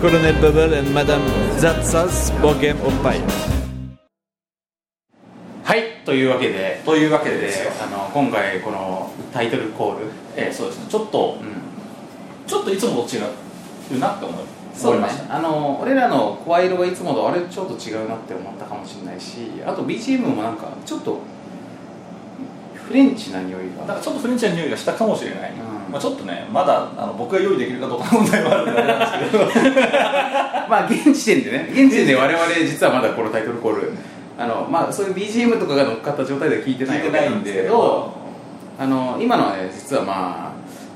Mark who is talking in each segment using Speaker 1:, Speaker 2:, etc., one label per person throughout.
Speaker 1: Colonel Bubble and Madame Zatzas Borgem Opie.
Speaker 2: はいというわけで
Speaker 3: というわけで
Speaker 2: え
Speaker 3: ですよ
Speaker 2: ーあの今回このタイトルコール、えーそうですねちょっと、うんちょっといつもと違うなって思い
Speaker 3: そう
Speaker 2: 思い
Speaker 3: ね
Speaker 2: ました、あの俺らの声色がいつもとあれちょっと違うなって思ったかもしれないしあと BGM もなんかちょっとフレンチな匂い
Speaker 4: なん
Speaker 2: が
Speaker 4: かちょっとフレンチの匂いがしたかもしれない、
Speaker 2: うん
Speaker 4: まあ、ちょっとねまだあの僕が用意できるかどうかの問題はあるんであ れなんですけど
Speaker 2: まあ現時点でね現時点で我々実はまだこのタイトルコールあのまあそういう BGM とかが乗っかった状態では聞いてない
Speaker 4: 聞
Speaker 2: わ
Speaker 4: いてな
Speaker 2: け
Speaker 4: い
Speaker 2: なん
Speaker 4: ん
Speaker 2: で
Speaker 4: ですす
Speaker 2: け
Speaker 4: け
Speaker 2: ど
Speaker 4: ど
Speaker 2: あの今のはね実はまあ、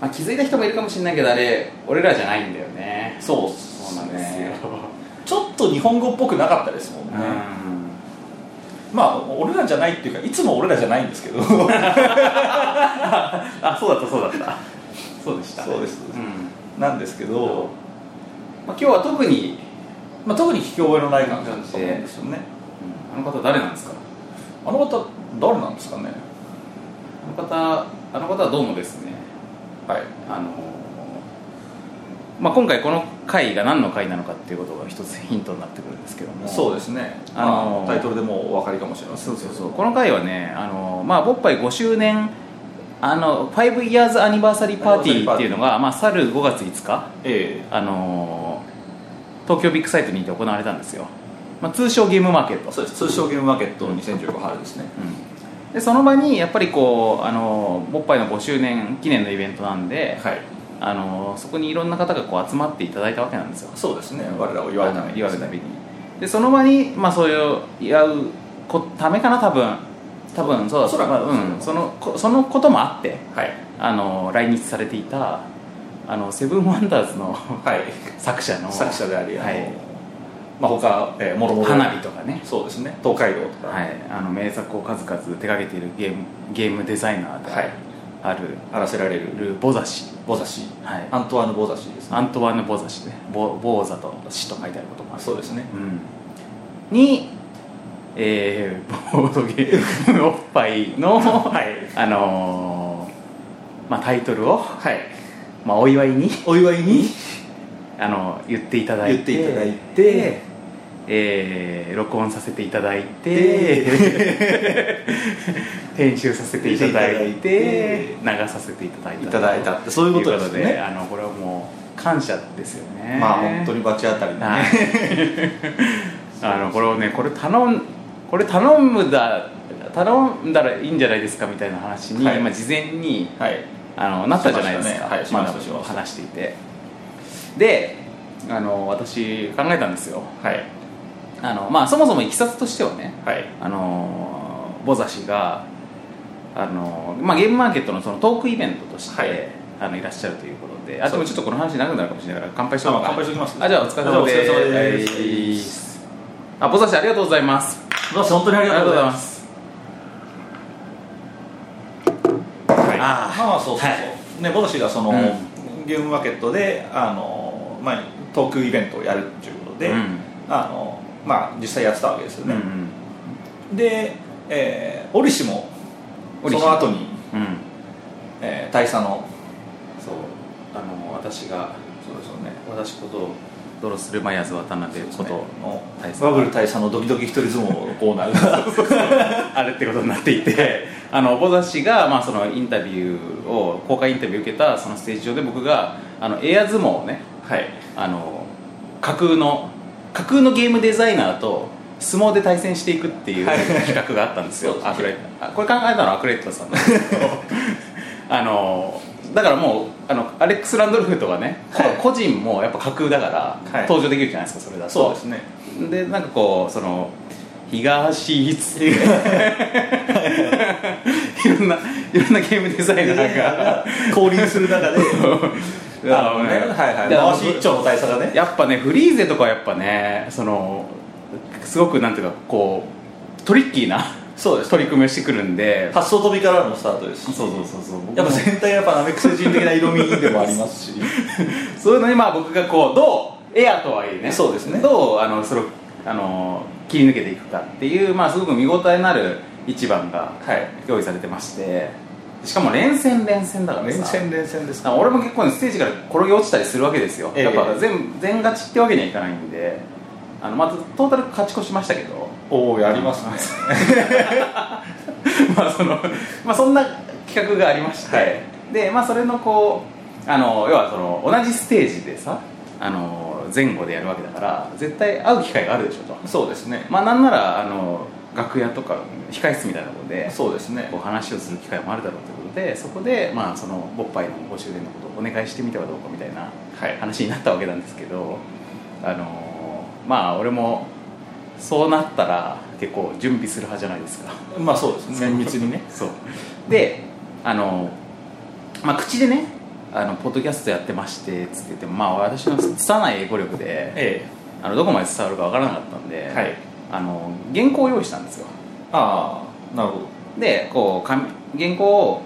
Speaker 2: まあ気づいた人もいるかもしれないけどあれ俺らじゃないんだよね
Speaker 4: そうっ
Speaker 2: そうな
Speaker 4: す
Speaker 2: んですよ
Speaker 4: ねちょっと日本語っぽくなかったですもんね、まあ俺らじゃないっていうかいつも俺らじゃないんです けど
Speaker 2: あそうだったそうだったそうでした
Speaker 4: そうですそうで
Speaker 2: う
Speaker 4: す
Speaker 2: ん
Speaker 4: なんですけど、
Speaker 2: まあ、今日は特に、
Speaker 4: まあ、特に聞き覚えのない感じなんですよね
Speaker 2: あの方誰なんですか
Speaker 4: あの方誰なんですかね
Speaker 2: あの方あの方はどうもですね
Speaker 4: はい
Speaker 2: あのまあ、今回この回が何の回なのかっていうことが一つヒントになってくるんですけども
Speaker 4: そうですね、
Speaker 2: あのー
Speaker 4: まあタイトルでもうお分かりかもしれませ
Speaker 2: そ
Speaker 4: ん
Speaker 2: うそうそうこの回はねあのまあボッパイ5周年あの5 years アニバーサリーパーティーっていうのが、まあ、去る5月5日
Speaker 4: え
Speaker 2: あの東京ビッグサイトにて行われたんですよ、まあ、通称ゲームマーケッ
Speaker 4: え
Speaker 2: ト
Speaker 4: そうです通称ゲームマーケット2015春ですね
Speaker 2: うんでその場にやっぱりこうあのボッパイの5周年記念のイベントなんで、
Speaker 4: はい
Speaker 2: あのそこにいろんな方がこう集まっていただいたわけなんですよ
Speaker 4: そうですね我らを祝うために
Speaker 2: 言われためにでその場に、まあ、そういう祝うこためかな多分多分そうだ
Speaker 4: おそらく
Speaker 2: まあうん、そのこそのこともあって
Speaker 4: はい
Speaker 2: あの来日されていたあのセブンワンダーズの
Speaker 4: はい
Speaker 2: 作者の
Speaker 4: 作者であり、あの
Speaker 2: はい
Speaker 4: まあ、他、えー、もろもろ
Speaker 2: 花火とかね、
Speaker 4: そうですね東海道とか、
Speaker 2: はい、あの名作を数々手掛けているゲームゲームデザイナーで
Speaker 4: はい
Speaker 2: ある、
Speaker 4: 荒らせられる
Speaker 2: ルボザシ、
Speaker 4: ボザシ
Speaker 2: はい、
Speaker 4: アントワーヌ・ボザシですね
Speaker 2: アントワーヌ・ボザシねボボーザとシと書いてあることもある
Speaker 4: そうですね
Speaker 2: うん、に、えーボードゲームおっぱいの、あのーまあ、タイトルを、まあ、お祝いに、
Speaker 4: お祝いに
Speaker 2: あの言っていただい
Speaker 4: 言ってていただいて
Speaker 2: えー録音させていただいて 編集させていただい
Speaker 4: 見
Speaker 2: て
Speaker 4: て
Speaker 2: 流させていただいた
Speaker 4: いただいたってそういうことですね
Speaker 2: というあのこれはもう感謝ですよね
Speaker 4: まあ本当に罰当たりだ
Speaker 2: はい
Speaker 4: ね
Speaker 2: あのこれをねこれ頼んこれ頼むだ頼んだらいいんじゃないですかみたいな話に、
Speaker 4: はい
Speaker 2: 今事前に
Speaker 4: はい
Speaker 2: あのなったじゃないですか
Speaker 4: しましたねはいしました
Speaker 2: だ
Speaker 4: しました
Speaker 2: 話していてであの私考えたんですよ
Speaker 4: はい
Speaker 2: あの、まあ、そもそもいきさつとしてはね
Speaker 4: はい
Speaker 2: あのボザ氏があの、まあ、ゲームマーケットのそのトークイベントとして、
Speaker 4: はい
Speaker 2: あのいらっしゃるということであでもちょっとこの話長くなるかもしれないから乾杯しよう
Speaker 4: あ
Speaker 2: か
Speaker 4: 乾杯しておきます
Speaker 2: あじゃあお疲れ様で
Speaker 4: じゃあお疲れ様
Speaker 2: す
Speaker 4: です
Speaker 2: あボザ氏ありがとうございます
Speaker 4: ボザシ本当にあ
Speaker 2: あ
Speaker 4: り
Speaker 2: り
Speaker 4: が
Speaker 2: が
Speaker 4: と
Speaker 2: と
Speaker 4: う
Speaker 2: う
Speaker 4: ご
Speaker 2: ござい
Speaker 4: ざいま
Speaker 2: ますす
Speaker 4: はい
Speaker 2: あー
Speaker 4: まあそうそうそう、
Speaker 2: は
Speaker 4: ねボザシがその、
Speaker 2: うん
Speaker 4: ゲームマーケットであの、まあ、トークイベントをやるっていうことで、
Speaker 2: うん
Speaker 4: あのまあ実際やってたわけですよ
Speaker 2: うんう
Speaker 4: ね、
Speaker 2: ん
Speaker 4: で、えー、折しも
Speaker 2: オ
Speaker 4: そ
Speaker 2: リシ
Speaker 4: の後に、
Speaker 2: うん
Speaker 4: えー、大佐の
Speaker 2: そうあの私が
Speaker 4: そうですよね
Speaker 2: 私ことドロスルマイヤーズ渡辺こ
Speaker 4: こととの
Speaker 2: 大佐
Speaker 4: バブル大佐のドキドキ一人相撲のコーナ ー
Speaker 2: あるってことになっていて あの小指氏が、まあ、そのインタビューを公開インタビューを受けたそのステージ上で僕があのエア相撲をね
Speaker 4: はい
Speaker 2: あの架空の架空のゲームデザイナーと相撲で対戦していくっていう企画があったんですよ、
Speaker 4: そう
Speaker 2: アクレあこれ考えたのはアクレットさんなんですけ どあのだからもうあのアレックス・ランドルフとかね、こ
Speaker 4: はい
Speaker 2: 個人もやっぱ架空だから、
Speaker 4: はい
Speaker 2: 登場できるじゃないですかそれだと
Speaker 4: そうですね
Speaker 2: でなんかこうその東いつって いういろんないろんなゲームデザイナーが
Speaker 4: 交流す る中であのねはいはい
Speaker 2: であの
Speaker 4: 回し一丁の大佐がね
Speaker 2: やっぱねフリーゼとかはやっぱねそのすごくなんていうかこうトリッキーな
Speaker 4: そうです
Speaker 2: 取り組みをしてくるんで
Speaker 4: 発想飛びからのスタートです
Speaker 2: そう
Speaker 4: し
Speaker 2: そうそうそう僕も
Speaker 4: やっぱ全体やっぱナメック星人的な色味でもありますし
Speaker 2: そういうのにまあ僕がこうどうエアとはいえね
Speaker 4: そうですね
Speaker 2: どうあのそれをあの切り抜けていくかっていうまあすごく見応えのある一番が
Speaker 4: はい
Speaker 2: 用意されてましてしかも連戦連戦だからさ
Speaker 4: 連戦連戦です
Speaker 2: あ俺も結構ねステージから転げ落ちたりするわけですよ、
Speaker 4: ええ
Speaker 2: やっぱ全全勝ちってわけにはいかないんであのまずトータル勝ち越しましたけど
Speaker 4: おおやりますね
Speaker 2: まあそのまあそんな企画がありまして、
Speaker 4: はい
Speaker 2: でまあそれのこうあの要はその同じステージでさあの前後でやるわけだから絶対会う機会があるでしょと
Speaker 4: そうですね
Speaker 2: まあなんならあの楽屋とか控室みたいなところで
Speaker 4: そうですね
Speaker 2: こう話をする機会もあるだろうということでそこでまあそのボッパイのご終電のことをお願いしてみてはどうかみたいな
Speaker 4: はい
Speaker 2: 話になったわけなんですけどあのまあ俺もそうなったら結構準備する派じゃないですか
Speaker 4: まあそうですね綿密にね
Speaker 2: そうであの、まあ、口でねあの「ポッドキャストやってまして」つって言ってもまあ私の拙い英語力で
Speaker 4: え
Speaker 2: あのどこまで伝わるかわからなかったんで、
Speaker 4: はい
Speaker 2: あの原稿を用意したんですよ
Speaker 4: えああなるほど
Speaker 2: でこう紙原稿を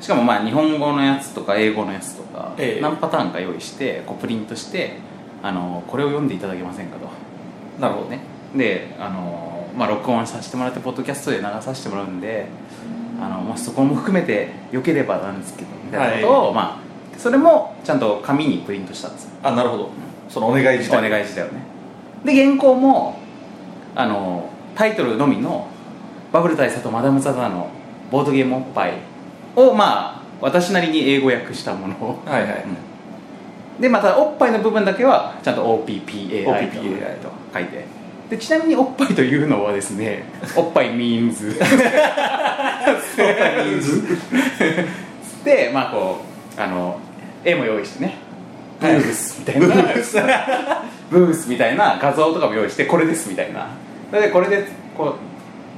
Speaker 2: しかもまあ日本語のやつとか英語のやつとか、
Speaker 4: ええ
Speaker 2: 何パターンか用意してこうプリントしてあのこれを読んでいただけませんかと
Speaker 4: なるほどね
Speaker 2: ねであの、まあ、録音させてもらってポッドキャストで流させてもらうんであの、まあ、そこも含めてよければなんですけどみたいなことを、まあ、それもちゃんと紙にプリントしたんですよ
Speaker 4: あなるほどそのお願い自
Speaker 2: お
Speaker 4: 体
Speaker 2: 願いしたよねで原稿もあのタイトルのみの「バブル大佐とマダム・ザ・ザのボードゲームおっぱい」をまあ私なりに英語訳したものを
Speaker 4: はいはい、
Speaker 2: でまたおっぱいの部分だけはちゃんと OPPAI と
Speaker 4: OPPAI
Speaker 2: と書いてでちなみにおっぱいというのはですね おっぱい means でまあこうあの絵も用意してねブースみたいなブース みたいな画像とかも用意してこれですみたいなそれでこれでこ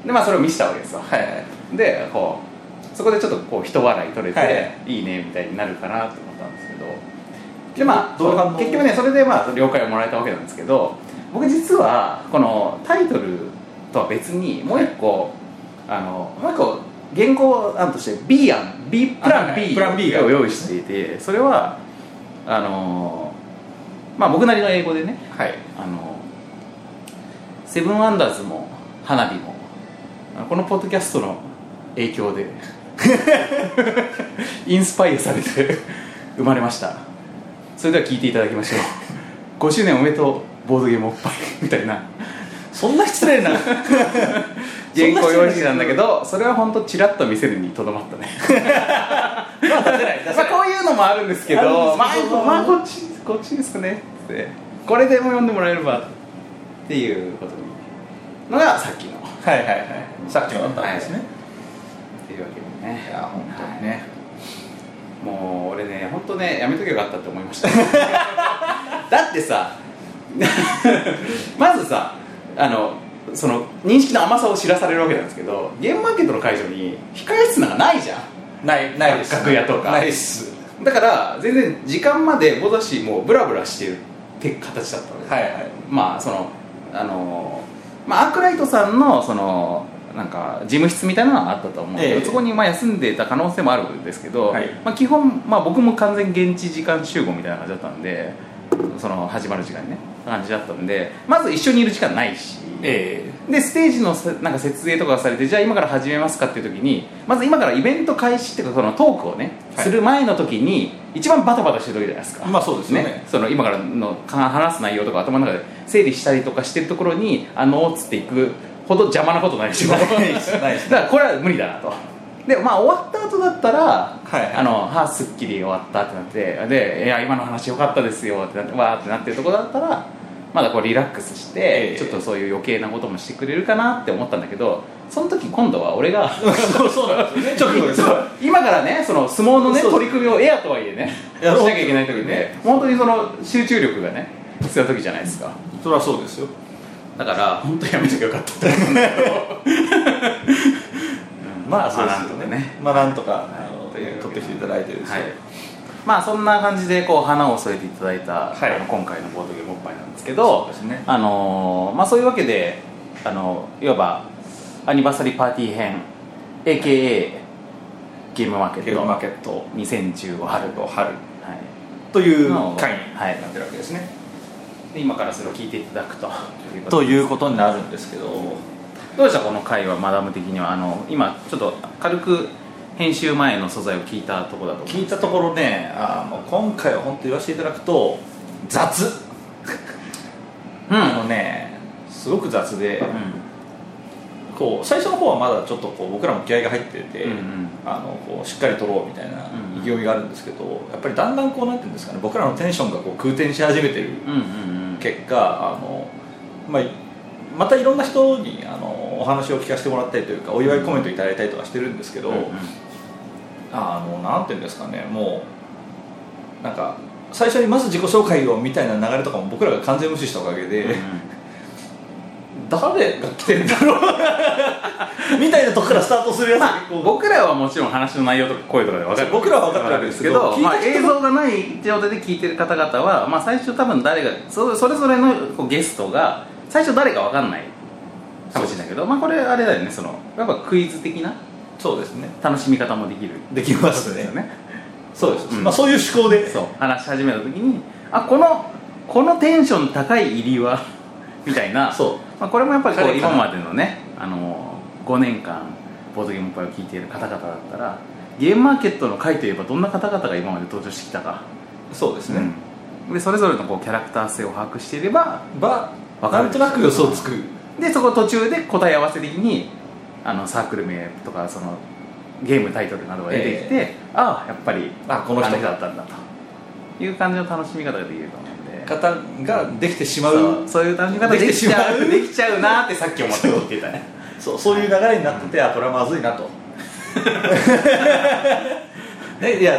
Speaker 2: うでまあそれを見せたわけですよ
Speaker 4: はいはい
Speaker 2: でこうそこでちょっとこう人笑い取れて、、
Speaker 4: はい
Speaker 2: いねみたいになるかなと思ったんですけどでまあ
Speaker 4: 動画の
Speaker 2: 結局ねそれでまあ了解をもらえたわけなんですけど僕実はこのタイトルとは別にもう一個あのもう一個原稿案として B 案 B プラン
Speaker 4: あはい
Speaker 2: B
Speaker 4: プラン B が
Speaker 2: を用意していてそれはあのまあ僕なりの英語でね
Speaker 4: はい
Speaker 2: あのセブンワンダーズも花火もあのこのポッドキャストの影響で インスパイアされて生まれましたそれでは聞いていただきましょう5周年おめでとうボードゲームおっぱいみたいな
Speaker 4: そんな失礼な
Speaker 2: 原稿用意してたんだけどそれは本当チラッと見せるにとどまったね
Speaker 4: まあ出せない出せ
Speaker 2: まあ
Speaker 4: ない
Speaker 2: こういうのもあるんですけ
Speaker 4: あるんで
Speaker 2: ど
Speaker 4: す
Speaker 2: まあ
Speaker 4: けど
Speaker 2: まあこっちこっちですかねってこれでも読んでもらえればっていうことにのがさっきの
Speaker 4: はいはいはいさっきのだったんですね、
Speaker 2: っていうわけでね
Speaker 4: い、や本当にね
Speaker 2: もう俺ね本当ねやめときゃよかったって思い ましただってさまずさあのその認識の甘さを知らされるわけなんですけどゲームマーケットの会場に控え室なんかないじゃん
Speaker 4: ないないです
Speaker 2: 楽屋とか
Speaker 4: ないっす
Speaker 2: だから全然時間までボだしもうブラブラしてるって形だったのよ
Speaker 4: はいはい
Speaker 2: まあそのあのまあアークライトさんのそのなんか事務室みたいなのはあったと思うんですけど、
Speaker 4: ええ
Speaker 2: そこにまあ休んでた可能性もあるんですけど、
Speaker 4: はい
Speaker 2: まあ、基本、まあ、僕も完全現地時間集合みたいな感じだったんでその始まる時間にね感じだったんでまず一緒にいる時間ないし、
Speaker 4: え
Speaker 2: でステージのせなんか設営とかがされてじゃあ今から始めますかっていう時にまず今からイベント開始っていうかそのトークをね、
Speaker 4: はい
Speaker 2: する前の時に一番バタバタしてる時じゃないですか
Speaker 4: まあそうですよね
Speaker 2: その今からのか話す内容とか頭の中で整理したりとかしてるところにあのーっつっていくほど邪魔なことない しだか
Speaker 4: ないですないです
Speaker 2: らこれは無理だなとでまあ終わった後だったら、
Speaker 4: はいはい
Speaker 2: あのはあすっきり終わったってなってでいや今の話良かったですよってなってわーってなってるとこだったらまだこうリラックスして、
Speaker 4: ええ
Speaker 2: ちょっとそういう余計なこともしてくれるかなって思ったんだけどその時今度は俺が
Speaker 4: そうそうなんですよね直後です
Speaker 2: そう今からねその相撲のね
Speaker 4: そう
Speaker 2: 取り組みをエアとはいえねし
Speaker 4: や
Speaker 2: な
Speaker 4: ろう
Speaker 2: きゃいけない時で本当にその集中力がね必要な時じゃないですか
Speaker 4: それはそうですよ
Speaker 2: だから本当にやめときゃよかったと思うんだけどうん
Speaker 4: まあそうで
Speaker 2: なん
Speaker 4: す
Speaker 2: と
Speaker 4: よ
Speaker 2: か
Speaker 4: ね
Speaker 2: ね
Speaker 4: まあなんとかあの
Speaker 2: というわけで
Speaker 4: 取ってきていただいてです
Speaker 2: は
Speaker 4: ね
Speaker 2: い、まあそんな感じでこう花を添えていただいた、
Speaker 4: はい
Speaker 2: あの今回のボードゲームおっぱいなんですけ
Speaker 4: そ
Speaker 2: ど
Speaker 4: うですね
Speaker 2: あのーまあ、そういうわけで、あのいわばアニバーサリーパーティー編 AKA ゲームマーケ
Speaker 4: ゲ
Speaker 2: ッ
Speaker 4: ームマー
Speaker 2: ト
Speaker 4: ケット
Speaker 2: 2015春
Speaker 4: と春
Speaker 2: はい、
Speaker 4: という
Speaker 2: の
Speaker 4: 会に
Speaker 2: はい
Speaker 4: なってるわけですね
Speaker 2: で今からそれを聞いていただくということ
Speaker 4: と
Speaker 2: で
Speaker 4: いうことになるんですけど
Speaker 2: どうでしたこの回はマダム的にはあの今ちょっと軽く編集前の素材を聞いたとこだと思う
Speaker 4: 聞いたところねあの今回は本当言わせていただくと雑、
Speaker 2: うん、
Speaker 4: あのねすごく雑でこう最初の方はまだちょっとこう僕らも気合が入ってて、
Speaker 2: うんうん
Speaker 4: あのこうしっかり撮ろうみたいな
Speaker 2: うんうん
Speaker 4: 意気込みがあるんですけど、やっぱりだんだんこうなんていうんですかね僕らのテンションがこう空転し始めてる
Speaker 2: うんうんうん
Speaker 4: 結果あの、まあ、またいろんな人にあのお話を聞かせてもらったりというかお祝いコメントいただいたりとかしてるんですけど、
Speaker 2: うんうん
Speaker 4: あのなんていうんですかねもうなんか最初にまず自己紹介をみたいな流れとかも僕らが完全無視したおかげで、誰が来てんだろう みたいなとこからスタートするやつが
Speaker 2: まあ
Speaker 4: 結構
Speaker 2: 僕らはもちろん話の内容とか声とかで分かる
Speaker 4: 僕らは分かってるわけですけど
Speaker 2: まあ、
Speaker 4: 聞いた人
Speaker 2: 映像がない状態で聞いてる方々は、まあ、最初多分誰がそそれぞれのこうゲストが最初誰か分かんないかもしれないけどまあこれあれだよねそのやっぱクイズ的な
Speaker 4: そうですね
Speaker 2: 楽しみ方もできる
Speaker 4: できます
Speaker 2: ですよね
Speaker 4: そうです、
Speaker 2: うん
Speaker 4: まあ、そういう思考で
Speaker 2: そう話し始めた時にあこのこのテンション高い入りはみたいな
Speaker 4: そう
Speaker 2: まあ、これもやっぱりこう
Speaker 4: 彼か
Speaker 2: 今
Speaker 4: な
Speaker 2: までのねあの5年間ボードゲームいっぱいを聞いている方々だったらゲームマーケットの会といえばどんな方々が今まで登場してきたか、
Speaker 4: そうですね、
Speaker 2: うんでそれぞれのこうキャラクター性を把握していれば
Speaker 4: ば
Speaker 2: わかる
Speaker 4: なんとなく予想つく
Speaker 2: でそこ途中で答え合わせ的にあのサークル名とかそのゲームタイトルなどが出てきて、ああやっぱり
Speaker 4: あこの人
Speaker 2: あだったんだという感じの楽しみ方ができると思うんで
Speaker 4: 方ができてしまう
Speaker 2: そうそういう楽しみ方できちゃう
Speaker 4: できてしまう
Speaker 2: できちゃうなーってさっき思って聞いてたね
Speaker 4: そうそういう流れになっててあこれはまずい なとでいや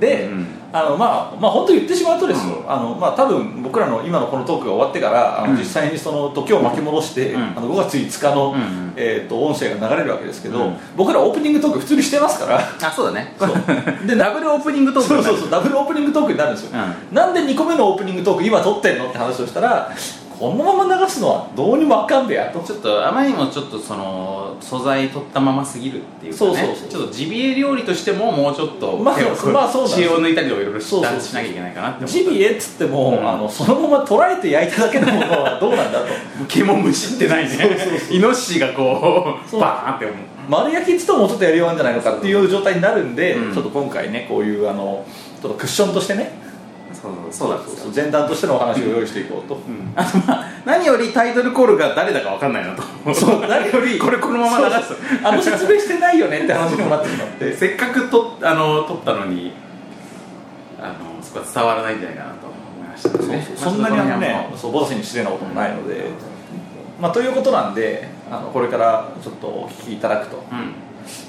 Speaker 4: で、
Speaker 2: うん
Speaker 4: あのまあ、まあ本当言ってしまうとですよ、あのまあ、多分僕らの今のこのトークが終わってからあの
Speaker 2: うん
Speaker 4: 実際にその時を巻き戻して、
Speaker 2: うん
Speaker 4: あの5月5日
Speaker 2: う
Speaker 4: の、
Speaker 2: んうん
Speaker 4: えー、と音声が流れるわけですけど、
Speaker 2: うん
Speaker 4: 僕らオープニングトーク普通にしてますから
Speaker 2: あそうだね
Speaker 4: そうで
Speaker 2: ダブルオープニングトーク
Speaker 4: そうそうそうダブルオープニングトークになるんですよ、なんで2個目のオープニングトーク今撮ってんのって話をしたらこのまま流すのはどうにもあかんべやと
Speaker 2: ちょっとあまりにもちょっとその素材取ったまますぎるっていうかね
Speaker 4: そうそうそう
Speaker 2: ちょっとジビエ料理としてももうちょっと
Speaker 4: まあ
Speaker 2: 手を
Speaker 4: まあそうだね
Speaker 2: 血を抜いたりとかいろいろし
Speaker 4: そうそうそう
Speaker 2: なきゃいけないかなって思
Speaker 4: ジビエっつっても、
Speaker 2: うん
Speaker 4: あのそのまま捉えて焼いただけのものはどうなんだ と
Speaker 2: 毛もむしってないねイノシシがこう
Speaker 4: そう
Speaker 2: バーンって思う
Speaker 4: 丸焼きっつってももうちょっとやりようあんじゃないのかっていう状態になるんで、
Speaker 2: うん
Speaker 4: ちょっと今回ねこういうあのちょっとクッションとしてね
Speaker 2: そうそうそうだ
Speaker 4: そうそう前段としてのお話を用意していこうと、
Speaker 2: うんあとまあ何よりタイトルコールが誰だか分かんないなと
Speaker 4: そう何よ り
Speaker 2: これこのまま流す
Speaker 4: そうあの説明してないよねって話にもなってしまって
Speaker 2: せっかくとあの撮ったのにあのそこは伝わらないんじゃないかなと思いましたね
Speaker 4: そんなにあ
Speaker 2: まあちょっとこの辺
Speaker 4: の
Speaker 2: は
Speaker 4: ね
Speaker 2: もう
Speaker 4: そうボスに失礼なこともないので、まあ、ということなんであのこれからちょっとお聞きいただくと、
Speaker 2: うん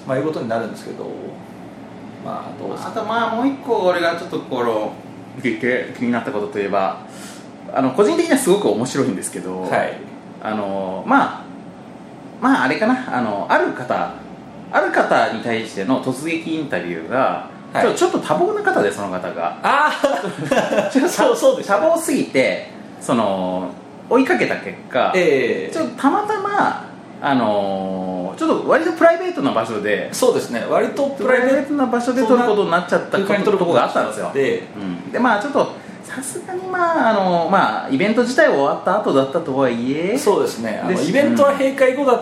Speaker 4: まあ、いうことになるんですけどまあどうですか
Speaker 2: あとまあもう一個俺がちょっとこの気気になったことといえばあの個人的にはすごく面白いんですけど、
Speaker 4: はい
Speaker 2: あのまあまああれかなあのある方ある方に対しての突撃インタビューが、
Speaker 4: はい
Speaker 2: ちょちょっと多忙な方でその方が
Speaker 4: ああ そうそうでし
Speaker 2: 多
Speaker 4: たね
Speaker 2: 忙すぎてその追いかけた結果、
Speaker 4: ええ
Speaker 2: ちょっとたまたまあのちょっと割とプライベートな場所で
Speaker 4: そうですね割と
Speaker 2: プ
Speaker 4: プ
Speaker 2: ライ
Speaker 4: ライ
Speaker 2: ベ
Speaker 4: ベ
Speaker 2: ー
Speaker 4: ー
Speaker 2: トな場所で撮ることになっちゃった
Speaker 4: 空間に撮ること
Speaker 2: があったんですよ
Speaker 4: トで
Speaker 2: うんでまあちょっとさすがにまああのまあイベント自体終わった後だったとはいえ
Speaker 4: そうですねあ
Speaker 2: で
Speaker 4: の
Speaker 2: す
Speaker 4: イベントは閉会後だ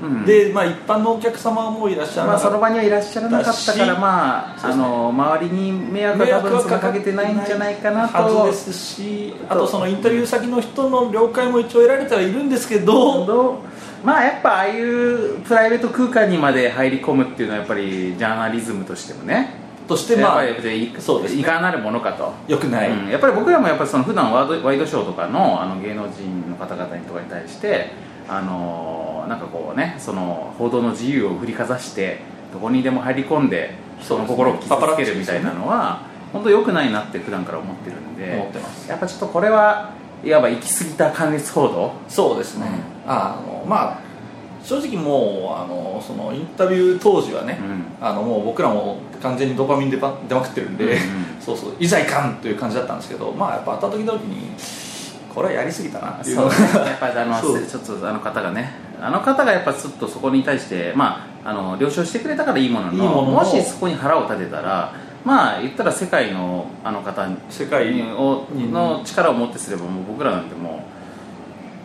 Speaker 2: うん
Speaker 4: で、まあ、一般のお客様はもういらっしゃら
Speaker 2: ま
Speaker 4: な
Speaker 2: あ、そ
Speaker 4: か
Speaker 2: の
Speaker 4: っ
Speaker 2: 場にはいらっしゃらなかったから
Speaker 4: だし
Speaker 2: まあ、
Speaker 4: そうで
Speaker 2: あ
Speaker 4: すね
Speaker 2: の周りに迷惑は多分そんなかけてないんじゃないかなと
Speaker 4: はずですしあとそのインタビュー先の人の了解も一応得られてはいるんですけど、
Speaker 2: どうまあやっぱああいうプライベート空間にまで入り込むっていうのはやっぱりジャーナリズムとしてもね
Speaker 4: としてまあ
Speaker 2: やっぱりい
Speaker 4: そうですね
Speaker 2: いかなるものかと
Speaker 4: よくない、
Speaker 2: うんやっぱり僕らもやっぱりその普段ワードワイドショーとかのあの芸能人の方々にとかに対してあのーなんかこうねその報道の自由を振りかざしてどこにでも入り込んで人の心を傷つけるみたいなのは本当良くないなって普段から思ってるんで
Speaker 4: 思ってます
Speaker 2: やっぱちょっとこれはいわば行き過ぎた関烈報道
Speaker 4: そうですね、あのまあ正直もうあのそのインタビュー当時はね、
Speaker 2: う
Speaker 4: あのもう僕らも完全にドーパミン出ま出まくってるんで、
Speaker 2: うんう
Speaker 4: そうそういざいかんという感じだったんですけどまあやっぱ会った時々にこれはやりすぎたなっていう
Speaker 2: そ
Speaker 4: の
Speaker 2: う
Speaker 4: が
Speaker 2: ねやっぱりあの
Speaker 4: そう
Speaker 2: ちょっとあの方がねあの方がやっぱちょっとそこに対してまああの了承してくれたからいいものの
Speaker 4: いいものの
Speaker 2: しそこに腹を立てたらまあ言ったら世界のあの方に
Speaker 4: 世界に
Speaker 2: をの力を持ってすればもう僕らなんても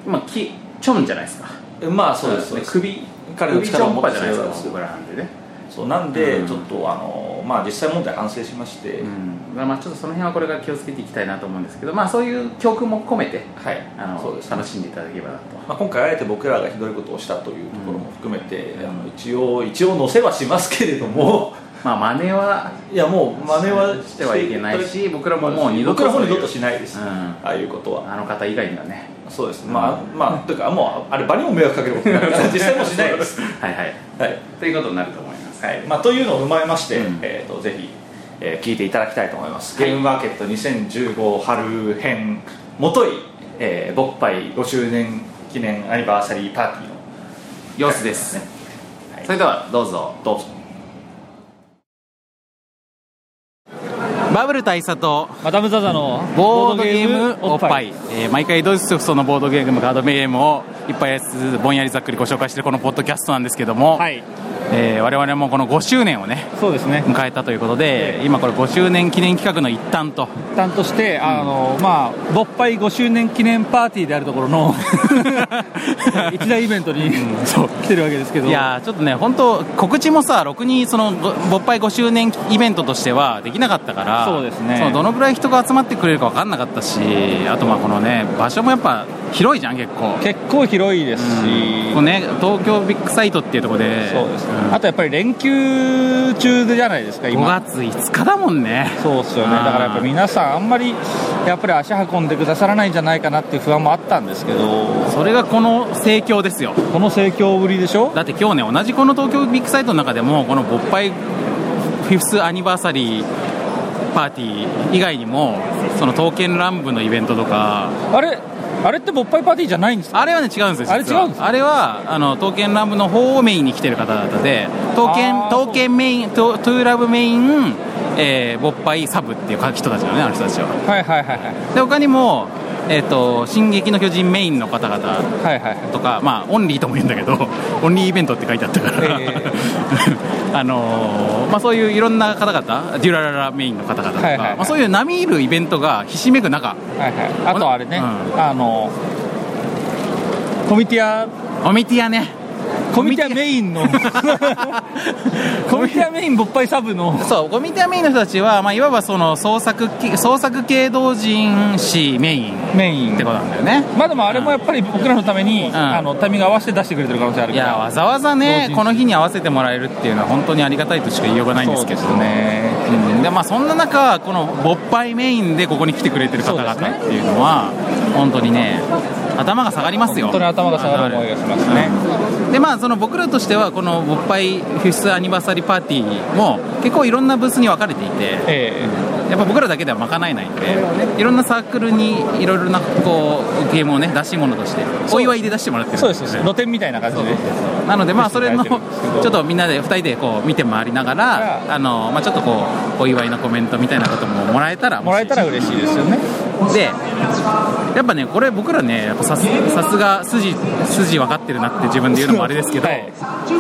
Speaker 2: う今きちょんじゃないですか
Speaker 4: まあそうですそうです
Speaker 2: 首
Speaker 4: 彼の力を持って
Speaker 2: 首ちょんぱじゃないですか
Speaker 4: そうです
Speaker 2: 僕らなんでね
Speaker 4: そうなんで、
Speaker 2: うん
Speaker 4: ちょっとあの、まあ、実際問題反省しまして、
Speaker 2: うんまあ、ちょっとその辺はこれから気をつけていきたいなと思うんですけど、まあ、そういう教訓も込めて
Speaker 4: はい
Speaker 2: あの
Speaker 4: そうですね
Speaker 2: 楽しんでいただければなと
Speaker 4: まあ、今回あえて僕らがひどいことをしたというところも含めて、あの一応一応載せはしますけれども
Speaker 2: まあ真似はい
Speaker 4: やもう真似は
Speaker 2: してはいけないし僕らももう二度と
Speaker 4: 僕らも二度
Speaker 2: そういう
Speaker 4: としないです、
Speaker 2: うん
Speaker 4: ああいうことは
Speaker 2: あの方以外には ね
Speaker 4: そうですまあまあというかもうあれ場にも迷惑かけることになるから実際もしな いです
Speaker 2: はいはい
Speaker 4: はい、
Speaker 2: ということになると思います
Speaker 4: はいまあ、というのを踏まえまして、
Speaker 2: うん
Speaker 4: えー、とぜひ、えー聞いていただきたいと思います、
Speaker 2: はい
Speaker 4: ゲームマーケット2015春編もとい、えー、勃発5周年記念アニバーサリーパーティーの
Speaker 2: 様子です、
Speaker 4: ねはい
Speaker 2: それではどうぞ
Speaker 4: どうぞ
Speaker 2: バブル大佐と
Speaker 3: マダム・ザ・ザの
Speaker 2: ボードゲームおっぱい、えー毎回ドイツ直送のボードゲームカードメームを一杯やつぼんやりざっくりご紹介しているこのポッドキャストなんですけども、
Speaker 3: はい
Speaker 2: えー我々もこの5周年をね
Speaker 3: そうですね
Speaker 2: 迎えたということで今これ5周年記念企画の一端と
Speaker 3: 担当してあの、まあ勃発5周年記念パーティーであるとこ ろの一大イベントに、
Speaker 2: そう
Speaker 3: 来てるわけですけど
Speaker 2: いやーちょっとね、本当、告知もさ、ろくにそのぼ勃発5周年イベントとしてはできなかったから、
Speaker 3: そうですね
Speaker 2: そのどのぐらい人が集まってくれるか分かんなかったし、あとまあこのね、場所もやっぱ広いじゃん、結構。
Speaker 3: 結構広いですし、
Speaker 2: こうね、東京ビッグサイトっていうところで、
Speaker 3: そうですね、あとやっぱり連休中じゃないですか
Speaker 2: 5
Speaker 3: 今
Speaker 2: 月5日だもんね。
Speaker 3: そうっすよねだからやっぱ皆さんあんまりやっぱり足運んでくださらないんじゃないかなっていう不安もあったんですけど
Speaker 2: それがこの盛況ですよ。
Speaker 3: この盛況ぶりでしょ
Speaker 2: だって今日ね、同じこの東京ビッグサイトの中でも、この勃発フィフスアニバーサリーパーティー以外にも、その刀剣乱舞のイベントとか、
Speaker 3: あれあれって勃発パーティーじゃないんですか
Speaker 2: あれはね違うんですよ
Speaker 3: あれ
Speaker 2: 実は
Speaker 3: 違うんですか
Speaker 2: あれはあの刀剣乱舞の方をメインに来てる方々で刀剣
Speaker 3: あー
Speaker 2: 刀剣メイントトゥーラブメインえー勃発サブっていう人たちなのねあの人たちは
Speaker 3: はいはいはいはい
Speaker 2: で他にもえっ、と「進撃の巨人」メインの方々
Speaker 3: はいはい
Speaker 2: とかまあオンリーとも言うんだけど オンリーイベントって書いてあったから、
Speaker 3: ええ
Speaker 2: あのーまあ、そういういろんな方々デュラララメインの方々とか、
Speaker 3: はいはいはい
Speaker 2: まあ、そういう並みいるイベントがひしめく中
Speaker 3: はいはい、あとあれね、
Speaker 2: うん
Speaker 3: あのコミティア
Speaker 2: コミティアね
Speaker 3: コミティアメイ ンのコミティアメイン勃発サブの
Speaker 2: そう、ゴミタメインの人たちは、まあ、いわばその創作系創作系同人誌メインっ
Speaker 3: メイン
Speaker 2: てことなんだよね。
Speaker 3: まあでもあれもやっぱり僕らのために、あのタイミング合わせて出してくれてる可能性ある
Speaker 2: い
Speaker 3: から
Speaker 2: や、わざわざ
Speaker 3: 同人
Speaker 2: ね
Speaker 3: 誌、
Speaker 2: この日に合わせてもらえるっていうのは本当にありがたいとしか言いようがないんですけど
Speaker 3: そうですね
Speaker 2: うんでまあ、そんな中、この勃発メインでここに来てくれてる方々っていうのは、本当にね、頭が下がりますよ。
Speaker 3: 本当に頭が下がる思いがしますね、
Speaker 2: でまあ、その僕らとしてはこの勃発フィスアニバーサリーパーティーも結構いろんなブースに分かれていて、
Speaker 3: え
Speaker 2: やっぱ僕らだけでは賄えないんで、いろんなサークルにいろいろなこうゲームをね出し物としてお祝いで出してもらって
Speaker 3: え
Speaker 2: る
Speaker 3: そうですそうです露店みたいな感じで
Speaker 2: なのでまあそれの
Speaker 3: 出
Speaker 2: ち
Speaker 3: してもらえてるんですけど
Speaker 2: ょっとみんなで2人でこう見て回りなが
Speaker 3: は
Speaker 2: らあのまあちょっとこうお祝いのコメントみたいなことももらえたら
Speaker 3: もらえたら嬉しいですよね
Speaker 2: でやっぱねこれ僕らねやっぱさすさすが筋筋分かってるなって自分で言うのもあれですけど、
Speaker 3: はい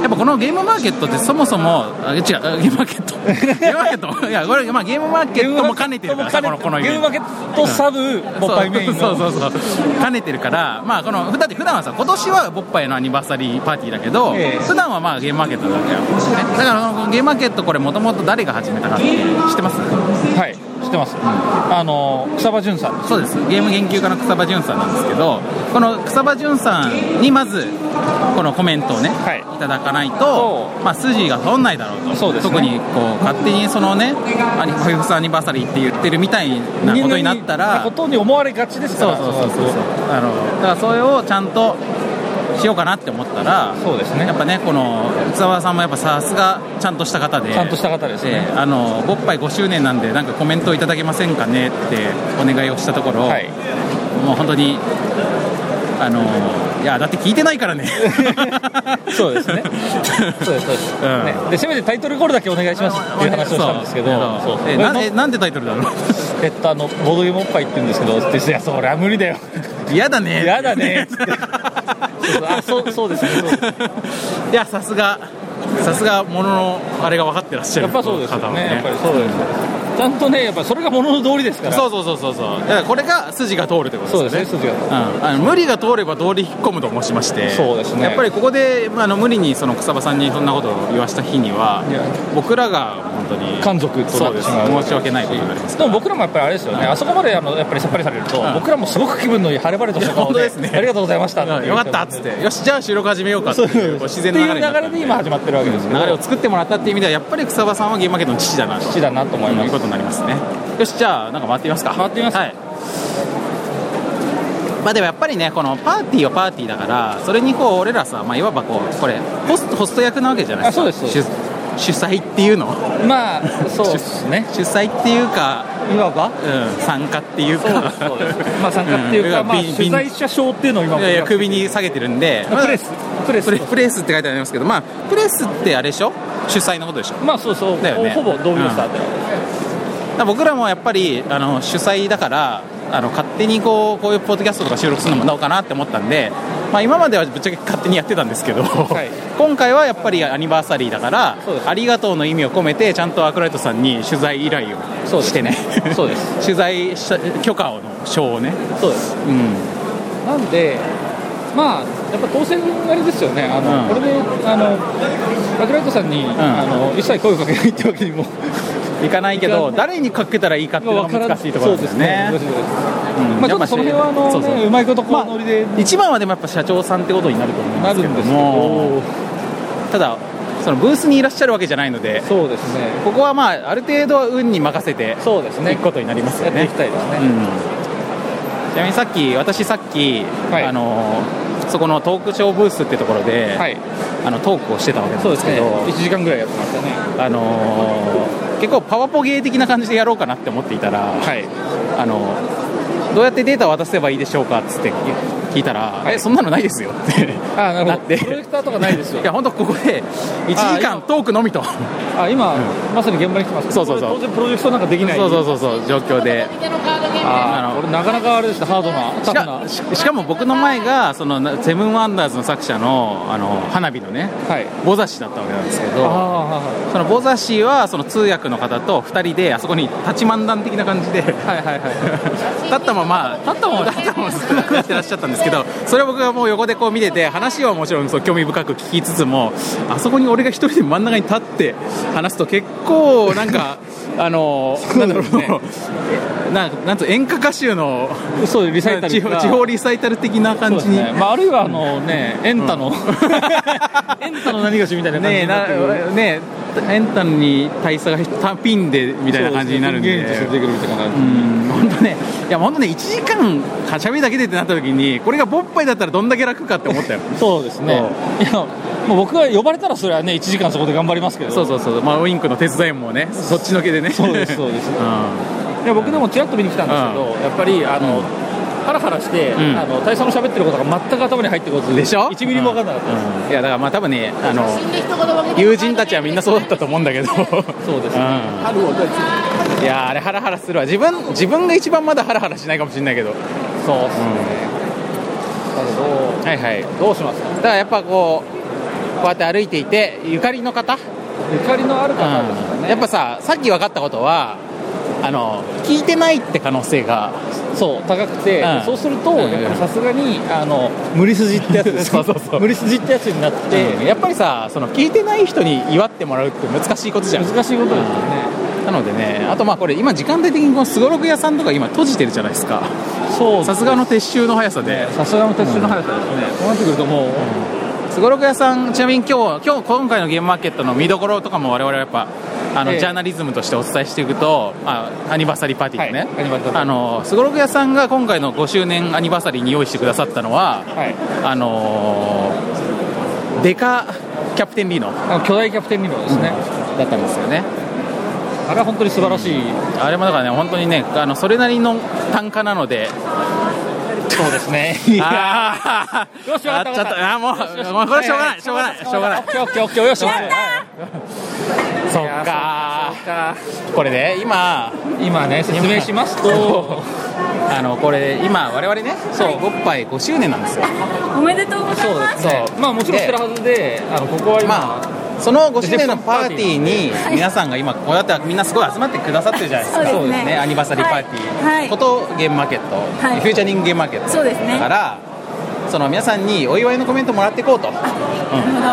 Speaker 2: やっぱこのゲームマーケットってそもそもあ違うあゲームマーケッ トゲームマーケットいやこれ、まあ、ゲームマーケットも兼ねてるからさこのこのイ
Speaker 3: ゲー
Speaker 2: ベン
Speaker 3: ム
Speaker 2: ト
Speaker 3: マーケットサブ勃発メインの
Speaker 2: そうそうそうそう兼ねてるからまあこのだって普段はさ今年はボッパイのアニバーサリーパーティーだけど、
Speaker 3: ええ
Speaker 2: 普段はまあゲームマーケットなんだよ、ね、だからこのゲームマーケットこれもともと誰が始めたかって知ってます
Speaker 3: はい知ってます、あの草場淳さん
Speaker 2: そうですゲーム研究家の草場淳さんなんですけどこの草場淳さんにまずこのコメントをね、
Speaker 3: はい
Speaker 2: い、ただかないと
Speaker 3: そ、
Speaker 2: まあ、筋が通んないだろうと
Speaker 3: そうですね
Speaker 2: 特にこう勝手にそのねアニファイフスアニバーサリーって言ってるみたいなことになったら
Speaker 3: ことに思われがちですか
Speaker 2: そう
Speaker 3: ら
Speaker 2: そうそうそうあのだからそれをちゃんとしようかなって思ったら
Speaker 3: そうですね
Speaker 2: やっぱねこの宇沢さんもやっぱさすがちゃんとした方で
Speaker 3: ちゃんとした方ですね
Speaker 2: えーあの「ボッパイ5周年なんでなんかコメントいただけませんかね」ってお願いをしたところ、
Speaker 3: はい
Speaker 2: もう本当にあのいやだって聞いてないからね
Speaker 3: そうですね そうですそうです、
Speaker 2: うん
Speaker 3: ね、でせめてタイトルコールだけお願いしますっていう話をしたんですけど
Speaker 2: そう
Speaker 3: そう
Speaker 2: えなえなんてタイトルだろう
Speaker 3: えっとあのボードゲームおっぱいって言うんですけどっていやそりゃ無理だよ
Speaker 2: 嫌だね
Speaker 3: 嫌 だねつってそうそうあそうそうですねそうです
Speaker 2: いやさすがさすがもののあれが分かってらっしゃる
Speaker 3: やっぱそうですよ
Speaker 2: 方は
Speaker 3: ねやっぱりそうですちゃんとねやっぱそれが物の通りですから
Speaker 2: そうそうそうそうそうだからこれが筋が通るってことです
Speaker 3: そ
Speaker 2: よ
Speaker 3: うですね
Speaker 2: ね
Speaker 3: 筋が
Speaker 2: うんあの無理が通れば通り引っ込むと申しまして
Speaker 3: そうですね
Speaker 2: やっぱりここで、まあ、あの無理にその草場さんにそんなことを言わした日にはい
Speaker 3: や
Speaker 2: 僕らが本当に
Speaker 3: 満足と
Speaker 2: そ
Speaker 3: な
Speaker 2: う
Speaker 3: っ
Speaker 2: で
Speaker 3: て
Speaker 2: す
Speaker 3: しまう
Speaker 2: 申し訳ないことになります
Speaker 3: でも僕らもやっぱりあれですよね、あそこまであのやっぱりさっぱりされると、僕らもすごく気分のいい晴れ晴れとした顔
Speaker 2: い
Speaker 3: で
Speaker 2: や本当ですね
Speaker 3: ありがとうございました
Speaker 2: うんよかったっつってよしじゃあ収録始めようかっていうこう自然
Speaker 3: って
Speaker 2: の
Speaker 3: い
Speaker 2: 流れ
Speaker 3: う
Speaker 2: になった
Speaker 3: 流
Speaker 2: ん
Speaker 3: れで今始まってるわけですけど
Speaker 2: 流れを作ってもらったっていう意味ではやっぱり草場さんはゲームマーケットの父だなと
Speaker 3: 父だなと思いま
Speaker 2: いう
Speaker 3: す
Speaker 2: ことになりますねよしじゃあなんか回ってみますか
Speaker 3: 回ってみます
Speaker 2: はいまあでもやっぱりねこのパーティーはパーティーだからそれにこう俺らさ、まあ、いわばこうこれホストホスト役なわけじゃないですか
Speaker 3: あそうですそうです
Speaker 2: 主主催っていうの
Speaker 3: まあそうですね
Speaker 2: 主催っていうか、
Speaker 3: いわば
Speaker 2: うん、参加っていう
Speaker 3: そうで
Speaker 2: か
Speaker 3: すそうですまあ参加っていうか、
Speaker 2: ん
Speaker 3: まあ、
Speaker 2: びび
Speaker 3: 取材者証っていうのを今
Speaker 2: いやいや首に下げてるんで、まあ
Speaker 3: プレスプレス
Speaker 2: プレプレスって書いてありますけどまあプレスってあれでしょ主催のことでしょ
Speaker 3: まあそうそう、
Speaker 2: だよね
Speaker 3: ほぼ同業者で、
Speaker 2: だから僕らもやっぱりあの主催だからあの勝手にこうこういうポッドキャストとか収録するのもどうかなって思ったんで、まあ、今まではぶっちゃけ勝手にやってたんですけど、
Speaker 3: い
Speaker 2: 今回はやっぱりアニバーサリーだから
Speaker 3: そうです
Speaker 2: ありがとうの意味を込めてちゃんとアークライトさんに取材依頼
Speaker 3: そう
Speaker 2: を
Speaker 3: です
Speaker 2: してね
Speaker 3: そうです
Speaker 2: 取材した許可をの証をね、
Speaker 3: そうです
Speaker 2: うん、
Speaker 3: なんでまあやっぱ当選あれですよねあの、
Speaker 2: うん
Speaker 3: これであのラクライトさんに、あの一切声をかけないってわけ にも
Speaker 2: 行かないけ
Speaker 3: 行か
Speaker 2: ど
Speaker 3: ない
Speaker 2: 誰にかけたらいいかっていうの
Speaker 3: わ
Speaker 2: が
Speaker 3: から
Speaker 2: 難しいところですよね
Speaker 3: そうですね
Speaker 2: うん
Speaker 3: まあ、ちょっとその辺はあの、ね、
Speaker 2: そううそう
Speaker 3: まいことこう、
Speaker 2: まあ
Speaker 3: ノリで
Speaker 2: 一番はでもやっぱ社長さんってことになると思うんで
Speaker 3: な
Speaker 2: すけ
Speaker 3: る
Speaker 2: ど
Speaker 3: んですけ
Speaker 2: もた
Speaker 3: ど
Speaker 2: だそのブースにいらっしゃるわけじゃないので
Speaker 3: そうですね
Speaker 2: ここはまあある程度は運に任せて
Speaker 3: そうですね
Speaker 2: いくことになります
Speaker 3: や
Speaker 2: よ
Speaker 3: ってい
Speaker 2: ね
Speaker 3: きたいですね、
Speaker 2: うんちなみにさっき私さっき、
Speaker 3: はい
Speaker 2: あのそこのトークショーブースってところで、
Speaker 3: はい
Speaker 2: あのトークをしてたわけなん
Speaker 3: そう
Speaker 2: で
Speaker 3: ですす
Speaker 2: け
Speaker 3: ね
Speaker 2: ど
Speaker 3: 1時間ぐらいやってましたね
Speaker 2: あの結構パワポゲー的な感じでやろうかなって思っていたら、
Speaker 3: はい
Speaker 2: あのどうやってデータ渡せばいいでしょうかっつって聞いたら、
Speaker 3: い
Speaker 2: えそんなのないですよって
Speaker 3: あなる
Speaker 2: な
Speaker 3: ほ
Speaker 2: っ
Speaker 3: ど
Speaker 2: て
Speaker 3: プロジェクターとかないですよ
Speaker 2: いや本当ここで1時間トークのみとそ
Speaker 3: あ今、まさに現場に来てます
Speaker 2: そうそうそう
Speaker 3: これ当然プロジェクトなんかできないう
Speaker 2: そうそうそう状況で
Speaker 3: あ
Speaker 2: あ
Speaker 3: あ
Speaker 2: の
Speaker 3: これなかなかあれですねハードなタ
Speaker 2: し
Speaker 3: フな
Speaker 2: かししかも僕の前がそのセブンワンダーズの作者のあの花火のね
Speaker 3: はい
Speaker 2: ボザシだったわけなんですけ
Speaker 3: あ
Speaker 2: ど
Speaker 3: あ
Speaker 2: そのボザシはその通訳の方と2人であそこに立ち漫談的な感じで 立
Speaker 3: はいはいはいはい
Speaker 2: ったまま立ったまま立ったまま少なくなってらっしゃったんですけどそれは僕がもう横でこう見てて話はもちろんそう興味深く聞きつつもあそこに俺が一人で真ん中に立って話すと結構なんかあ のなんだろう、なんなんと演歌歌手の
Speaker 3: そうリサイタル
Speaker 2: 地方地方リサイタル的な感じに
Speaker 3: そうですねまあ、あるいはあのね エンタの、エンタの何がしみたいな 感じ
Speaker 2: ねえ
Speaker 3: にな
Speaker 2: な
Speaker 3: ってくる
Speaker 2: ねえエンタに大差が単ピンでみたいな感じになるんで
Speaker 3: そうすね現地出てくるみたいな感じ、
Speaker 2: うん本当ねいや本当ね1時間はしゃびだけでってなった時にこれがボッパイだったらどんだけ楽かって思 ったよ
Speaker 3: そうですねいやもう僕が呼ばれたらそれはね1時間そこで頑張りますけど
Speaker 2: そうそうそうまあウインクの手伝いもねそっちのけでね
Speaker 3: そうですそうで す
Speaker 2: うん
Speaker 3: いや僕でもちらっと見に来たんですけど、やっぱりあの、ハラハラして、
Speaker 2: ん
Speaker 3: あの大佐の喋ってることが全く頭に入ってこず
Speaker 2: でし ょ
Speaker 3: 1ミリも分かんなかったです、
Speaker 2: いやだからまあ多分ねあ の友人たちはみんなそうだったと思うんだけど
Speaker 3: そうです
Speaker 2: う
Speaker 3: ね、
Speaker 2: んいやあれハラハラするわ自分自分が一番まだハラハラしないかもしれないけどは
Speaker 3: そうですね、だ
Speaker 2: いはい
Speaker 3: けどどうしますか
Speaker 2: だからやっぱこうこうやって歩いていてゆかりの方、
Speaker 3: ゆかりのある方ですかね、
Speaker 2: やっぱささっき分かったことはあの聞いてないって可能性が
Speaker 3: そう高くて、
Speaker 2: うん
Speaker 3: そうすると
Speaker 2: うん
Speaker 3: やっぱりさすがにあの無理筋ってやつで す
Speaker 2: そうそうそう
Speaker 3: 無理筋ってやつになって、
Speaker 2: でやっぱりさその聞いてない人に祝ってもらうって難しいことじゃん
Speaker 3: 難しいことですよね、
Speaker 2: なのでねあとまあこれ今時間帯的にこのすごろく屋さんとか今閉じてるじゃないですか
Speaker 3: そう
Speaker 2: さすがの撤収の速さで
Speaker 3: さすがの鉄柱の速さですね、こうなってくるともう、
Speaker 2: すごろく屋さんちなみに今日今日今回のゲームマーケットの見どころとかも我々はやっぱあの、
Speaker 3: ええ
Speaker 2: ジャーナリズムとしてお伝えしていくとあアニバーサリーパーティーのね、
Speaker 3: はいアニバーサリーパーティー
Speaker 2: あのすごろく屋さんが今回の5周年アニバーサリーに用意してくださったのは
Speaker 3: はい、
Speaker 2: あのーデカキャプテンリーノ
Speaker 3: あの巨大キャプテン理論ですね、
Speaker 2: だったんですよね
Speaker 3: あれは本当に素晴らしい、
Speaker 2: あれもだからね本当にねあのそれなりの単価なので
Speaker 3: そうですね
Speaker 2: あー
Speaker 3: よしわかった
Speaker 2: あちょっとあーもうもうこれしょうがないしょうがないしょうがない
Speaker 3: オッケーオッケーオッケーよし
Speaker 2: そっかーこれね今
Speaker 3: 今ね説明しますと
Speaker 2: あのこれ今我々ねそう5杯5周年なんですよ
Speaker 5: おめでとうございます。
Speaker 3: そうまあもちろんしてるはずであのここは今、
Speaker 2: まその5周年のパーティーに 皆さんが今こうやってみんなすごい集まってくださってるじゃないですか
Speaker 5: そうですね
Speaker 2: アニバーサリーパーティー、
Speaker 5: はいはい
Speaker 2: ことゲームマーケット、
Speaker 5: はい
Speaker 2: フューチャリングゲームマーケット
Speaker 5: そうですね
Speaker 2: だからその皆さんにお祝いのコメントもらっていこうと
Speaker 5: なる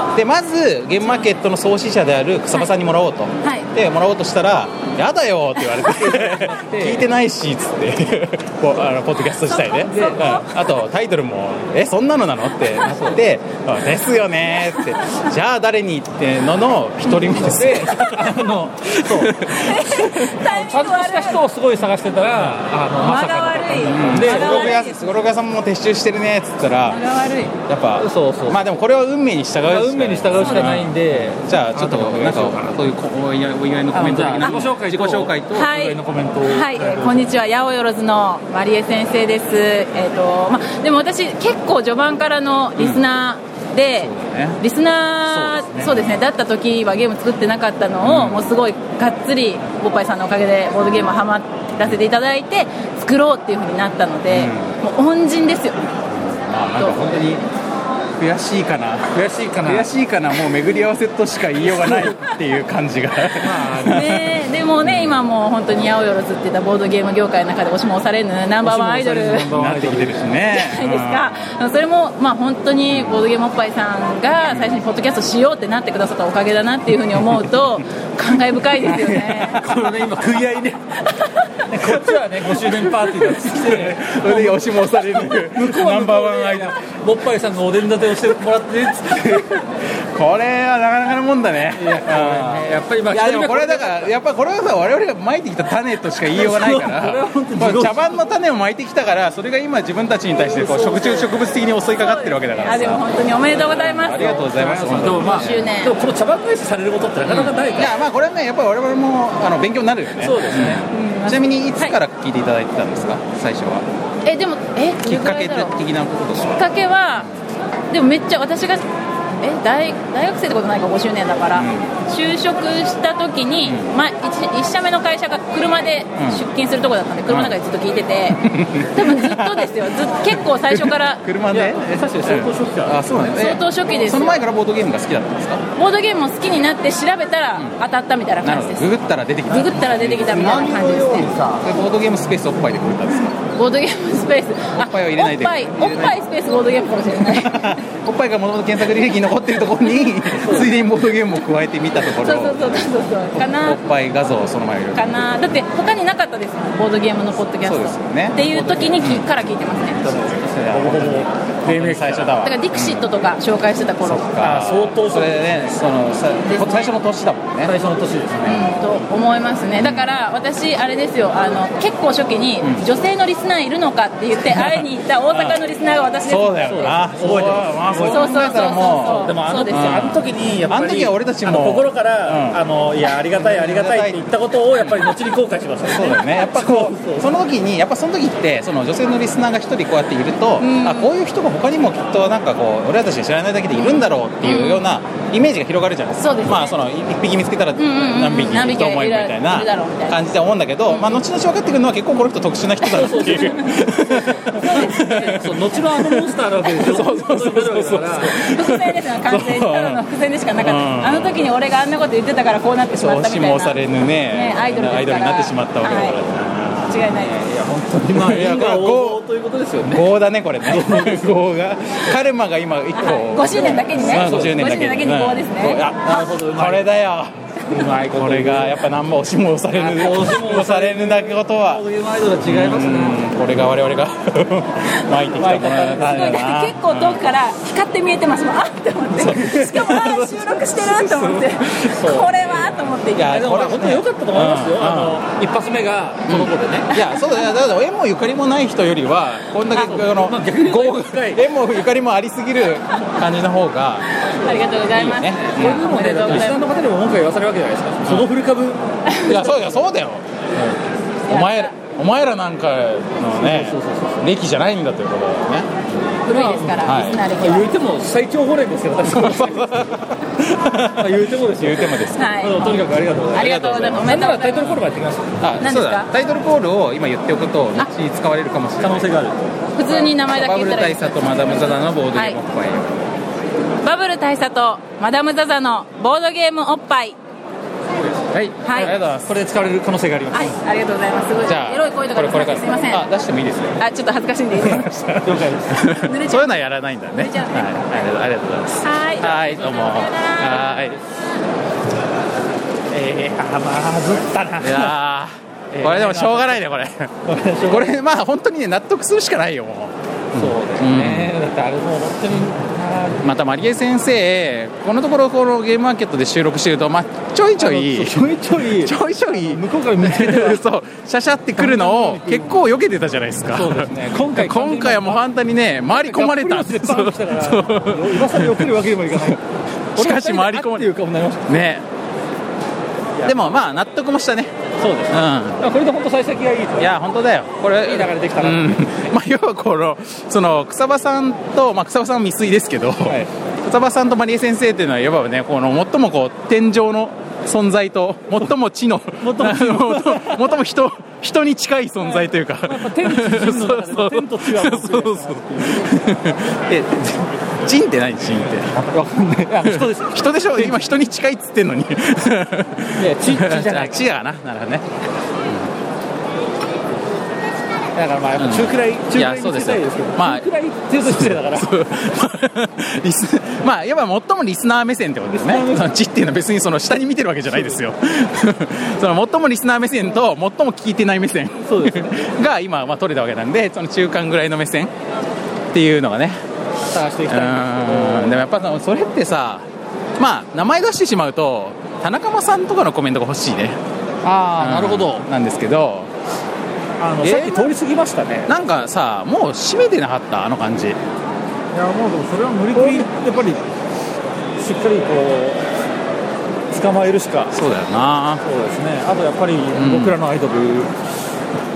Speaker 5: ほど
Speaker 2: でまずゲームマーケットの創始者である草場さんにもらおうと、
Speaker 5: はい
Speaker 2: でもらおうとしたら「やだよ」って言われて 「聞いてないし」っつってこうあのポッドキャストしたいね
Speaker 5: そこそこ
Speaker 2: あとタイトルも「えそんなのなの?」ってなって「あですよね」って「じゃあ誰に?」ってのの一人目です
Speaker 3: であのそう
Speaker 5: タイミ
Speaker 3: ちゃん
Speaker 5: ング
Speaker 3: とした
Speaker 5: 悪い
Speaker 3: 人をすごい探してたらあのま
Speaker 5: 間
Speaker 3: さ
Speaker 5: が
Speaker 3: か
Speaker 5: 悪い
Speaker 2: です
Speaker 5: 間が
Speaker 2: ごろく
Speaker 5: 悪い
Speaker 2: や
Speaker 5: です
Speaker 2: すごろく屋さんも撤収してるねっつったら
Speaker 5: 間が悪い
Speaker 2: やっぱ
Speaker 3: のそうそう、
Speaker 2: まあでもこれは運命に従うしか
Speaker 3: ま
Speaker 2: な
Speaker 3: あ
Speaker 2: い
Speaker 3: 運命に従うしかないんで
Speaker 2: じゃあちょっとなんかそういうお祝いお祝いのコメント的な
Speaker 3: あじゃあ
Speaker 2: 自
Speaker 3: 自己紹介と
Speaker 2: 己紹介と
Speaker 5: は
Speaker 3: お祝
Speaker 5: い
Speaker 3: いのコメントを
Speaker 5: はい、えーこんにちは、八百万のマリエ先生です。えっ、と、まあ、でも私、結構序盤からのリスナーで。
Speaker 2: だね
Speaker 5: リスナーそうです,、ねだった時はゲーム作ってなかったのを、もうすごいがっつりボッパイさんのおかげでボードゲームハマらせていただいて作ろうっていうふうになったので、もう恩人ですよ
Speaker 2: まあなんか本当に悔しいかな
Speaker 3: 悔しいかな
Speaker 2: 悔しいかなもう巡り合わせとしか言いようがないっていう感じが
Speaker 5: ねえでもね、今もう本当に八百万って言ったボードゲーム業界の中で押しも押されぬナンバーワンアイドル
Speaker 2: なってきてるしね
Speaker 5: じゃないですか、それも、まあ、本当にボードゲームおっぱいさんが最初にポッドキャストしようってなってくださったおかげだなっていうふうに思うと感慨深いですよね
Speaker 3: これね今食い合いねねこっちはね5周年パーティーだっつって
Speaker 2: うんそれで押しも押されるナンバーワンアイドル
Speaker 3: ボッパイさんのおでん立てをしてもら ってっつって
Speaker 2: これはなかなかのもんだね
Speaker 3: やっぱりまあ
Speaker 2: いやでもこれだからやっぱこれはさ我々が撒いてきた種としか言いようがないか
Speaker 3: そうこれ
Speaker 2: ら
Speaker 3: は本当に
Speaker 2: この茶番の種を撒いてきたからそれが今自分たちに対してこう食虫植物的に襲いかかってるわけだから
Speaker 5: あでも
Speaker 2: さ
Speaker 5: 本当におめでとうございます
Speaker 2: ありがとうございます本当
Speaker 3: で
Speaker 2: に
Speaker 3: もまあ
Speaker 5: 周年
Speaker 3: でもこの茶番返しされることってなかなかないか
Speaker 2: い
Speaker 3: ら、
Speaker 2: やまあこれはねやっぱり我々もあの勉強になるよね
Speaker 3: そうですね、
Speaker 2: ちなみにいつから聞いていただいてたんですか最初は
Speaker 5: えでもえど
Speaker 2: き
Speaker 5: れ
Speaker 2: っ
Speaker 5: く
Speaker 2: からけ
Speaker 5: い
Speaker 2: 的
Speaker 5: だろうき
Speaker 2: なこととか
Speaker 5: っかけはでもめっちゃ私がえ大大学生ってことないか5周年だから、就職した時に、まあ、1, 社目の会社が車で出勤するとこだったんで車の中でずっと聞いて て、多分ずっとですよずっ結構最初から
Speaker 2: 車
Speaker 3: い
Speaker 2: で
Speaker 3: や確かに相当初期から、
Speaker 2: あそうなんです
Speaker 5: 相当初期ですよ
Speaker 2: その前からボードゲームが好きだったんですか
Speaker 5: ボードゲームを好きになって調べたら当たったみたいな
Speaker 2: なる
Speaker 5: 感じ
Speaker 2: ほど
Speaker 5: で
Speaker 2: グ
Speaker 5: す、
Speaker 2: グったら出てきた
Speaker 5: ググったら出てきたみたいな感じですね
Speaker 2: でボードゲームスペースおっぱいでググったんですか
Speaker 5: ボードゲームスペースお
Speaker 2: っぱいは入れないで
Speaker 5: おっぱいおっぱいスペースボードゲームかもしれない
Speaker 2: おっぱいがもともと検索履歴に残ってるところについでにボードゲームを加えてみたとこ
Speaker 5: そう
Speaker 2: ろ
Speaker 5: そうそうそうそうか
Speaker 2: お
Speaker 5: な
Speaker 2: っぱい画像をその前に入れ
Speaker 5: かなだって他になかったですもんボードゲームのポッドキャスト
Speaker 2: そうですよね
Speaker 5: っていう時にきから聞いてますね
Speaker 2: ほぼほぼ黎明期最初だ
Speaker 5: だ
Speaker 2: わ
Speaker 5: からディクシットとか紹介してた頃うん
Speaker 2: あ
Speaker 3: 相当
Speaker 2: それでねそのさ最初の年だもんね
Speaker 3: 最初の年ですね
Speaker 5: と思いますねだから私あれですよあの結構初期に女性のリスナーいるのかって 言って会いに行った大阪のリスナーが私です
Speaker 2: そうだよな
Speaker 3: そう覚えてます
Speaker 2: まあそ
Speaker 5: そううそうそう
Speaker 2: 考えたらも
Speaker 5: そうう
Speaker 3: でもあの
Speaker 5: そうですよ
Speaker 2: ん
Speaker 3: あの時にやっぱり
Speaker 2: あの時は俺たちも
Speaker 3: あの心から、
Speaker 2: うん
Speaker 3: あのいやありがたいありがたいって言ったことをやっぱり後に後悔しました
Speaker 2: そうだよねやっぱこうその時にやっぱその時ってその女性のリスナーが一人こうやっていると、あこういう人が他にもきっとなんかこう俺らたちが知らないだけでいるんだろうっていうようなイメージが広がるじゃないですか、
Speaker 5: そうですね
Speaker 2: まあその1匹見つけたら
Speaker 5: んうんうん
Speaker 2: 何匹いると思えるみたい
Speaker 5: 何匹いるだろうみた
Speaker 2: ない
Speaker 5: な
Speaker 2: 感じで思うんだけど、まあ後々分かってくるのは結構この人特殊な人だなって いう
Speaker 3: そう後のあのモンスターなわけですよそうそうそうそうそう
Speaker 5: 伏線ですよ完全にただの伏線でしかなかった、
Speaker 2: うん
Speaker 5: あの時に俺があんなこと言ってたからこうなってしまった
Speaker 2: 押し
Speaker 5: みたいな
Speaker 2: も押されぬね
Speaker 5: ねアイドルですから
Speaker 2: アイドルになってしまったわけだから、
Speaker 5: 間違いないです
Speaker 3: まあ
Speaker 2: いや
Speaker 3: 因果
Speaker 2: こ
Speaker 3: 応報ということですよね
Speaker 2: 5だねこれ ね5がカルマが今1個
Speaker 5: 5周年だけにね
Speaker 2: あ50年だけ
Speaker 5: 5周年だけに棒ですね
Speaker 2: うんあなるほどこれだようまいこれがやっぱ何も押しも押されぬ
Speaker 3: あ押しも
Speaker 2: 押されぬだけことは
Speaker 3: そういうアイドルは違いますね
Speaker 2: うんこれが我々が 巻いてきたものだ
Speaker 5: すごいだって結構遠くから光って見えてますもんあっと思ってしかもあー収録してると思ってこれはと思って
Speaker 2: いや
Speaker 3: でもまあ本当に良かったと思いますよ、
Speaker 2: うん
Speaker 3: あの一発目がこの子でね、
Speaker 2: いやそうだよだから縁もゆかりもない人よりはこんだけあの
Speaker 3: まあ逆に
Speaker 2: 豪
Speaker 3: 深い
Speaker 2: 縁もゆかりもありすぎる感じの方が
Speaker 5: ありがとうございます
Speaker 2: いいよ
Speaker 3: これでもねだ
Speaker 5: おめでと
Speaker 3: っ
Speaker 5: う
Speaker 3: てリスナ
Speaker 5: ござい
Speaker 3: ー
Speaker 5: ま
Speaker 3: の方にも文句は言わされるわけじゃないですかその古株
Speaker 2: いやそうだよそうだよお前らお前らなんかのね
Speaker 3: そうそうそう
Speaker 2: 歴じゃないんだということだよね
Speaker 5: す古いですから、
Speaker 2: はい
Speaker 5: リスナー歴
Speaker 3: 言う
Speaker 5: は
Speaker 3: ても最長保連ですよ私まあ言うてもですよ
Speaker 2: 言うてもです
Speaker 5: は
Speaker 3: あのとに
Speaker 5: い
Speaker 3: かくありがとうございます
Speaker 5: ありがとうございますお
Speaker 3: な
Speaker 5: め
Speaker 3: ん
Speaker 5: で
Speaker 3: な
Speaker 5: と
Speaker 3: ら
Speaker 5: うござ
Speaker 3: タ
Speaker 5: い
Speaker 3: イトル
Speaker 5: ま
Speaker 3: コールまでやってきます
Speaker 2: あ
Speaker 5: 何ですか
Speaker 2: そうだタイトルコールを今言っておくと
Speaker 5: あ
Speaker 2: 後に使われるかもしれ
Speaker 3: 可
Speaker 2: ない
Speaker 3: 能性がある
Speaker 5: す普通に名前だけ
Speaker 2: バブ
Speaker 5: 言っ
Speaker 2: ル
Speaker 5: たらいい
Speaker 2: 大佐とマダム・ザ・ダのボードゲームおっぱい、
Speaker 5: バブル大佐とマダム・ザ・ザのボードゲームおっぱい
Speaker 2: はい、
Speaker 5: はい
Speaker 2: ありがとうございます
Speaker 3: これ使われる可能性があります
Speaker 5: はいありがとうございますすごい
Speaker 2: じゃあ
Speaker 5: エロい声とか
Speaker 2: これこれから
Speaker 5: すいません
Speaker 2: あ出してもいいですよ
Speaker 5: あちょっと恥ずかしいん でいいですか濡れちゃう
Speaker 2: そういうのはやらないんだね
Speaker 5: 濡れちゃうね
Speaker 2: はいありがとうありがとうございます
Speaker 5: はい
Speaker 2: はいどうも
Speaker 5: さよなら
Speaker 2: はい
Speaker 3: ええあまずったない
Speaker 2: やー これでもしょうがないねこれ これまあ本当にね納得するしかないよも
Speaker 3: そうですね、だってあれもう本当にあー
Speaker 2: うまたマリエ先生このところこのゲームマーケットで収録してるとまあちょいちょい
Speaker 3: ちょいちょい
Speaker 2: ちょいちょい
Speaker 3: 向こうから見つけては
Speaker 2: そうシャシャってくるのを結構避けてたじゃないですか
Speaker 3: そうですね今回
Speaker 2: 今回はもう反対にね回り込まれた
Speaker 3: がっぷり四つでバン来たから
Speaker 2: そう
Speaker 3: 今更避けるわけにもいかない
Speaker 2: しかし回り込ま
Speaker 3: 俺が二人であってい
Speaker 2: れ
Speaker 3: う顔になりました
Speaker 2: ねでもまあ納得もしたね
Speaker 3: たそうで
Speaker 2: う
Speaker 3: す
Speaker 2: ん
Speaker 3: これで本当幸先がいいと
Speaker 2: いや本当だよこれ
Speaker 3: いい流れできたな
Speaker 2: うん まあ、要はこのその草場さんと、まあ、草場さんは未遂ですけど、
Speaker 3: はい
Speaker 2: 草場さんとマリエ先生っていうのはいわばねこの最もこう天井の存在と最も地の最
Speaker 3: も 地
Speaker 2: 最も人人に近い存在というか、
Speaker 3: 天地人の中
Speaker 2: そう
Speaker 3: で
Speaker 2: そう
Speaker 3: も天と地は僕
Speaker 2: そうそうそうえ人って何人って
Speaker 3: わかんないあ人ですい
Speaker 2: 人でしょ今人に近いっつってんのに
Speaker 3: や地地じゃない
Speaker 2: あ地だななるほどね
Speaker 3: だからまあやっぱ中くらい、中くらい見せたい
Speaker 2: いやそうで
Speaker 3: ですけど
Speaker 2: すよまあ
Speaker 3: 中くらいっていうと失礼だから
Speaker 2: そうリスまあいわば最もリスナー目線ってことです
Speaker 3: リスナー
Speaker 2: ね
Speaker 3: 目線
Speaker 2: その地っていうのは別にその下に見てるわけじゃない ですよその最もリスナー目線と最も聞いてない目線
Speaker 3: そうですね
Speaker 2: が今まあ取れたわけなんでその中間ぐらいの目線っていうのがね
Speaker 3: 探してい
Speaker 2: う
Speaker 3: きたいんです
Speaker 2: ーんでもやっぱそのそれってさまあ名前出してしまうと田中間さんとかのコメントが欲しいね
Speaker 3: けどああなるほど
Speaker 2: なんですけど
Speaker 3: あの
Speaker 2: えー
Speaker 3: さっき通り過ぎましたね
Speaker 2: なんかさもう締めてなかったあの感じ
Speaker 3: いやもうでもそれは無理くりやっぱりしっかりこう捕まえるしか
Speaker 2: そうだよな
Speaker 3: そうですねあとやっぱり
Speaker 2: ん
Speaker 3: 僕らのアイドル、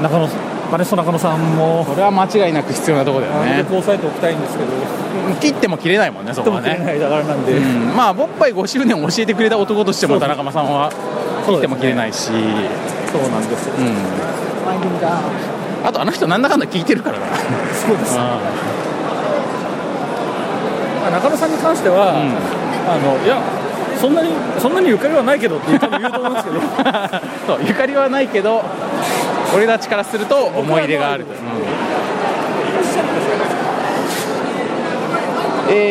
Speaker 3: 中野バネスト中野さんも
Speaker 2: これは間違いなく必要なとこだよ
Speaker 3: なるべ
Speaker 2: ね
Speaker 3: く抑えておきたいんですけど、
Speaker 2: 切っても切れないもんねそ
Speaker 3: と
Speaker 2: こ
Speaker 3: も
Speaker 2: は
Speaker 3: 切れ
Speaker 2: ね
Speaker 3: ないだからなんで、
Speaker 2: うんまあボッパイ5周年を教えてくれた男としても田中間さんは切っても切れないし、
Speaker 3: そうなんですよ、
Speaker 2: うんあとあの人なんだかんだ聞いてるからな
Speaker 3: そうです、まあ中野さんに関しては、あのいやそんなにそんなにゆかりはないけどって多分言うと思うんですけど
Speaker 2: そうゆかりはないけど俺たちからすると思い入れがある、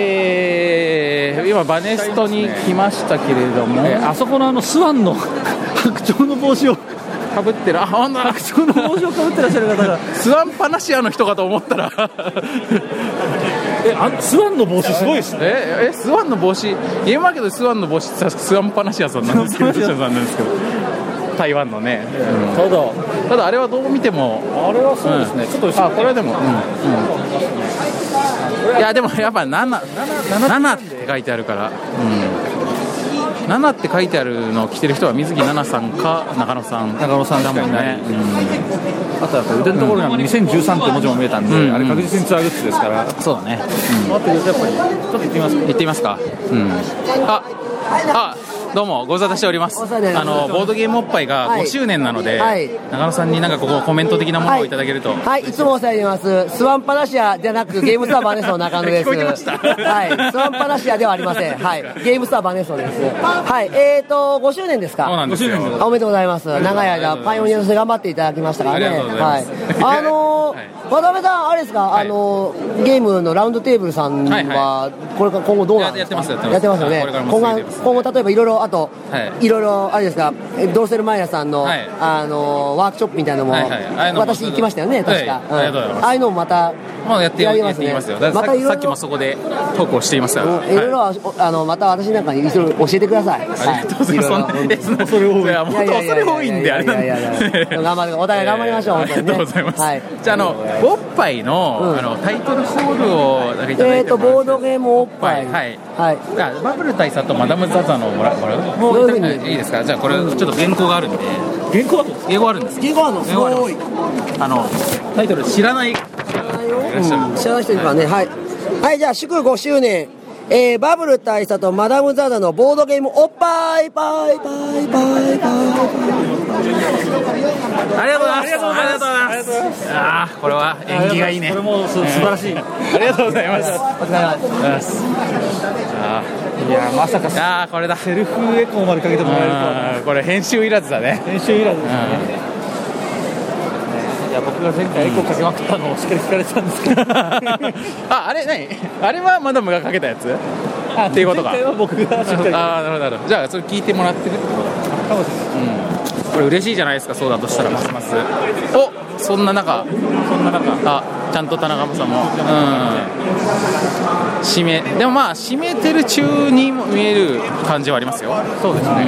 Speaker 2: えー今バネストに来ましたけれども
Speaker 3: えあそこのあのスワンの白鳥の帽子を
Speaker 2: かぶってるあほんなら
Speaker 3: 白鳥の帽子をかぶってらっしゃる方が
Speaker 2: スワンパナシアの人かと思ったら
Speaker 3: えあスワンの帽子すごいですね
Speaker 2: ええスワンの帽子ゲームマーケットでスワンの帽子って確かスワンパナシアさんなんです けど
Speaker 3: スワン
Speaker 2: さんなんですけど台湾のね、
Speaker 3: ただ
Speaker 2: ただあれはどう見ても
Speaker 3: あれはそうですね、
Speaker 2: うん
Speaker 3: ちょっと後ろ
Speaker 2: あこれはでも、うんうんいやでもやっぱ77って書いてあるから、うん、7って書いてあるのを着てる人は水木奈々さんか中野さん
Speaker 3: 中野さん
Speaker 2: だもんね、
Speaker 3: あとやっぱ腕のところにあの2013って文字も見えたんで、
Speaker 2: うん
Speaker 3: あれ確実にツアーグッズですから、
Speaker 2: うんそうだね
Speaker 3: あとやっぱりちょっと行ってみます
Speaker 2: 行ってみますか、うん、ああどうもご無沙汰しておりますあのボードゲームおっぱいが
Speaker 6: はい
Speaker 2: 5周年なので、
Speaker 6: はい
Speaker 2: 中野さんになんかここコメント的なものをいただけると、
Speaker 6: はい、いつもお世話になります。スワンパナシアではなく、ゲームスターバネソン中野です。
Speaker 2: 聞こえてました
Speaker 6: はい、スワンパナシアではありません。はい、ゲームスターバネソンです。はい、えーと、5周年です
Speaker 2: そうな
Speaker 6: か。
Speaker 2: んですよ
Speaker 6: あおめでとうございます。長い間、パイオニアとして頑張っていただきましたからね。
Speaker 2: ありがとうございます
Speaker 6: はい。あの
Speaker 2: はい
Speaker 6: ー、渡辺さん、あれですか、あのー、ゲームのラウンドテーブルさん
Speaker 2: はい
Speaker 6: は、これから今後どうなんですか
Speaker 2: やってますや
Speaker 6: や
Speaker 2: っ
Speaker 6: ってて
Speaker 2: ま
Speaker 6: ますすよ
Speaker 2: こ
Speaker 6: ね
Speaker 2: れから。も続いてい
Speaker 6: 今
Speaker 2: きます
Speaker 6: 後、今後例えばいろいろ、あと
Speaker 2: は、
Speaker 6: いろいろ、あれですか、えドロセルマイヤさんの、
Speaker 2: はい
Speaker 6: あのー、ワークショップみたいなのも、
Speaker 2: はいはいああいうのも
Speaker 6: 私行きましたよね、確か。
Speaker 2: はいありがとうございます
Speaker 6: ああいうのもまた、
Speaker 2: まあ、やって
Speaker 6: やり
Speaker 2: や
Speaker 6: ま
Speaker 2: っ
Speaker 6: す
Speaker 2: てい
Speaker 6: ね
Speaker 2: きますよだから
Speaker 6: また
Speaker 2: さ
Speaker 6: いろいろ
Speaker 2: さっきもそこでトークをしていましたよ、
Speaker 6: うんいろいろは、おあの、また私なんかにいろいろ教えてください。
Speaker 2: ありがとうございます。そんな
Speaker 6: はいいろいろ
Speaker 2: そんな恐れ多い。いや、もっと恐れ多いんで、あれなん
Speaker 6: いやいやいやいやいやいやいやいやいや
Speaker 2: で。
Speaker 6: 頑張るお互い頑張りましょう
Speaker 2: えーありがとうございます。
Speaker 6: 本当にねはい
Speaker 2: じゃあ、あの、ボッパイの、
Speaker 6: うん
Speaker 2: あの、タイトルコールを、なんかいただ
Speaker 6: え
Speaker 2: い
Speaker 6: ー
Speaker 2: ても
Speaker 6: と、
Speaker 2: らえます
Speaker 6: ボードゲームおっぱい。
Speaker 2: はい
Speaker 6: はい。
Speaker 2: あバブル大佐とマダム・ザ・ザのもらもらう
Speaker 6: もう
Speaker 2: いただい
Speaker 6: どういうふう
Speaker 2: て
Speaker 6: に
Speaker 2: いいですかじゃあこれちょっと原稿があるんで
Speaker 3: 原稿だと
Speaker 2: 英語あるんです
Speaker 6: 銀行のす
Speaker 2: 英語ありま
Speaker 6: ごい。
Speaker 2: あのタイトル知らない
Speaker 6: 知らない人にはね、はい。はい、じゃあ、祝5周年。えーバブル大佐とマダム・ザ・ザのボードゲームおっぱいぱいぱいぱいぱい
Speaker 2: ありがとうございます。ありがとうございます。ああ、これは縁起がいいね。これも素晴らしい。ありがとうございます。
Speaker 6: お疲れ様です
Speaker 3: いやまさかセ
Speaker 2: ああ、これだ。
Speaker 3: ルフエコーまでかけてもらえるとは
Speaker 2: うんこれ編集いらずだね。
Speaker 3: 編集以来ですね、いや僕が前回エコーかけまくったのをしっかり聞かれてたんですけど
Speaker 2: あ、あれ何？ あれはマダムがかけたやつ？
Speaker 3: あ
Speaker 2: っていうことか
Speaker 3: 前回は僕がしっかり
Speaker 2: ああ、なるほどなるほど。じゃあそれ聞いてもらってるってことだ。
Speaker 3: かもしれない
Speaker 2: これ嬉しいじゃないですか。そうだとしたらますます。お、そんな中、
Speaker 3: そんな中
Speaker 2: あ、ちゃんと田中さんも。うん。締めでもまあ締めてる中にも見える感じはありますよ
Speaker 3: そうですね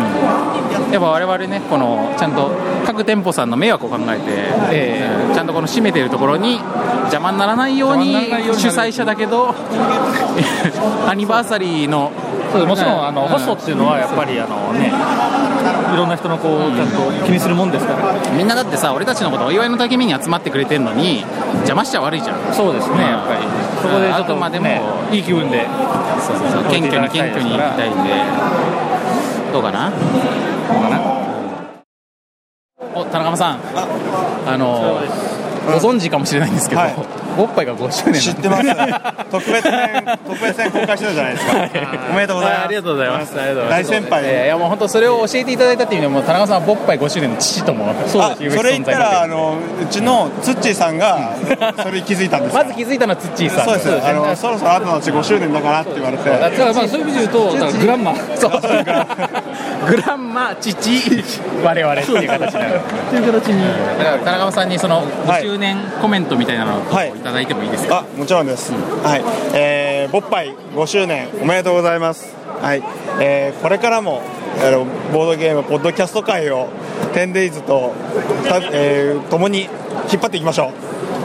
Speaker 2: やっぱ我々ねこのちゃんと各店舗さんの迷惑を考えて、えーちゃんとこの閉めてるところに邪魔にならないように
Speaker 3: 邪魔にならないように
Speaker 2: 主催者だけどアニバーサリーの
Speaker 3: そうですもちろ
Speaker 2: うん
Speaker 3: んあの、
Speaker 2: うん
Speaker 3: ホストっていうのはやっぱりあのねいろんな人のこうちゃんと気にするもんですから、
Speaker 2: みんなだってさ俺たちのことお祝いのたけみに集まってくれてるのに邪魔しちゃ悪いじゃん
Speaker 3: そうですねやっぱりそこでちょっ
Speaker 2: あく
Speaker 3: と、
Speaker 2: までも
Speaker 3: ね、いい気分で
Speaker 2: そうそうそう謙虚に謙虚にいきたいんでどうかなお田中さんあのご存知かもしれないんですけど、
Speaker 7: はい
Speaker 2: おっぱいが5周年
Speaker 7: 知ってます特別編特別編公開してたじゃないですか、おめでとうございます
Speaker 2: あありがとうございますありがとうございま
Speaker 7: 大
Speaker 2: す
Speaker 7: 先輩
Speaker 2: えーいやもう本当それを教えていただいたっていう意味でも田中さんはボッパイ5周年の父ともそ
Speaker 7: あそれ言ったらあのうちのツッチーさ んがそれに気づいたんですよ
Speaker 2: まず気づいたのはツッチーさん
Speaker 7: そうですあのそろそろあなたのうち5周年だからって言われて
Speaker 3: だからまあそういう意味で言うとだからグランマ
Speaker 2: そうグランマ父我々っていう形になる
Speaker 3: という形に
Speaker 2: だから田中さんにその5
Speaker 7: はい
Speaker 2: 周年コメントみたいなの
Speaker 7: はい
Speaker 2: をいただいてもいいですか、
Speaker 7: あもちろんです、はいえー、ボッパイ5周年おめでとうございますはい、えーこれからもあのボードゲームポッドキャスト界を 10days とた、えー共に引っ張っていきましょ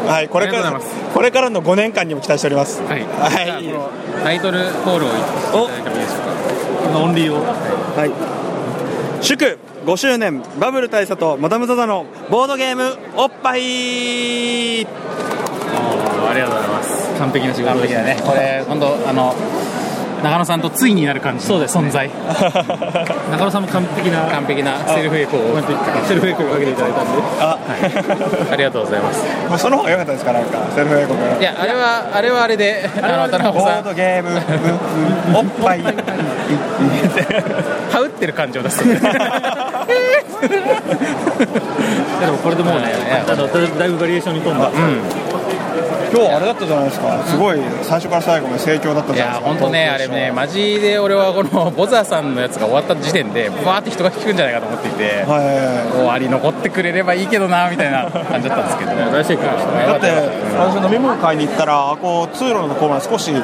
Speaker 7: うはいこれか
Speaker 2: ありが
Speaker 7: ら
Speaker 2: とうござい
Speaker 7: これからの5年間にも期待しております
Speaker 2: はい
Speaker 7: はい
Speaker 2: じゃあこのタイトルコールをいただいてもいいでしょうか
Speaker 3: オンリーを
Speaker 7: はい祝5周年バブル大佐とマダム・ザ・ザのボードゲームおっぱい
Speaker 2: ありがとうございます完璧な仕事ですねこれ本当あの長野さんとついになる感じそうです存在
Speaker 3: 中野さんも完璧な
Speaker 2: 完璧なセルフエコーを
Speaker 3: セルフエコーをかけていただいたんで
Speaker 7: あ、
Speaker 2: ありがとうございます
Speaker 7: その方が良かったですかなんかセルフ英語 から
Speaker 2: いやあれはあれはあれであの田中
Speaker 7: ボ
Speaker 2: さ
Speaker 7: ード
Speaker 2: ん
Speaker 7: ゲー ムうんうんおっぱい
Speaker 2: 羽打ってる感情ですよね
Speaker 3: でもこれでもうねあのだだいぶバリエーションに富んだ
Speaker 7: 今日あれだったじゃないですかすごい最初から最後まで盛況だった
Speaker 2: い
Speaker 7: じゃな
Speaker 2: や
Speaker 7: いですか
Speaker 2: 本当ねあれねマジで俺はこのボザーさんのやつが終わった時点でバーって人が聞くんじゃないかと思っていて
Speaker 7: はいはいはい
Speaker 2: 終わり残ってくれればいいけどなみたいな感じだったんですけど大成功でした
Speaker 7: だって私飲み物買いに行ったらこう通路のところまで少し出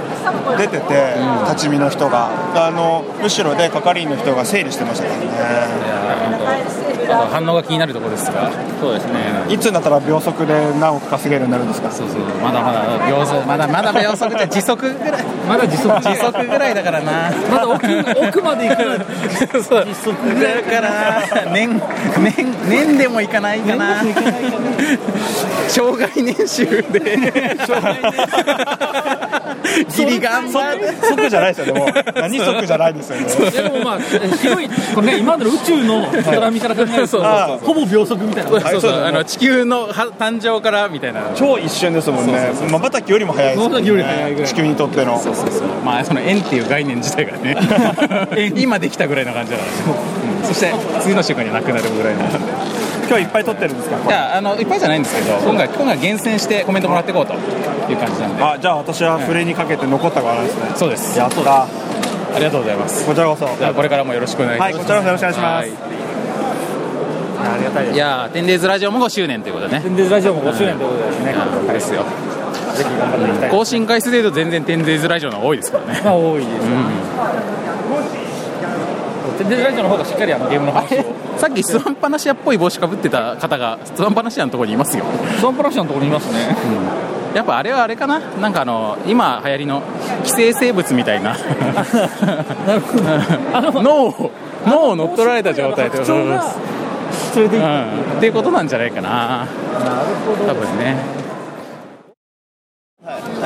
Speaker 7: てて立ち見の人があの後ろで係員の人が整理してましたからね
Speaker 2: 反応が気になるところですがそうですね
Speaker 7: いつになったら秒速で何億稼げるようになるんですか
Speaker 2: そうそうまだまだ秒速まだまだ秒速じゃ時速ぐ らいまだ時速時速ぐらいだからなまだ奥奥まで行く そう時速ぐらいだから年年年でも行かないかな障害年収でギリ頑張って
Speaker 7: 速じゃないですよでも何速じゃないですよね
Speaker 3: いやでもまあ広いこれね今までの宇宙の絡みから考えると
Speaker 7: はい
Speaker 3: ほぼ秒速みたいな
Speaker 2: そうそうあの地球のは誕生からみたいな
Speaker 7: 超一瞬ですもんねまばたきよりも早いですもん
Speaker 3: 瞬より早いぐ
Speaker 7: ね地球にとっての
Speaker 2: そうそうそうまあその円っていう概念自体がね 今できたぐらいの感じだから、うんそして次の瞬間にはなくなるぐらいの
Speaker 7: 今日いっぱい撮ってるんですか
Speaker 2: いやあのいっぱいじゃないんですけど今回今回厳選してコメントもらっていこうという感じなんで
Speaker 7: あじゃあ私はそれにかけて残ったからですね
Speaker 2: そうです
Speaker 7: やった
Speaker 2: ありがとうございます
Speaker 7: こちらこそ
Speaker 2: じゃあこれからもよろしくお願いしま
Speaker 7: はい
Speaker 2: す
Speaker 7: こちらこそよろしくお願いします
Speaker 3: ありがたいで
Speaker 2: いやーテンデイズラジオも5周年ということでね
Speaker 3: すンデズラジオも5周年ということですね
Speaker 2: ですよ
Speaker 3: ぜひ頑張っていきたい
Speaker 2: 更新回数でいうと全然テンデイズラジオの方が多いです からね
Speaker 3: まあ多いですね テンデズラジオの方がしっかりあのゲームの話を
Speaker 2: さっきスワンパナシアっぽい帽子かぶってた方がスワンパナシアのところにいますよ
Speaker 3: ソンプラッシュのところにいますね
Speaker 2: やっぱあれはあれかななんかあの今流行りの寄生生物みたいな脳を脳を乗っ取られた状態で
Speaker 3: 特徴が連れていく
Speaker 2: うんっていうことなんじゃないかな。なるほど。多分ね。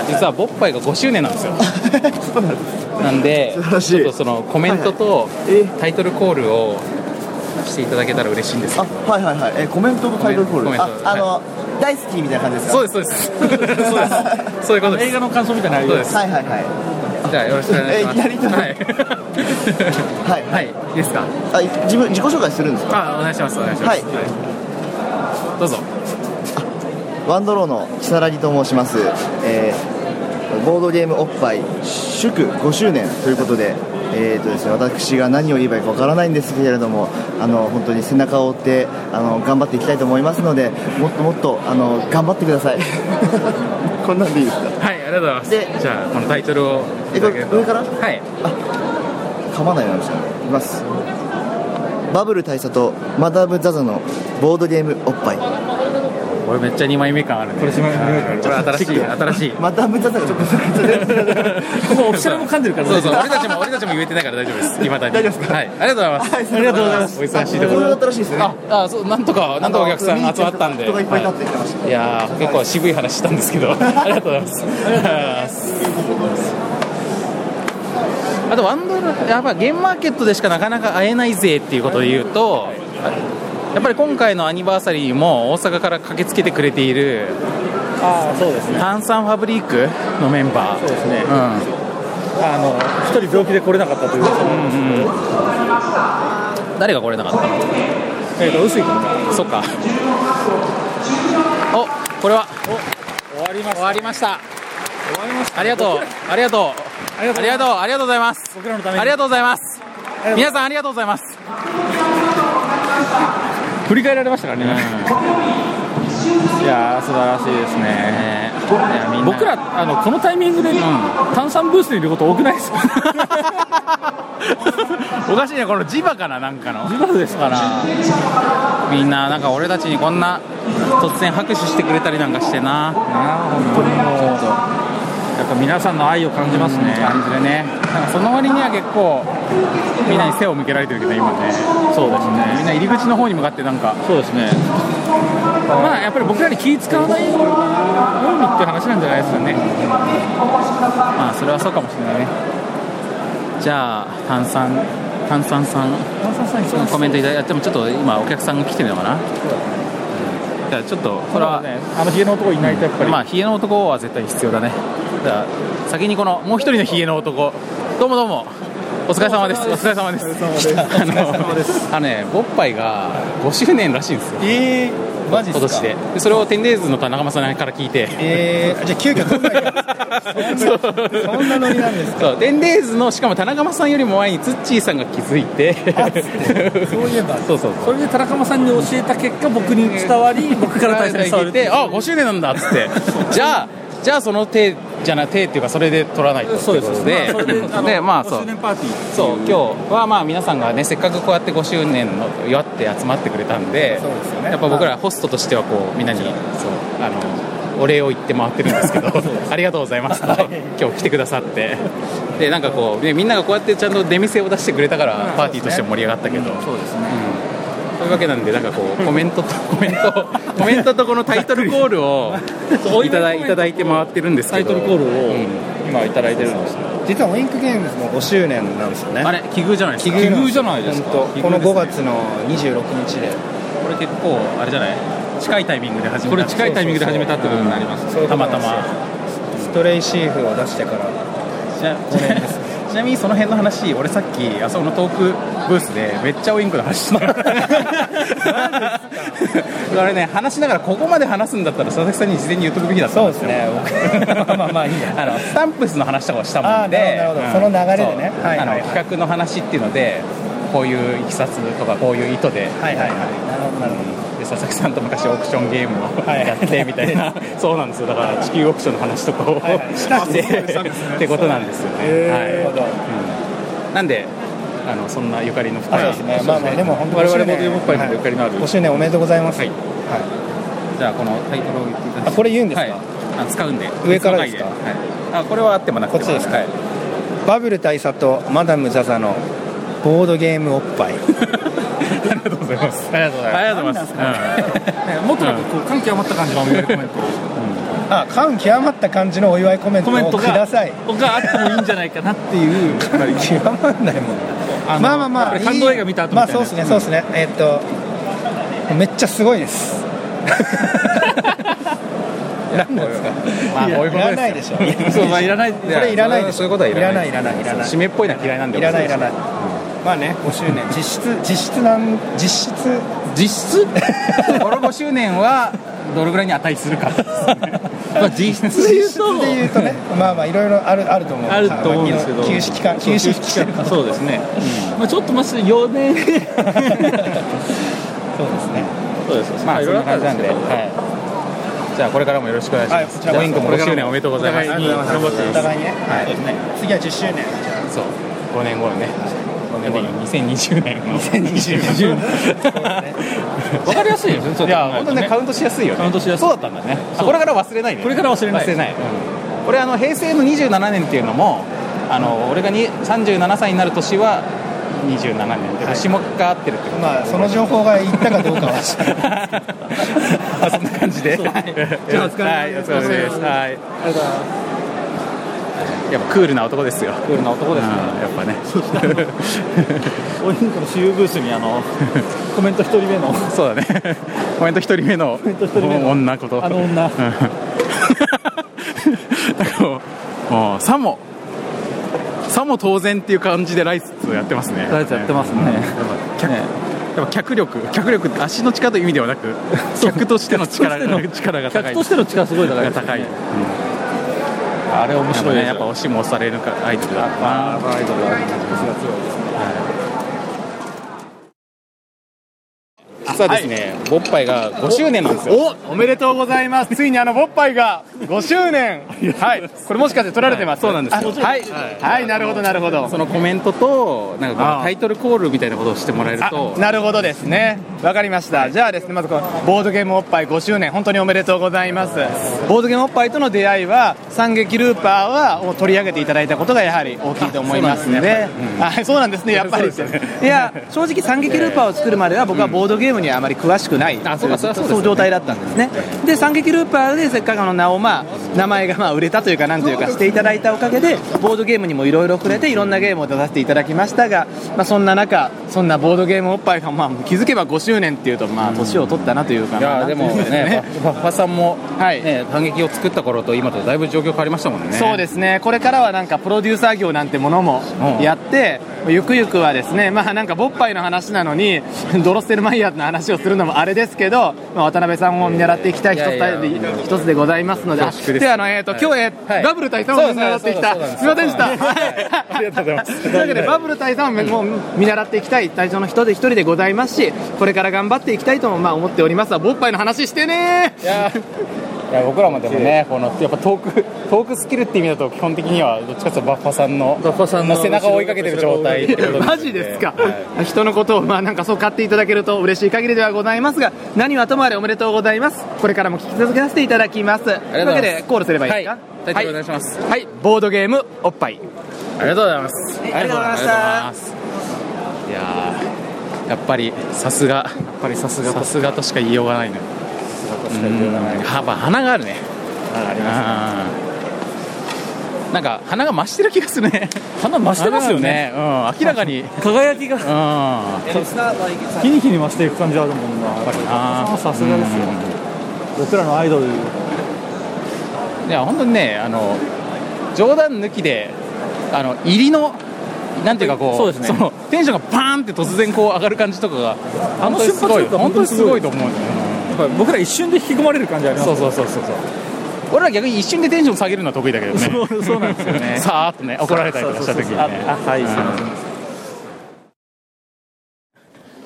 Speaker 2: 実はボッパイが5周年なんですよなんでちょっとそのコメントとタイトルコールをしていただけたら嬉しいんですけど
Speaker 7: はいはいはい、えーコメントとタイトルコー
Speaker 2: コメ
Speaker 7: ル
Speaker 2: ント
Speaker 7: ああの、大好きみたいな感じですか
Speaker 2: そうですそうですそうですそういうことです
Speaker 3: 映画の感想みたいなのある
Speaker 2: そうで
Speaker 3: よ
Speaker 2: す
Speaker 7: はいはいはい
Speaker 2: じゃあよろしくお願いします
Speaker 7: えいきなり
Speaker 2: は
Speaker 7: はい
Speaker 2: いはいいいですか
Speaker 7: あい自分自己紹介するんですか
Speaker 2: あお願いしますお願いします
Speaker 7: はい
Speaker 2: はいどうぞ
Speaker 7: ワンドローの木更木と申します、えーボードゲームおっぱい祝5周年ということで,、えーとですね、私が何を言えばいいかわからないんですけれどもあの本当に背中を追ってあの頑張っていきたいと思いますのでもっともっとあの頑張ってくださいこんなんでいいですか
Speaker 2: はいありがとうございます
Speaker 7: で
Speaker 2: じゃあこのタイトルを
Speaker 7: えこれ上から
Speaker 2: はい
Speaker 7: 噛まないようにしていきますバブル大佐とマダム・ザ・ザのボードゲームおっぱい
Speaker 2: これめっちゃ2枚目感あるねこれ新しい新しい
Speaker 7: マダム・ザ・ザがちょっと
Speaker 3: ここオフィシャルも噛んでるから
Speaker 2: そうそう、 俺たちも、俺たちも言えてないから大丈夫 です。今大丈夫ですか。はい、ありがとうございます。ありがとうございます。お忙しいとこ
Speaker 7: これだ
Speaker 2: ろ
Speaker 7: っ。たらしいですよね
Speaker 2: あ、 あ、そう、なんとか、なんとかお客さん集まったんで。
Speaker 7: 人がいっぱい立って
Speaker 2: は
Speaker 7: きてました、
Speaker 2: いいやー、結構渋い話したんですけ ど、ありがとうございます。あとワンドル、やっぱゲームマーケットでしかなかなか会えないぜっていうことで言うと、やっぱり今回のアニバーサリーも大阪から駆けつけてくれている、
Speaker 3: ああそうですね
Speaker 2: 炭酸ファブリックのメンバー。
Speaker 3: そうですね
Speaker 2: うん
Speaker 3: あの一人病気で来れなかったという噂も
Speaker 2: 誰が来れなかったの
Speaker 3: えっと臼井君が
Speaker 2: そっかおこれは
Speaker 3: 終わりまし
Speaker 2: 終わりました
Speaker 3: た終わりまし
Speaker 2: ありがとうありがと
Speaker 3: あり
Speaker 2: うありがとうありがとうございます
Speaker 3: 僕らのために
Speaker 2: ありがとうございます
Speaker 3: りがとう
Speaker 2: 皆さんありがとうございます
Speaker 3: 振り返られましたからね
Speaker 2: いやー素晴らしいですねいやみんな
Speaker 3: 僕らあのこのタイミングで炭酸ブースにいること多くないです か
Speaker 2: おかしいねこの磁場かななんかの
Speaker 3: 今のですか
Speaker 2: からみんななんか俺たちにこんな突然拍手してくれたりなんかしてな
Speaker 3: な本当にもうやっぱ皆さんの愛を感じますね
Speaker 2: 感じるねなんかその割には結構みんなに背を向けられてるけど今ね
Speaker 3: そうですね
Speaker 2: みんな入り口の方に向かってなんか
Speaker 3: そうですねまあやっぱり僕らに気使わないようにっていう話なんじゃないですかね
Speaker 2: まあそれはそうかもしれないねじゃあ炭酸炭酸さん
Speaker 3: 炭酸さんに
Speaker 2: コメントいただいてもちょっと今お客さんが来てるのかなじゃあちょっとこれは、
Speaker 3: ねあのヒゲの男いないとやっぱり
Speaker 2: まあヒゲの男は絶対必要だねじゃあ先にこのもう一人のヒゲの男どうもどうもお疲れ様ですお疲れ様ですあ のあのねボッパイが5周年らしいんですよ
Speaker 8: ええマジ
Speaker 2: 今年ででそれを天デイズの田中間さんから聞いて
Speaker 8: ええじゃあ急遽今回 そんなノリなんです
Speaker 2: そうデンデイズのしかも田中間さんよりも前にツッチーさんが気づいて
Speaker 8: そういえば
Speaker 2: そうそう
Speaker 3: それで田中間さんに教えた結果僕に伝わり僕から大切に伝わる
Speaker 2: 聞いてあ5周年なんだっつ ってじゃあじゃあその手じゃな手っていうかそれで取らないと
Speaker 3: そうですそう
Speaker 2: で
Speaker 3: まあそれであの
Speaker 2: でまあそう
Speaker 3: 5周年パーティー
Speaker 2: そう今日はまあ皆さんがねせっかくこうやって5周年の祝って集まってくれたんで
Speaker 8: そうですよね
Speaker 2: やっぱ僕らホストとしてはこうみんなにそうあのお礼を言って回ってるん ですけどありがとうございますと今日来てくださってでなんかこうねみんながこうやってちゃんと出店を出してくれたからパーティーとしても盛り上がったけど
Speaker 3: そうですね
Speaker 2: というわけなんでなんかこ うコメントとコメントコメントとこのタイトルコールをいただいいただいて回ってるんです
Speaker 3: タ
Speaker 2: け
Speaker 3: イ
Speaker 2: ど
Speaker 3: トルコールを
Speaker 2: うん
Speaker 3: 今いただいてるんですよ
Speaker 7: 実はオインクゲームズも5周年なんですよね
Speaker 2: あれ奇遇じゃないですか
Speaker 3: 奇遇じゃないですか
Speaker 7: 本当この5月の26日で
Speaker 2: これ結構あれじゃない近いタイミングで始めた
Speaker 3: これ近いタイミングで始めたってことになります
Speaker 7: そういうこ
Speaker 2: た
Speaker 7: と
Speaker 2: ま
Speaker 7: なん
Speaker 2: た
Speaker 7: ですよ
Speaker 2: ま
Speaker 7: ストレイシーフを出してから
Speaker 2: ちなちなみにその辺の話俺さっきあそこのトークブースでめっちゃウインクの話してたあれね話しながらここまで話すんだったら佐々木さんに事前に言っとくべきだったんですよ
Speaker 7: まあまあまあいいや
Speaker 2: あのスタンプスの話とかをしたもんで
Speaker 7: あーなるほどなるほど
Speaker 2: うん
Speaker 7: その流れでね
Speaker 2: そう
Speaker 7: はいはいはい
Speaker 2: あの企画の話っていうのでこういういきさつとかこういう意図で
Speaker 7: はいはいはいなるほどなるほど
Speaker 2: で佐々木さんと昔オークションゲームを
Speaker 7: はい
Speaker 2: やってみたいな、そうなんですよだから地球オークションの話とかを、
Speaker 7: はいしたん
Speaker 2: し
Speaker 7: で
Speaker 2: て
Speaker 7: す
Speaker 2: ってことなんですよね、
Speaker 7: へー
Speaker 2: はいうんなんであのそんなゆかりの深い、
Speaker 7: そうですねまあまあでも本当
Speaker 3: 我
Speaker 7: 5周
Speaker 3: 々
Speaker 7: 年
Speaker 3: ボードゲームおっぱいなんでゆかりのある
Speaker 7: 5周年おめでとうございます、
Speaker 2: はいじゃあこのタイトルを言っていただいて
Speaker 7: あこれ言うんですか
Speaker 2: はいあ使うんで
Speaker 7: 上からですか
Speaker 2: はい、あこれはあってもなくても
Speaker 7: こっちですか
Speaker 2: はい
Speaker 7: バブル大佐とマダム・ザ・ザのボードゲームおっぱい
Speaker 2: ありがとうございますありがとうございますありがとうございます、うん
Speaker 3: ねもっとなんかこう感極まった感じのコメント
Speaker 9: あ感極まった感じのお祝いコメント
Speaker 3: コメン
Speaker 9: を
Speaker 3: ト
Speaker 9: く
Speaker 3: が
Speaker 9: ださい
Speaker 3: があってもいいんじゃないかなっていう
Speaker 9: 極まんないもん
Speaker 3: あの
Speaker 9: まあまあま
Speaker 3: やっぱ
Speaker 9: あ
Speaker 3: り感動映画見た後み
Speaker 9: ま
Speaker 3: たい
Speaker 9: あ
Speaker 3: な
Speaker 9: そうですねそうですねえーっとめっちゃすごいです 何なんですか
Speaker 2: まあこういうことですよ
Speaker 9: いらないでしょ
Speaker 2: そうまあいらないこ
Speaker 9: これいらないでしょ
Speaker 2: そういうことはいらない
Speaker 9: いらないいらないいらない
Speaker 2: 締めっぽいのは嫌いなんで
Speaker 9: いらないいらないまあね5周年実質実質なん実質
Speaker 2: 実 質この5周年はどれぐらいに値するかですね まあ実質で言うと
Speaker 9: で言うとねまあまあいろいろあるあると思う
Speaker 3: あると思うんですけど
Speaker 9: 休止期間休
Speaker 3: そう
Speaker 9: 止してるから
Speaker 3: そうですね、まあ、ちょっとまず4年
Speaker 9: そうですね
Speaker 3: そうです
Speaker 2: まあそんな感じなんで、
Speaker 3: いろいろあったんですけど
Speaker 2: はい、じゃあこれからもよろしくお願いし
Speaker 9: はい
Speaker 2: ま
Speaker 9: こ
Speaker 2: す。
Speaker 9: ち
Speaker 2: じ
Speaker 9: ら
Speaker 2: ゃ
Speaker 9: こ
Speaker 2: あ
Speaker 9: そ
Speaker 2: ウィンクも5周年おめでとうございます。
Speaker 9: 頑張ってお互いにねはい次は10周年
Speaker 2: そう、5年後のね、5年後の2020年の。2020年。わかりやすいよね。いや本当ねカウントしやすいよね。カウントしやすい。そうだったんだね。あこれから忘れないね。
Speaker 3: これから忘れない
Speaker 2: 忘れない。うんこれあの平成の27年っていうのも、あの俺がに37歳になる年は27年で年もかってるってこと。
Speaker 9: まあその情報が言ったかどうかは知らない
Speaker 2: あそんな感じで。じゃあお疲れはい、お疲れ様です。はい。やっぱクールな男ですよ。クールな男ですね。やっぱ ね。
Speaker 3: オリンクの主有ブースに あのコメント1人目の
Speaker 2: そうだね。コメント一人目の女こと。
Speaker 3: あの女
Speaker 2: うん。なんかもう、もうさも、さも当然っていう感じでライツやってますね。
Speaker 3: ライツやってますね
Speaker 2: やっぱ脚やっぱ脚力、脚力って足の力という意味ではなく、脚としての 力が力が高
Speaker 3: 客
Speaker 2: い。
Speaker 3: としての力すごい高いですね
Speaker 2: 高い
Speaker 3: あれ面白いですよ
Speaker 2: ね、やっぱ押しも押されるかアイドルだったな。
Speaker 3: アイドルは
Speaker 2: 実はですね、ボッパイが5周年なんですよ。
Speaker 9: おおめでとうございますついにあのボッパイが5周年 はいこれもしかして取られてます
Speaker 2: そうなんですよ。はい。
Speaker 9: はいなるほどなるほど
Speaker 2: そのコメントと、なんかこのタイトルコールみたいなことをしてもらえると
Speaker 9: あ、なるほどですねわかりましたじゃあですねまずこのボードゲームおっぱい5周年本当におめでとうございますボードゲームおっぱいとの出会いは三撃ルーパーはを取り上げていただいたことがやはり大きいと思いますんであそうなんですねやっぱりいや正直三撃ルーパーを作るまでは僕はボードゲームにはあまり詳しくない
Speaker 2: あそうかそりゃそうですね
Speaker 9: の状態だったんですねで三撃ルーパーでせっかくあの名をまあ名前がまあ売れたというかなんというかしていただいたおかげでボードゲームにもいろいろ触れていろんなゲームを出させていただきましたが、まあ、そんな中そんなボードゲームおっぱいがまあ気づけば5周年っていうとまあ年を取ったなというか
Speaker 2: いやーでもね、パパパさんも、
Speaker 9: はい
Speaker 2: ね、反撃を作った頃と今とだいぶ状況変わりましたもんね。
Speaker 9: そうですねこれからはなんかプロデューサー業なんてものも
Speaker 2: うん
Speaker 9: やって、ゆくゆくはですねまあなんかボッパイの話なのにドロッセルマイヤーの話をするのもあれですけど、まあ、渡辺さんを見習っていきたい一つ
Speaker 2: いやいや
Speaker 9: で一つでございますのであ
Speaker 2: 恐縮です
Speaker 9: であの、えーと今日、えー
Speaker 2: はい
Speaker 9: バブル対さんを見習っていきたいすいませんでしたはいありがとうございますというわけでバブル対さんももう見習っていきたい対象の人で一人でございますしこれから頑張っていきたいともまあ思っておりますがボッパイの話してね
Speaker 2: いやーいや僕らもでも ね、このやっぱトークトークスキルっていう意味だと基本的にはどっちかというとバッファさんの
Speaker 3: ッファさんの
Speaker 2: 背中を追いかけてる状態ってこと
Speaker 9: マジですか、人のことをまあなんかそう買っていただけると嬉しい限りではございますが何はともあれおめでとうございますこれからも聞き続けさせていただきますというわけでコールすればいいですか
Speaker 2: タイトルお願いします。
Speaker 9: はい、はいボードゲームおっぱい
Speaker 2: ありがとうございます。
Speaker 9: ありがとうございました
Speaker 2: ありがとうございます。いやーやっぱりさすが、やっぱりさすが、さすがとしか言いようがないね。うんはまあ花があるね。ありますなんか花が増してる気がするね。
Speaker 3: 花増してますよね
Speaker 2: 花がね。うん、明らかに。
Speaker 3: 輝きが
Speaker 2: うん。あ
Speaker 3: 日に日に増していく感じあるもんなやっぱり
Speaker 2: ー
Speaker 3: さすがですよ僕らのアイドル
Speaker 2: いや本当にねあの冗談抜きであの入りのなんていうかこう
Speaker 3: そうですね
Speaker 2: のテンションがバーンって突然こう上がる感じとかが
Speaker 3: あ
Speaker 2: 本
Speaker 3: の
Speaker 2: 当にすごい
Speaker 3: 瞬発力は
Speaker 2: 本
Speaker 3: 本
Speaker 2: 当に
Speaker 3: 当に
Speaker 2: す
Speaker 3: す
Speaker 2: ご
Speaker 3: ご
Speaker 2: い
Speaker 3: い
Speaker 2: と思うよ
Speaker 3: やっぱり僕ら一瞬で引き込まれる感じあります
Speaker 2: そう
Speaker 3: よ
Speaker 2: そうそうそうそう俺ら逆に一瞬でテンション下げるのは得意だけどね
Speaker 3: そうそうなんですよね
Speaker 2: さーっとね怒られたりとかした時にね
Speaker 3: ああはいすいません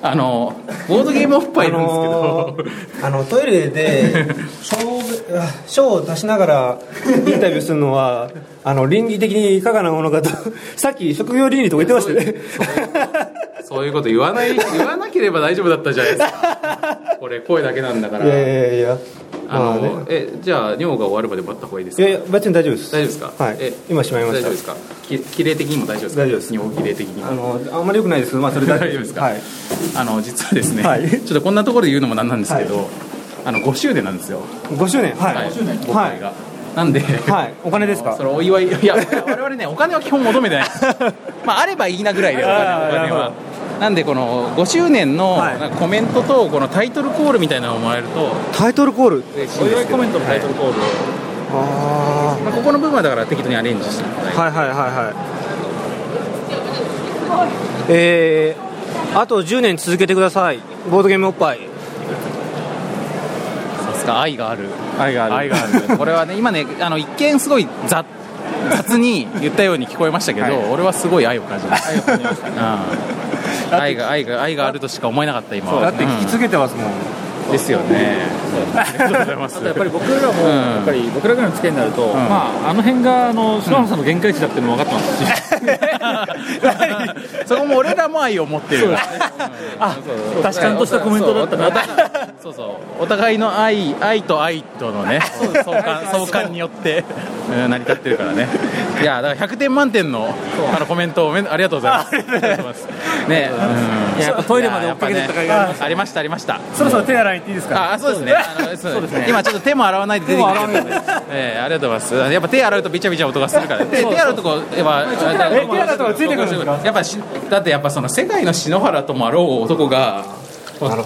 Speaker 2: あのボードゲームおっぱいなんですけど、
Speaker 6: あのトイレでショーあショーを出しながらインタビューするのはあの倫理的にいかがなものかとさっき職業倫理とか言ってましたね
Speaker 2: そういうこと言わない言わなければ大丈夫だったじゃないですか これ声だけなんだから
Speaker 6: いやいやいや
Speaker 2: あ
Speaker 6: ま
Speaker 2: の、
Speaker 6: あね
Speaker 2: えじゃあ尿が終わるまで待った方がいいです
Speaker 6: い
Speaker 2: か
Speaker 6: やいや別に大丈夫です
Speaker 2: 大丈夫ですか
Speaker 6: はい
Speaker 2: え
Speaker 6: 今しまいま
Speaker 2: 大
Speaker 6: し
Speaker 2: 丈
Speaker 6: た
Speaker 2: 夫ですかき綺麗的にも大丈夫ですか
Speaker 6: 大丈夫です
Speaker 2: 尿綺麗的にも
Speaker 6: あのあんまり良くないですけどまあそれ
Speaker 2: 大丈夫ですか
Speaker 6: はい
Speaker 2: あの実はですね、
Speaker 6: は い
Speaker 2: ちょっとこんなところで言うのもなんなんですけど、あの5周年なんですよ
Speaker 6: 5周年はい、
Speaker 2: 僕が、なんで、
Speaker 6: お金ですか
Speaker 2: それお祝いいや我々ねお金は基本求めて ないですまああればいいなぐらいでお金はお金はなんでこの5周年のなんかコメントとこのタイトルコールみたいなのをもらえると
Speaker 6: タイトルコール
Speaker 2: お祝いコメントのタイトルコールを、まあ、ここの部分はだから適当にアレンジしていただいて
Speaker 6: はいはいはいはいえー、あと10年続けてくださいボードゲームおっぱい
Speaker 2: さすが愛がある
Speaker 6: 愛がある
Speaker 2: 愛があ るこれはね今ねあの一見すごい雑雑に言ったように聞こえましたけど、俺はすごい愛を感じましたうん愛が愛が愛があるとしか思えなかった今は
Speaker 6: だって聞き続けてますもん、
Speaker 2: うんですよねありがとうござい ます
Speaker 3: やっぱり僕らも、
Speaker 2: うん
Speaker 3: やっぱり僕らぐらいの付き合いになると、まあ、あの辺があの篠原さんの限界値だっていうのも分かってますし、
Speaker 2: そこも俺らも愛を持ってる
Speaker 3: あ確かんとしたコメントだったな
Speaker 2: そうそうお互いの愛愛と愛とのね相関 相関によってうん成り立ってるからねいやだから100点満点のあのコメントをめありがとうございますありがとうございますねうん
Speaker 3: いややっぱトイレまで追っかけてった甲斐が
Speaker 2: や
Speaker 3: ありま
Speaker 2: っぱねありましたありました
Speaker 10: そろそろ手洗いに行っていいですか
Speaker 2: あそうですねあのそうですね今ちょっと手も洗わないで出てきてるんでええありがとうございますやっぱ手洗うとびちゃびちゃ音がするから手手洗うとこは
Speaker 10: え手洗うとこついてくるんですか
Speaker 2: やっぱしだってやっぱその世界の篠原ともあろう男が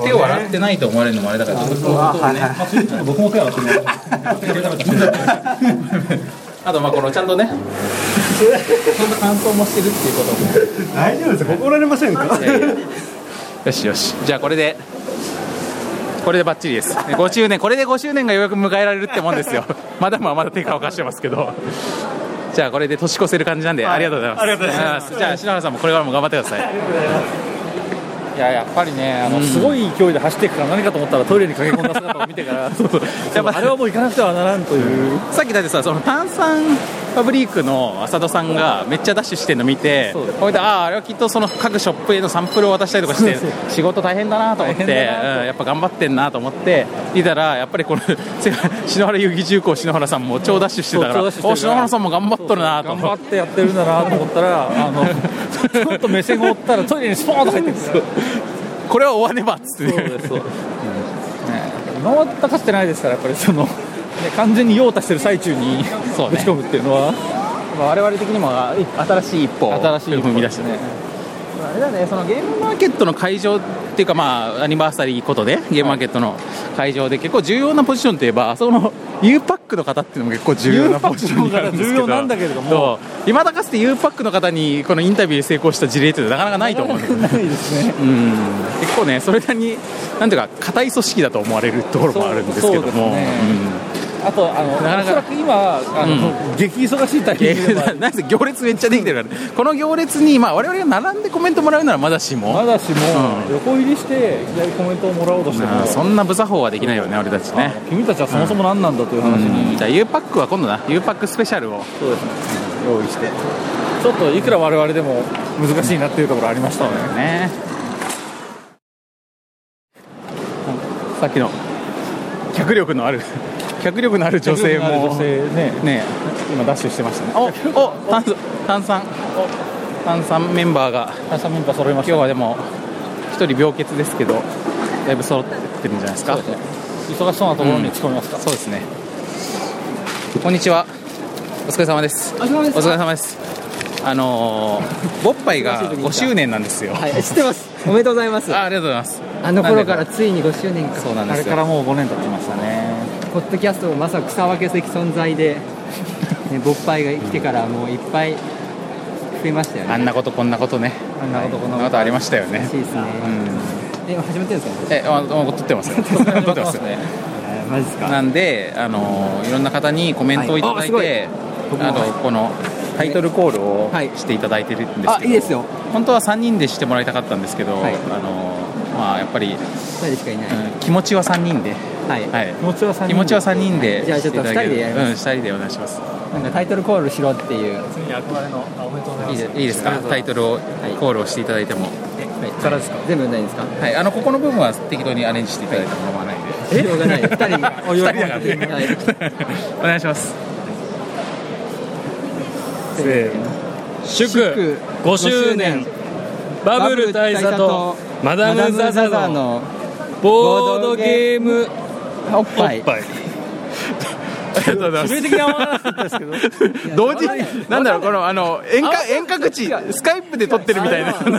Speaker 2: 手を洗ってないと思われるのもあれだからちょっと
Speaker 3: 僕も手洗って
Speaker 2: あとまあこのちゃんとねちゃんと乾燥もしてるっていうことも
Speaker 6: 大丈夫ですか怒られませんか
Speaker 2: いやいやよしよしじゃあこれでこれでバッチリです5周年これで5周年がようやく迎えられるってもんですよ まだまあまだ手が動かしてますけどじゃあこれで年越せる感じなんで、ありがとうございます
Speaker 3: ありがとうございます
Speaker 2: じゃあ篠原さんもこれからも頑張ってください
Speaker 3: いややっぱりねあの、
Speaker 2: うん
Speaker 3: すごい勢いで走っていくから何かと思ったらトイレに駆け込んだ姿を見てから やっぱあれはもう行かなくてはならんという、
Speaker 2: さっきだってさその炭酸ファブリークの浅田さんがめっちゃダッシュしてるの見てほいであああれはきっとその各ショップへのサンプルを渡したりとかして
Speaker 3: そう
Speaker 2: 仕事大変だなと思って、うん
Speaker 3: 大変だな
Speaker 2: やっぱ頑張ってんなと思っていたらやっぱりこの 篠原遊戯重工篠原さんも超ダッシュしてたから
Speaker 3: そう超ダッシュしてるから
Speaker 2: お篠原さんも頑張っとるなと
Speaker 3: 頑
Speaker 2: 思
Speaker 3: 張
Speaker 2: っ
Speaker 3: っててやってるんだなと思ったらあのちょっと目線を追ったらトイレにスポーンと入ってくる
Speaker 2: これは終わねばっつって
Speaker 3: そうですそうです今までかしてないですからやっぱりその、ね、完全に用足してる最中に
Speaker 2: そうね
Speaker 3: ぶち込むっていうのは
Speaker 2: 我々的にも新しい一歩新しい一歩を踏み出したねあれだねそのゲームマーケットの会場っていうかまあアニバーサリーことでゲームマーケットの会場で結構重要なポジションといえばあそこの U パックの方っていうのも結構重要なポジションになるんですけど
Speaker 3: 重要なんだけれども
Speaker 2: そう今だかつて U パックの方にこのインタビューで成功した事例ってなかなかないと思うんだけど
Speaker 3: ないですね
Speaker 2: うん結構ねそれなりになんていうか硬い組織だと思われるところもあるんですけど
Speaker 3: そうそう
Speaker 2: も
Speaker 3: ですねあとあの
Speaker 2: なかなか
Speaker 3: おそらく今あの、激忙しいタイミングで
Speaker 2: うん なんせ行列めっちゃできてるから、この行列に、まあ、我々が並んでコメントもらうならまだしも
Speaker 3: まだしも
Speaker 2: う
Speaker 3: 横入りしていきなりコメントをもらおうとしても
Speaker 2: あーそんな無作法はできないよね俺たちね
Speaker 3: 君たちはそもそも何なんだという話に、
Speaker 2: じゃあ U パックは今度な U パックスペシャルを
Speaker 3: そうですね
Speaker 2: 用意して
Speaker 3: ちょっといくら我々でも難しいなっていうところありましたね
Speaker 2: ねさっきの脚力のある 脚力のある女性
Speaker 3: 脚力のある
Speaker 2: も
Speaker 3: 女性ね
Speaker 2: ね今ダッシュしてましたねおお炭酸炭酸炭酸メンバーが
Speaker 3: 炭酸メンバー揃いました
Speaker 2: 今日はでも一人病欠ですけどだいぶ揃ってるんじゃないですか
Speaker 3: 忙しそうなところに突っ込みますか、
Speaker 2: そうですねこんにちはお疲れ様ですお疲れ様ですあの ー、ボッパイが5周年なんですよ
Speaker 11: はい、知ってます。おめでとうございます。
Speaker 2: あありがとうございます
Speaker 11: あの頃からついに5周年か。
Speaker 2: そうなんですよ
Speaker 3: もう5年経ちましたね
Speaker 11: ポッドキャストもまさか草分け的存在で、ね、ボッパイが生きてからもういっぱい増えましたよね。
Speaker 2: あんなことこんなことね
Speaker 11: あんなことこんなこと
Speaker 2: ありましたよね
Speaker 11: しいですね。え、始まってるんですか
Speaker 2: えあもう 撮ってますよ撮ってますよ
Speaker 11: マジですか
Speaker 2: なんであのーいろんな方にコメントをいただいて、
Speaker 11: はいあ僕も
Speaker 2: あのこのタイトルコールをしていただいてるんですけど、
Speaker 11: あ、いいですよ。
Speaker 2: 本当は3人でしてもらいたかったんですけど、
Speaker 11: はい
Speaker 2: あのーまあやっぱり
Speaker 11: 2人しかいない。
Speaker 2: 気持ちは3人で、はい
Speaker 11: 気持ちは3人
Speaker 2: 気持ちは3人で
Speaker 11: じゃあちょっと2人でやります。
Speaker 2: す、うん、2人でお願いします
Speaker 11: なんかタイトルコールしろっていう。
Speaker 2: いいでいいですかタイトルを、コールをしていただいても
Speaker 11: はい、からですか全部ないんですか
Speaker 2: はいあのここの部分は適当にアレンジしていただいても構わないんで
Speaker 11: しょうがない。2人に。
Speaker 2: お祝いコール
Speaker 11: はい
Speaker 2: お願いします
Speaker 11: せーの
Speaker 12: 祝5周年バブル大佐とマダム・ザ・ザのボードゲーム
Speaker 2: おっぱい。ありがとうございます。
Speaker 13: 致命的に合わなかったですけど。
Speaker 2: 同時に、なんだろう、この、あの、遠隔、遠隔地、スカイプで撮ってるみたいな。
Speaker 6: じゃああ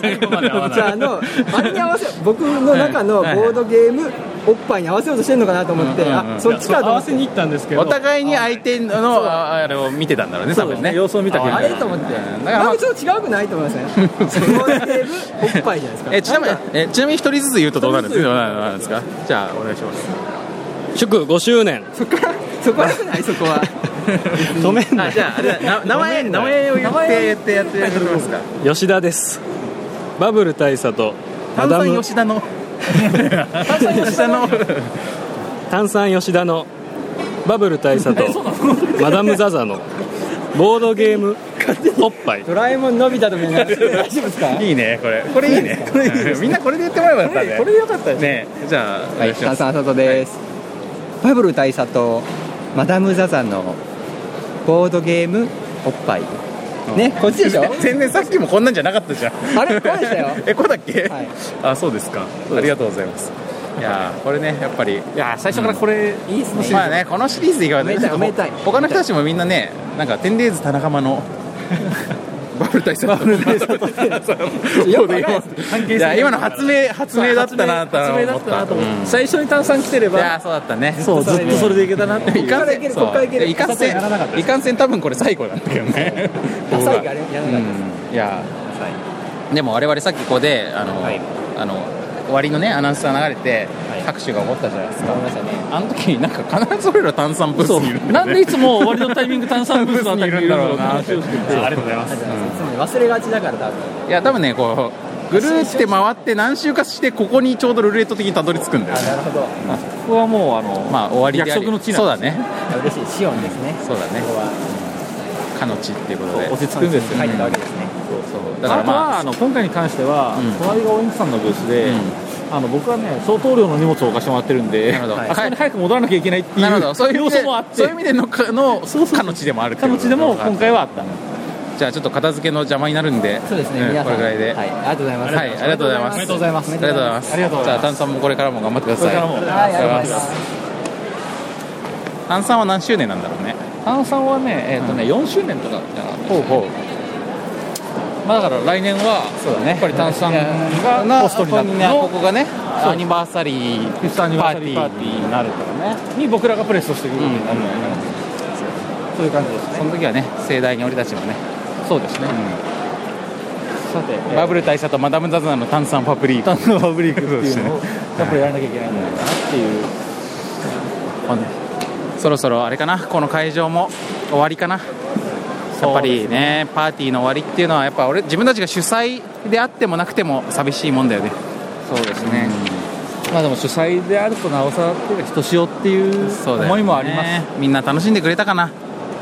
Speaker 6: のあれに合わせ僕の中のボードゲームおっぱいに合わせようとしてるのかなと思って、あそっちかと思って
Speaker 2: に行ったんですけお互いに相手の、ああれを見てたんだろうね、多分ね。様子を見た
Speaker 6: あれと思って
Speaker 2: だから
Speaker 6: なんかちょっと違うくないと思い ますねボードゲームおっぱいじゃないですか
Speaker 2: え、ちなみに、え、ちなみに一人ずつ言うとどうなるんですかどうなるんですかじゃあ、お願いします。
Speaker 6: 祝5周年そこはそこは良く ないそこは
Speaker 2: 止めんなじゃああれだな名前名前を言って言ってやってやってみますか
Speaker 3: 吉田ですバブル大佐と
Speaker 2: 炭酸吉田の炭酸吉田の
Speaker 3: 炭酸吉田のバブル大佐 とマダムザザのボードゲームおっぱい
Speaker 6: ドラえもん伸びたとみんな大丈夫ですか
Speaker 2: いいねこれこれいい ね
Speaker 6: これいいです
Speaker 2: みんなこれで言ってもらえばよかったね
Speaker 6: これでよかったです
Speaker 2: ねじゃあ
Speaker 14: はい、炭酸里です、バブル大佐とマダム・ザ・ザのボードゲームおっぱいねこっちでしょ
Speaker 2: 全然さっきもこんなんじゃなかったじゃん
Speaker 14: あれこうでしたよ
Speaker 2: えこうだっけ、あそうですかありがとうございますいやーこれねやっぱりいや最初からこれ、いいですねまあねこのシリーズでいかがですか
Speaker 6: めでたいめでたい
Speaker 2: 他の人たちもみんなねなんかテンデイズ田中間のバブル大佐バブル大佐
Speaker 6: よくわかんないです
Speaker 2: いや今の発明発明だったなと
Speaker 6: 発明だ
Speaker 2: 思
Speaker 6: っ
Speaker 2: った
Speaker 6: な
Speaker 2: た
Speaker 6: と思って
Speaker 2: うん
Speaker 6: 最初に炭酸来てれば
Speaker 2: いやーそうだったね
Speaker 6: そうずっとそれでいけたなってい
Speaker 2: い
Speaker 6: う
Speaker 2: かんせん
Speaker 6: こっからいける
Speaker 2: そういかんせ
Speaker 6: こっからいけるならなかった
Speaker 2: んいかんせん多分これ最後なんだけどね
Speaker 6: あ最後あれやらなかったです
Speaker 2: うんいやでも我々さっきここであの、あの終わりのねアナウンスが流れて、拍手が起こったじゃないですかあの時なんか必ず俺ら炭酸ブースにいるんだよね
Speaker 13: なんでいつも終わりのタイミング炭酸ブースのあたりにいるんだろうなって
Speaker 2: ブースにいるんだろうなってありがとうございます
Speaker 6: 忘れがちだから多分
Speaker 2: いや多分ねこうぐるーって回って何周かしてここにちょうどルーレット的にたどり着くんだよね
Speaker 6: るほど
Speaker 2: ここはもうあのまあ終わりであり
Speaker 6: 約束の地
Speaker 2: そう
Speaker 6: な
Speaker 2: だ
Speaker 6: んです
Speaker 2: ね
Speaker 6: ね嬉しいシオンですね
Speaker 2: そうだねかの地っていうことで
Speaker 6: そう落ち着くんですよね
Speaker 2: う
Speaker 6: 入ったわけですね
Speaker 2: そうだ
Speaker 3: だか
Speaker 2: からら
Speaker 3: まあ
Speaker 2: まあ
Speaker 3: あの今回に関しては、隣がお肉さんのブースで、あの僕はね相当量の荷物を置かせてもらってるんで
Speaker 2: なるほど
Speaker 3: あそこに早く戻らなきゃいけないってい
Speaker 2: なるほど
Speaker 3: う
Speaker 2: そういう意
Speaker 3: 要
Speaker 2: 味で
Speaker 3: 素もあって
Speaker 2: そういう意味でのかのかの地でもあるかの地でも今回はあったじゃあちょっと片付けの邪魔になるんで
Speaker 14: そうですね
Speaker 2: ん
Speaker 14: 皆さ
Speaker 2: こ
Speaker 14: ん
Speaker 2: れぐらいで
Speaker 14: は
Speaker 2: はい
Speaker 14: ありがとうございます
Speaker 2: はいありがとうございま
Speaker 14: お
Speaker 2: す
Speaker 14: めでとうございます
Speaker 2: ありがとうございます
Speaker 14: ありがとうございます
Speaker 2: じゃあ炭酸もこれからも頑張ってくださ
Speaker 14: こ
Speaker 2: い
Speaker 14: れからもはいありがとうございます
Speaker 2: 炭酸は何周年なんだろうね
Speaker 3: 炭酸はねえっ、とね、4周年とかじゃなかった
Speaker 2: ほうほう
Speaker 3: まあだから来年はやっぱり炭酸がホストになって
Speaker 2: ここがねアニバーサリー
Speaker 3: フィフスアニバーサリーパーティーになるからねに僕らがプレストしてくるようになるのよねそういう感じですね
Speaker 2: その時はね盛大に俺たちもね
Speaker 3: そうですね、さて
Speaker 2: バブル大佐とマダム・ザ・ザの炭酸パプリー炭酸パプリークそうですね
Speaker 3: やっぱりやらなきゃいけないんじゃないかなっていう
Speaker 2: そろそろあれかなこの会場も終わりかなやっぱりねパーティーの終わりっていうのはやっぱ俺自分たちが主催であってもなくても寂しいもんだよねそうですね、
Speaker 3: まあでも主催であるとなおさらっていうかひとしおっていう
Speaker 2: そうだよね
Speaker 3: 思いもあります
Speaker 2: みんな楽しんでくれたかな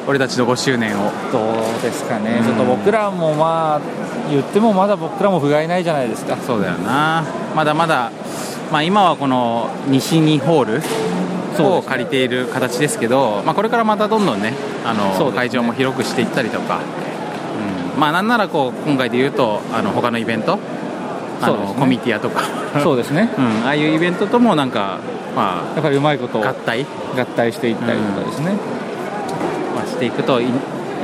Speaker 2: 俺たちの5周年を
Speaker 3: どうですかねちょっと僕らもまあ言ってもまだ僕らも不甲斐ないじゃないですか
Speaker 2: そうだよなまだまだ、まあ、今はこの西にホールを借りている形ですけど、まあ、これからまたどんどんねあ
Speaker 3: そ
Speaker 2: の
Speaker 3: うですね
Speaker 2: 会場も広くしていったりとか、うんまあなんならこう今回で言うとあの他のイベントあ
Speaker 3: そうで
Speaker 2: の、
Speaker 3: すね
Speaker 2: コミティアとか
Speaker 3: そうですね、
Speaker 2: うん、ああいうイベントともなんか、まあ、
Speaker 3: やっぱりうまいこと
Speaker 2: 合体
Speaker 3: 合体していったりとかですね、
Speaker 2: まあ、していくとい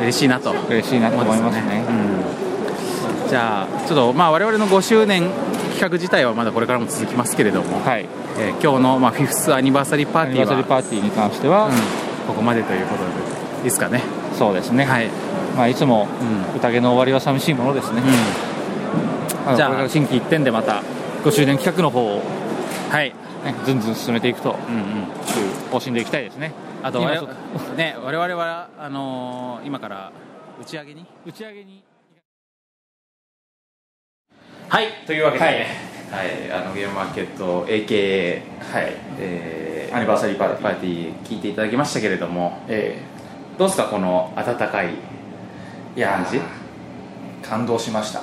Speaker 2: 嬉しいなと
Speaker 3: 嬉しいなと思いますね
Speaker 2: うんじゃあちょっとまあ我々の5周年企画自体はまだこれからも続きますけれども、えー今日のまあフィフスアニバーサリーパーティー
Speaker 3: アニバーサリーパーティーに関しては、
Speaker 2: ここまでということでいいですかね
Speaker 3: そうですね
Speaker 2: はい、
Speaker 3: まあ、いつも宴の終わりは寂しいものですね、じ
Speaker 2: じ
Speaker 3: ゃ
Speaker 2: ゃ
Speaker 3: あ
Speaker 2: あ
Speaker 3: のこれから心機一転でまた5周年企画の方を
Speaker 2: はい、
Speaker 3: ね、ずんずん進めていくと、いう方針でいきたいですね
Speaker 2: あと
Speaker 3: 今
Speaker 2: 我
Speaker 3: ちょっ
Speaker 2: 々ね我々はあのー今から打ち上げに打ち上げにはいというわけで、はいあのゲームマーケット AKA、はいえー、アニバーサリーパーティー聞いていただきましたけれども、どうですかこの温かい感じ
Speaker 4: 感動しました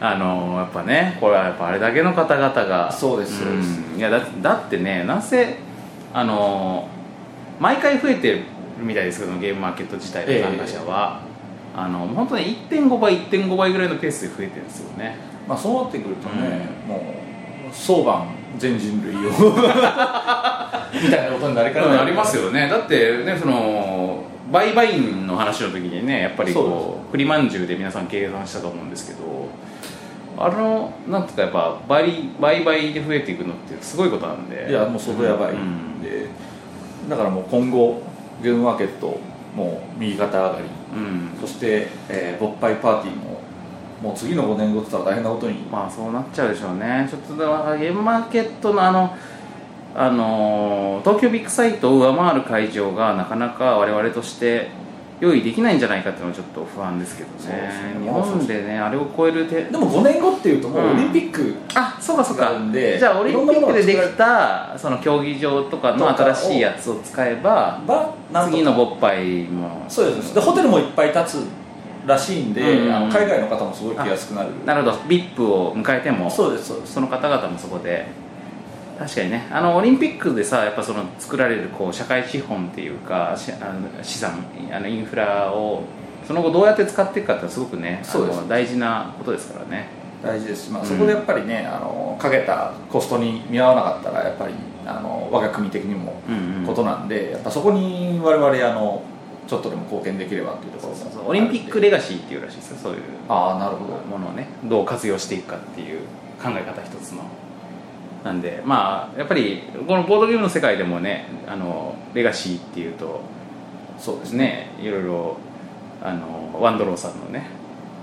Speaker 2: あのやっぱねこれはやっぱあれだけの方々がそう
Speaker 4: です
Speaker 2: んいやだだってねなぜあの毎回増えてるみたいですけどゲームマーケット自体の参加者は、あの本当に1.5倍1.5倍ぐらいのペースで増えてるんですよね
Speaker 4: まあそうなってくるとね、もう相場全人類をみたいなことになりかねない
Speaker 2: ありますよねだってねその売買員の話の時にねやっぱりこう栗まんじゅうで皆さん計算したと思うんですけどあのなんていうかやっぱ倍倍倍で増えていくのってすごいことなんで
Speaker 4: いやもうそこやばいんで、だからもう今後ゲームマーケットもう右肩上がり、そして、えー、勃発パーティーももう次の5年後って言ったら大変なことに
Speaker 2: まあそうなっちゃうでしょうねちょっとだからゲームマーケットのあのあのー東京ビッグサイトを上回る会場がなかなか我々として用意できないんじゃないかっていうのはちょっと不安ですけどね日本でねあれを超える手で
Speaker 4: も5年後っていうともうオリンピック、
Speaker 2: あそうかそうか
Speaker 4: で
Speaker 2: じゃあオリンピックでで
Speaker 4: いろんなものが作られ
Speaker 2: きたその競技場とかの新しいやつを使えば次の勃発も
Speaker 4: そうですでホテルもいっぱい建つらしいんで、
Speaker 2: うん
Speaker 4: あの海外の方もすごい来やすくなる
Speaker 2: なるほど VIP を迎えても
Speaker 4: そうですそう
Speaker 2: その方々もそこで確かにねあのオリンピックでさやっぱその作られるこう社会資本っていうかしあの資産あのインフラをその後どうやって使っていくかってすごくね
Speaker 4: そうです
Speaker 2: あの大事なことですからね
Speaker 4: 大事です、まあ、そこでやっぱりね、あのかけたコストに見合わなかったらやっぱりあの我が国的にも
Speaker 2: うんうん
Speaker 4: ことなんで、やっぱそこに我々あのちょっとでも貢献できればっていうところも
Speaker 2: オリンピックレガシーっていうらしいですよそういう
Speaker 4: ああなるほど
Speaker 2: ものをねどう活用していくかっていう考え方一つのなんでまあやっぱりこのボードゲームの世界でもねあのレガシーっていうと
Speaker 4: そうです
Speaker 2: ねいろいろあのワンドローさんのね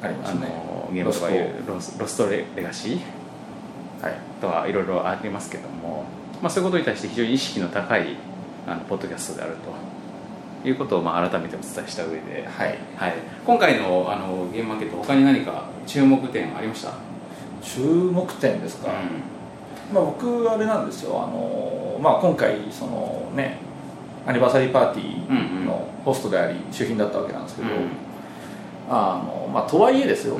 Speaker 4: ありますね
Speaker 2: のゲームとかいうロスロストレレガシー、はい、とはいろいろありますけども、まあ、そういうことに対して非常に意識の高いあのポッドキャストであるということをまあ改めてお伝えした上で、はい今回のあのゲームマーケット他に何か注目点ありました
Speaker 4: 注目点ですか、まあ、僕あれなんですよあの、まあ、今回そのねアニバーサリーパーティーのホストであり主品だったわけなんですけど、あのまあ、とはいえですよ、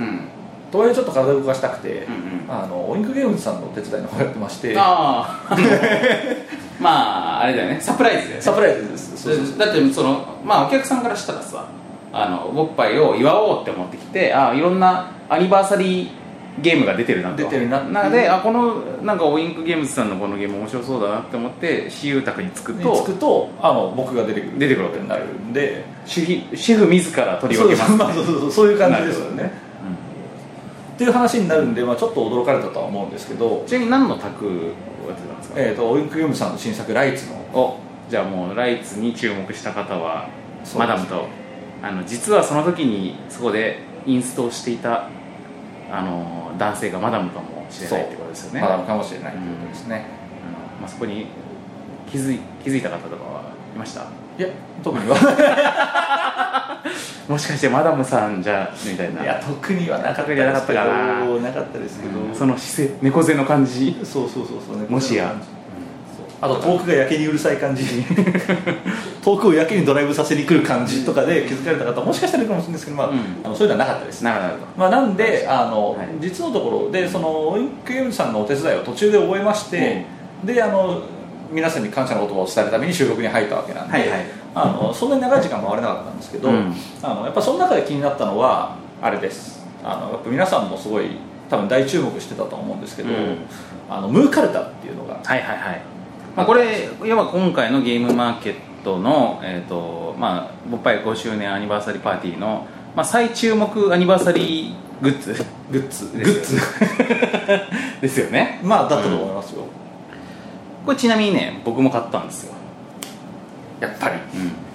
Speaker 4: とはいえちょっと体を動かしたくて、あのオインクゲームズさんのお手伝いの方やってまして
Speaker 2: ああ まああれだよねサプライズだよね
Speaker 4: サプライズです
Speaker 2: だってそのまあお客さんからしたらさあのボッパイを祝おうって思ってきてあいろんなアニバーサリーゲームが出てるなと出てるななので、あこのなんかオインクゲームズさんのこのゲーム面白そうだなって思って私有宅につくと
Speaker 4: につくとあの僕が出てくる
Speaker 2: 出てくることに
Speaker 4: なるんで
Speaker 2: 主婦シェフ自ら取り分けます、
Speaker 4: そうそうそうそうそういう感じですよねっていう話になるんで、まあ、ちょっと驚かれたとは思うんですけど
Speaker 2: ちなみに何の卓をやってたんですか
Speaker 4: えー、とオインクゲームズさんの新作「ライツの」
Speaker 2: おじゃあもうライツに注目した方は
Speaker 4: そう
Speaker 2: マ
Speaker 4: です
Speaker 2: ダムとあの実はその時にそこでインストをしていたあの男性がマダムかもしれないってことですよね
Speaker 4: そうマダムかもしれないってことですね、
Speaker 2: うんまあ、そこに気づい気づいた方とかはいました
Speaker 4: いや特 には
Speaker 2: もしかしてマダムさんじゃみたいない
Speaker 4: や特にはなかった
Speaker 2: 特にはなかったかな
Speaker 4: なかったですけど、
Speaker 2: その姿勢猫背の感 じ
Speaker 4: そうそうそうそう
Speaker 2: もしや
Speaker 4: あと遠くがやけにうるさい 感じ遠くをやけにドライブさせに来る感じとかで気づかれた方もしかしたらいるかもしれないですけど、まああのそういうのはなかったです
Speaker 2: なるほど
Speaker 4: まあ、なんであの、実のところでそのオインクゲームズさんのお手伝いを途中で覚えまして、であの皆さんに感謝の言葉を伝えるために収録に入ったわけなんで、あのそんなに長い時間回れなかったんですけど、
Speaker 2: うん
Speaker 4: あのやっぱその中で気になったのはあれですあのやっぱ皆さんもすごい多分大注目してたと思うんですけど、
Speaker 2: うん
Speaker 4: あのムーカルタっていうのが
Speaker 2: はいはいはい、まあ、これ要は今回のゲームマーケットの、えーとまあ、ボッパイ5周年アニバーサリーパーティーの、まあ、最注目アニバーサリーグッズ グッズグッズ ですよね
Speaker 4: まあだったと思いますよ、
Speaker 2: これちなみにね僕も買ったんですよ
Speaker 4: やっぱり、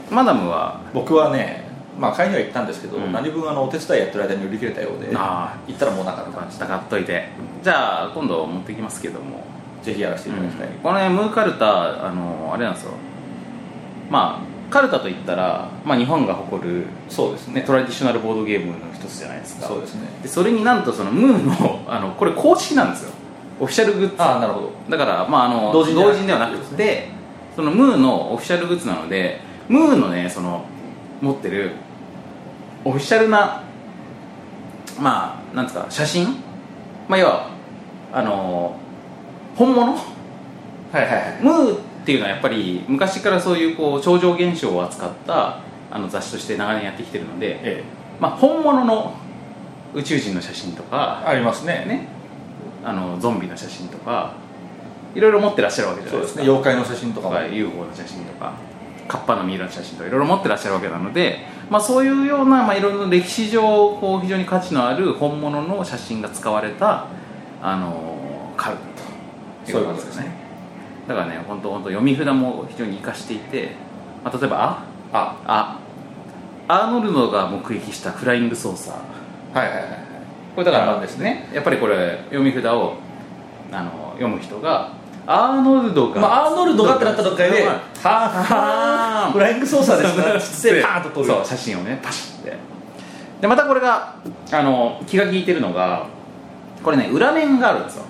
Speaker 2: マダムは
Speaker 4: 僕はねまあ買いには行ったんですけど、何分あのお手伝いやってる間に売り切れたようで
Speaker 2: あ
Speaker 4: 行ったらもうなかったんです
Speaker 2: 買っといてじゃあ今度持ってきますけども
Speaker 4: ぜひやらせていただきたい、
Speaker 2: このねムーカルタあのあれなんですよまあカルタといったら、まあ、日本が誇る
Speaker 4: そうです、
Speaker 2: ね、トラディショナルボードゲームの一つじゃないですか
Speaker 4: そうですね
Speaker 2: でそれになんとそのムーの あのこれ公式なんですよオフィシャルグッズ
Speaker 4: あなるほど
Speaker 2: だから、まあ、あの
Speaker 4: 同
Speaker 2: 同
Speaker 4: 人
Speaker 2: 人
Speaker 4: じゃな
Speaker 2: ではな
Speaker 4: くて
Speaker 2: くて、そのムーのオフィシャルグッズなのでムーのねその持ってるオフィシャルなまあなんですか写真まあ要はあの本物
Speaker 4: はいはいはい
Speaker 2: ムーっていうのはやっぱり昔からそういうこう超常現象を扱ったあの雑誌として長年やってきてるので、まあ、本物の宇宙人の写真とか
Speaker 4: ありますね
Speaker 2: あのゾンビの写真とかいろいろ持ってらっしゃるわけじゃないですか
Speaker 4: そうですね妖怪の写真とかも
Speaker 2: UFO の写真とかカッパのミイラの写真とかいろいろ持ってらっしゃるわけなので、まあ、そういうような、まあ、いろいろ歴史上こう非常に価値のある本物の写真が使われた、あのカルトということですねだからね本当本当読み札も非常に活かしていて、まあ、例えば「あ」あ「あ」アーノルドが目撃したフライングソーサーはいはいはいこれだからですねやっぱりこれ読み札をあの読む人がアーノルドが、
Speaker 4: まあアーノルドがってなった段階で
Speaker 2: はあはあ
Speaker 4: フライングソーサーですからつってパーンと撮る
Speaker 2: そう写真をねパシッてでまたこれがあの気が利いてるのがこれね裏面があるんですよ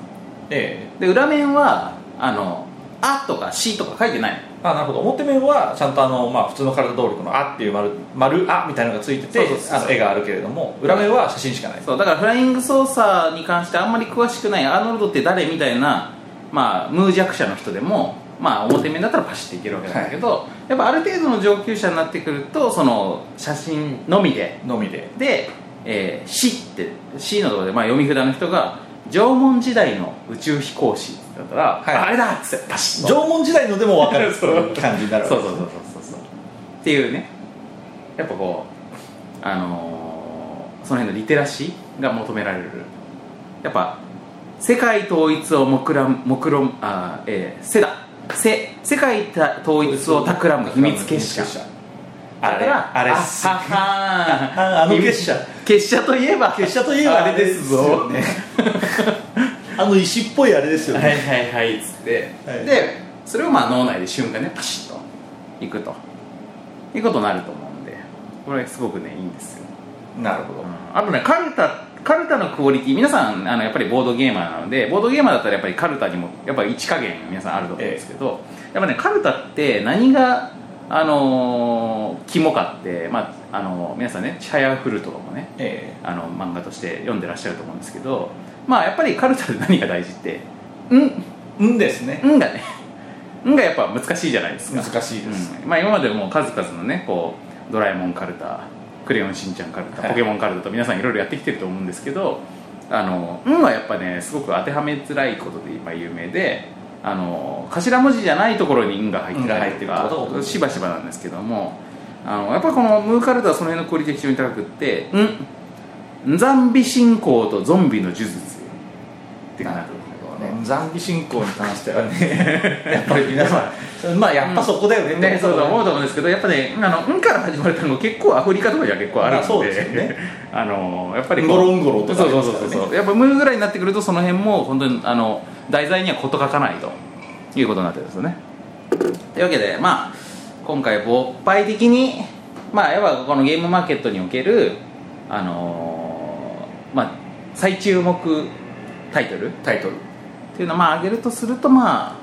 Speaker 2: で裏面はあの「あ」とか「し」とか書いてない
Speaker 4: あなるほど表面はちゃんとあの、まあ、普通の体通りこの「あ」っていう丸「丸あ」みたいなのがついててあの絵があるけれども裏面は写真しかない
Speaker 2: そうだからフライングソーサーに関してあんまり詳しくないアーノルドって誰みたいな、まあ、無弱者の人でも、まあ、表面だったらパシッていけるわけなんだけど、やっぱある程度の上級者になってくるとその写真のみで
Speaker 4: のみで
Speaker 2: で「えー、死」って「死」のところで、まあ、読み札の人が「縄文時代の宇宙飛行士」だったら「ああれだ!」っつってパシッと
Speaker 4: 縄文時代のでも分か る
Speaker 2: そう
Speaker 4: 感じになるわけ
Speaker 2: そうそうそうそうそうっていうねやっぱこうあのーその辺のリテラシーが求められるやっぱ世界統一を目論目論あーえー、せだせ世界た統一を企む秘密結社あれあれっすはは
Speaker 4: あの結社
Speaker 2: 結社といえば
Speaker 4: 結社といえば
Speaker 2: あれですぞ
Speaker 4: あれですよね あの石っぽいあれですよね
Speaker 2: はいはいはいっつって、
Speaker 4: はい
Speaker 2: でそれをまあ脳内で瞬間ねパシッといくということになると思うんでこれすごくねいいんですよ
Speaker 4: なるほど、
Speaker 2: あとねカルタカルタのクオリティ皆さんあのやっぱりボードゲーマーなのでボードゲーマーだったらやっぱりカルタにもやっぱり一加減皆さんあると思うんですけど、やっぱねカルタって何があのー肝かって、まああのー皆さんね「チャヤフル」とかもね、あの漫画として読んでらっしゃると思うんですけどまあやっぱりカルタで何が大事って「ん」
Speaker 4: んですね
Speaker 2: 「ん」がね 「ん」がやっぱ難しいじゃないですか
Speaker 4: 難しいです、
Speaker 2: うんまあ、今までも数々のねこう「ドラえもんカルタ」「クレヨンしんちゃんカルタ」「ポケモンカルタ」と皆さんいろいろやってきてると思うんですけど「あの運」はやっぱねすごく当てはめづらいことで今有名であの頭文字じゃないところに「運」が入ってたりと
Speaker 4: 運が入ってる
Speaker 2: か
Speaker 4: ことが多いですね
Speaker 2: しばしばなんですけどもあのやっぱりこの「ムーカルタ」はその辺のクオリティが非常に高くって「うん」「ザンビ信仰とゾンビの呪術」ってなるほど
Speaker 4: ね残機信仰に関してはねやっぱり皆さんまあやっぱそこだよね,、
Speaker 2: ねそうだ思うと思うんですけどやっぱね「あのうん」から始まる単語結構アフリカとかじゃ結構あるん
Speaker 4: ま
Speaker 2: で
Speaker 4: あそうですよね
Speaker 2: あのやっぱり
Speaker 4: ゴロンゴロとか
Speaker 2: そうそうそうそうそう
Speaker 4: ね
Speaker 2: やっぱ「ムー」ぐらいになってくるとその辺も本当にあの題材には事欠かないということになってるんですよねというわけでまあ今回勃発的にまあいわばこのゲームマーケットにおけるあのーまあ最注目タイトル
Speaker 4: タイトル
Speaker 2: っていうのをまあ挙げるとするとまあ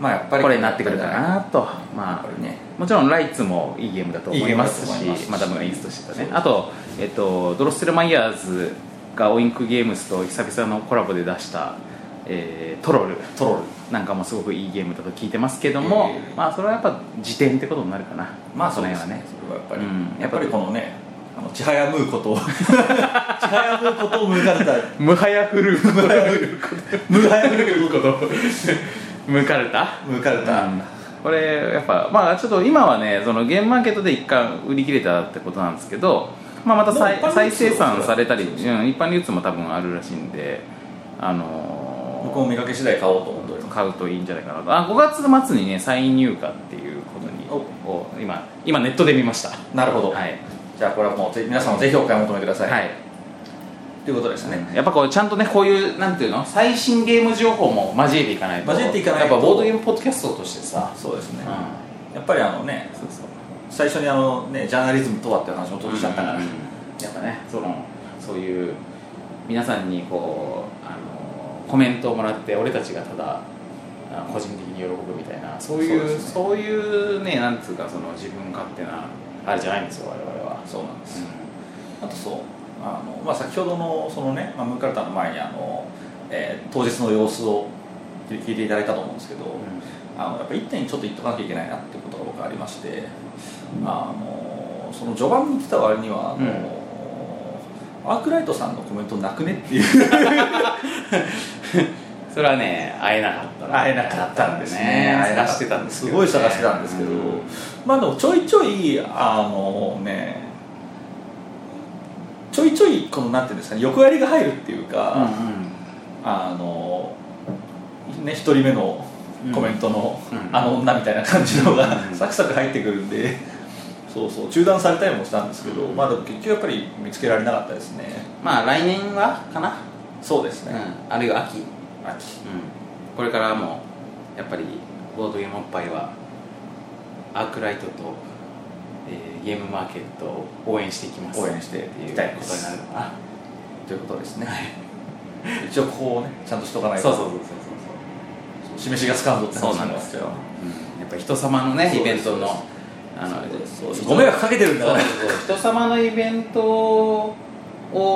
Speaker 4: まあやっぱり
Speaker 2: これになってくるかなとまあねもちろんライツもいいゲームだと思います
Speaker 4: いい
Speaker 2: し
Speaker 4: ゲームだと
Speaker 2: マダム
Speaker 4: 思います
Speaker 2: がインストしてたねあと、えっと、ドロッセルマイヤーズがオインクゲームスと久々のコラボで出した、えートロルトロルなんかもすごくいいゲームだと聞いてますけども、まあそれはやっぱ時点ってことになるかな
Speaker 4: まあ
Speaker 2: そ
Speaker 4: そう
Speaker 2: の
Speaker 4: で
Speaker 2: 辺はね
Speaker 4: す ねそれはやっぱり、
Speaker 2: うん
Speaker 4: やっぱりこのねあのちはやむうことを ちはやむうことをむかれた
Speaker 2: むはやふる むはやふる
Speaker 4: むはやふる
Speaker 2: ことむかれた
Speaker 4: むかれた、
Speaker 2: これやっぱまあちょっと今はねそのゲームマーケットで一回売り切れたってことなんですけど、まあ、また再
Speaker 4: でも一般
Speaker 2: 再
Speaker 4: 流通
Speaker 2: 生産されたり、うん、一般流通も多分あるらしいんであの
Speaker 4: 僕も見かけ次第買おうと思っております
Speaker 2: 買うといいんじゃないかなとあ5月末にね再入荷っていうことにを今今ネットで見ました
Speaker 4: なるほど、
Speaker 2: はい、
Speaker 4: じゃあこれはもうぜ皆さんもぜひお買い求めください、
Speaker 2: はい、
Speaker 4: ということですね、
Speaker 2: やっぱこうちゃんとねこういうなんていうの最新ゲーム情報も交えていかないと
Speaker 4: 交えていかない
Speaker 2: や
Speaker 4: と
Speaker 2: っぱボードゲームポッドキャストとしてさ
Speaker 4: そうですね、やっぱりあのね最初にあのねジャーナリズムとはっていう話も届いちゃったから、
Speaker 2: やっぱねそのそういう皆さんにこうあのコメントをもらって俺たちがただあ個人的に喜ぶみたいなそういうそう,、いうねなんつうかその自分勝手なあれじゃないんですよ我々は
Speaker 4: そうなんです、あとそうあの、まあ、先ほどのそのね、まあ、ムーカルタの前にあの、えー当日の様子を聞聞いていただいたと思うんですけど、あのやっぱ一点ちょっと言っとかなきゃいけないなっていうことが僕ありましてあのその序盤に来た割にはあの、アークライトさんのコメントなくねっていう
Speaker 2: そう それはね会えなかった会えなかったんです
Speaker 4: ね
Speaker 2: 探してたんです
Speaker 4: すごい探してたんですけど、まあでもちょいちょいあのねちょいちょいこのなんていうんですかね横やりが入るっていうか、あのね一人目のコメントの、あの女みたいな感じのが、 サクサク入ってくるんでそうそう中断されたりもしたんですけど、まあでも結局やっぱり見つけられなかったですね
Speaker 2: まあ来年はかな
Speaker 4: そうですね、
Speaker 2: あるいは秋
Speaker 4: 秋、
Speaker 2: これからもやっぱりボードゲームおっぱいはアークライトと、えーゲームマーケットを応援していきます
Speaker 4: 応援して
Speaker 2: ってい
Speaker 4: いう
Speaker 2: こと
Speaker 4: きた
Speaker 2: に
Speaker 4: いです
Speaker 2: なるのかな
Speaker 4: ということですね、一応ここをねちゃんとしとかない
Speaker 2: そ
Speaker 4: と
Speaker 2: うそうそうそうそう
Speaker 4: 示しがつかんぞって
Speaker 2: そ
Speaker 4: 話
Speaker 2: うなん
Speaker 4: にな
Speaker 2: で
Speaker 4: っ
Speaker 2: す
Speaker 4: ちゃう
Speaker 2: よ、うんやっぱ人様のね
Speaker 4: そう
Speaker 2: イ
Speaker 4: です
Speaker 2: ベントのあの
Speaker 4: ですご迷惑かけてるんだから
Speaker 2: そうそうそう人様のイベントを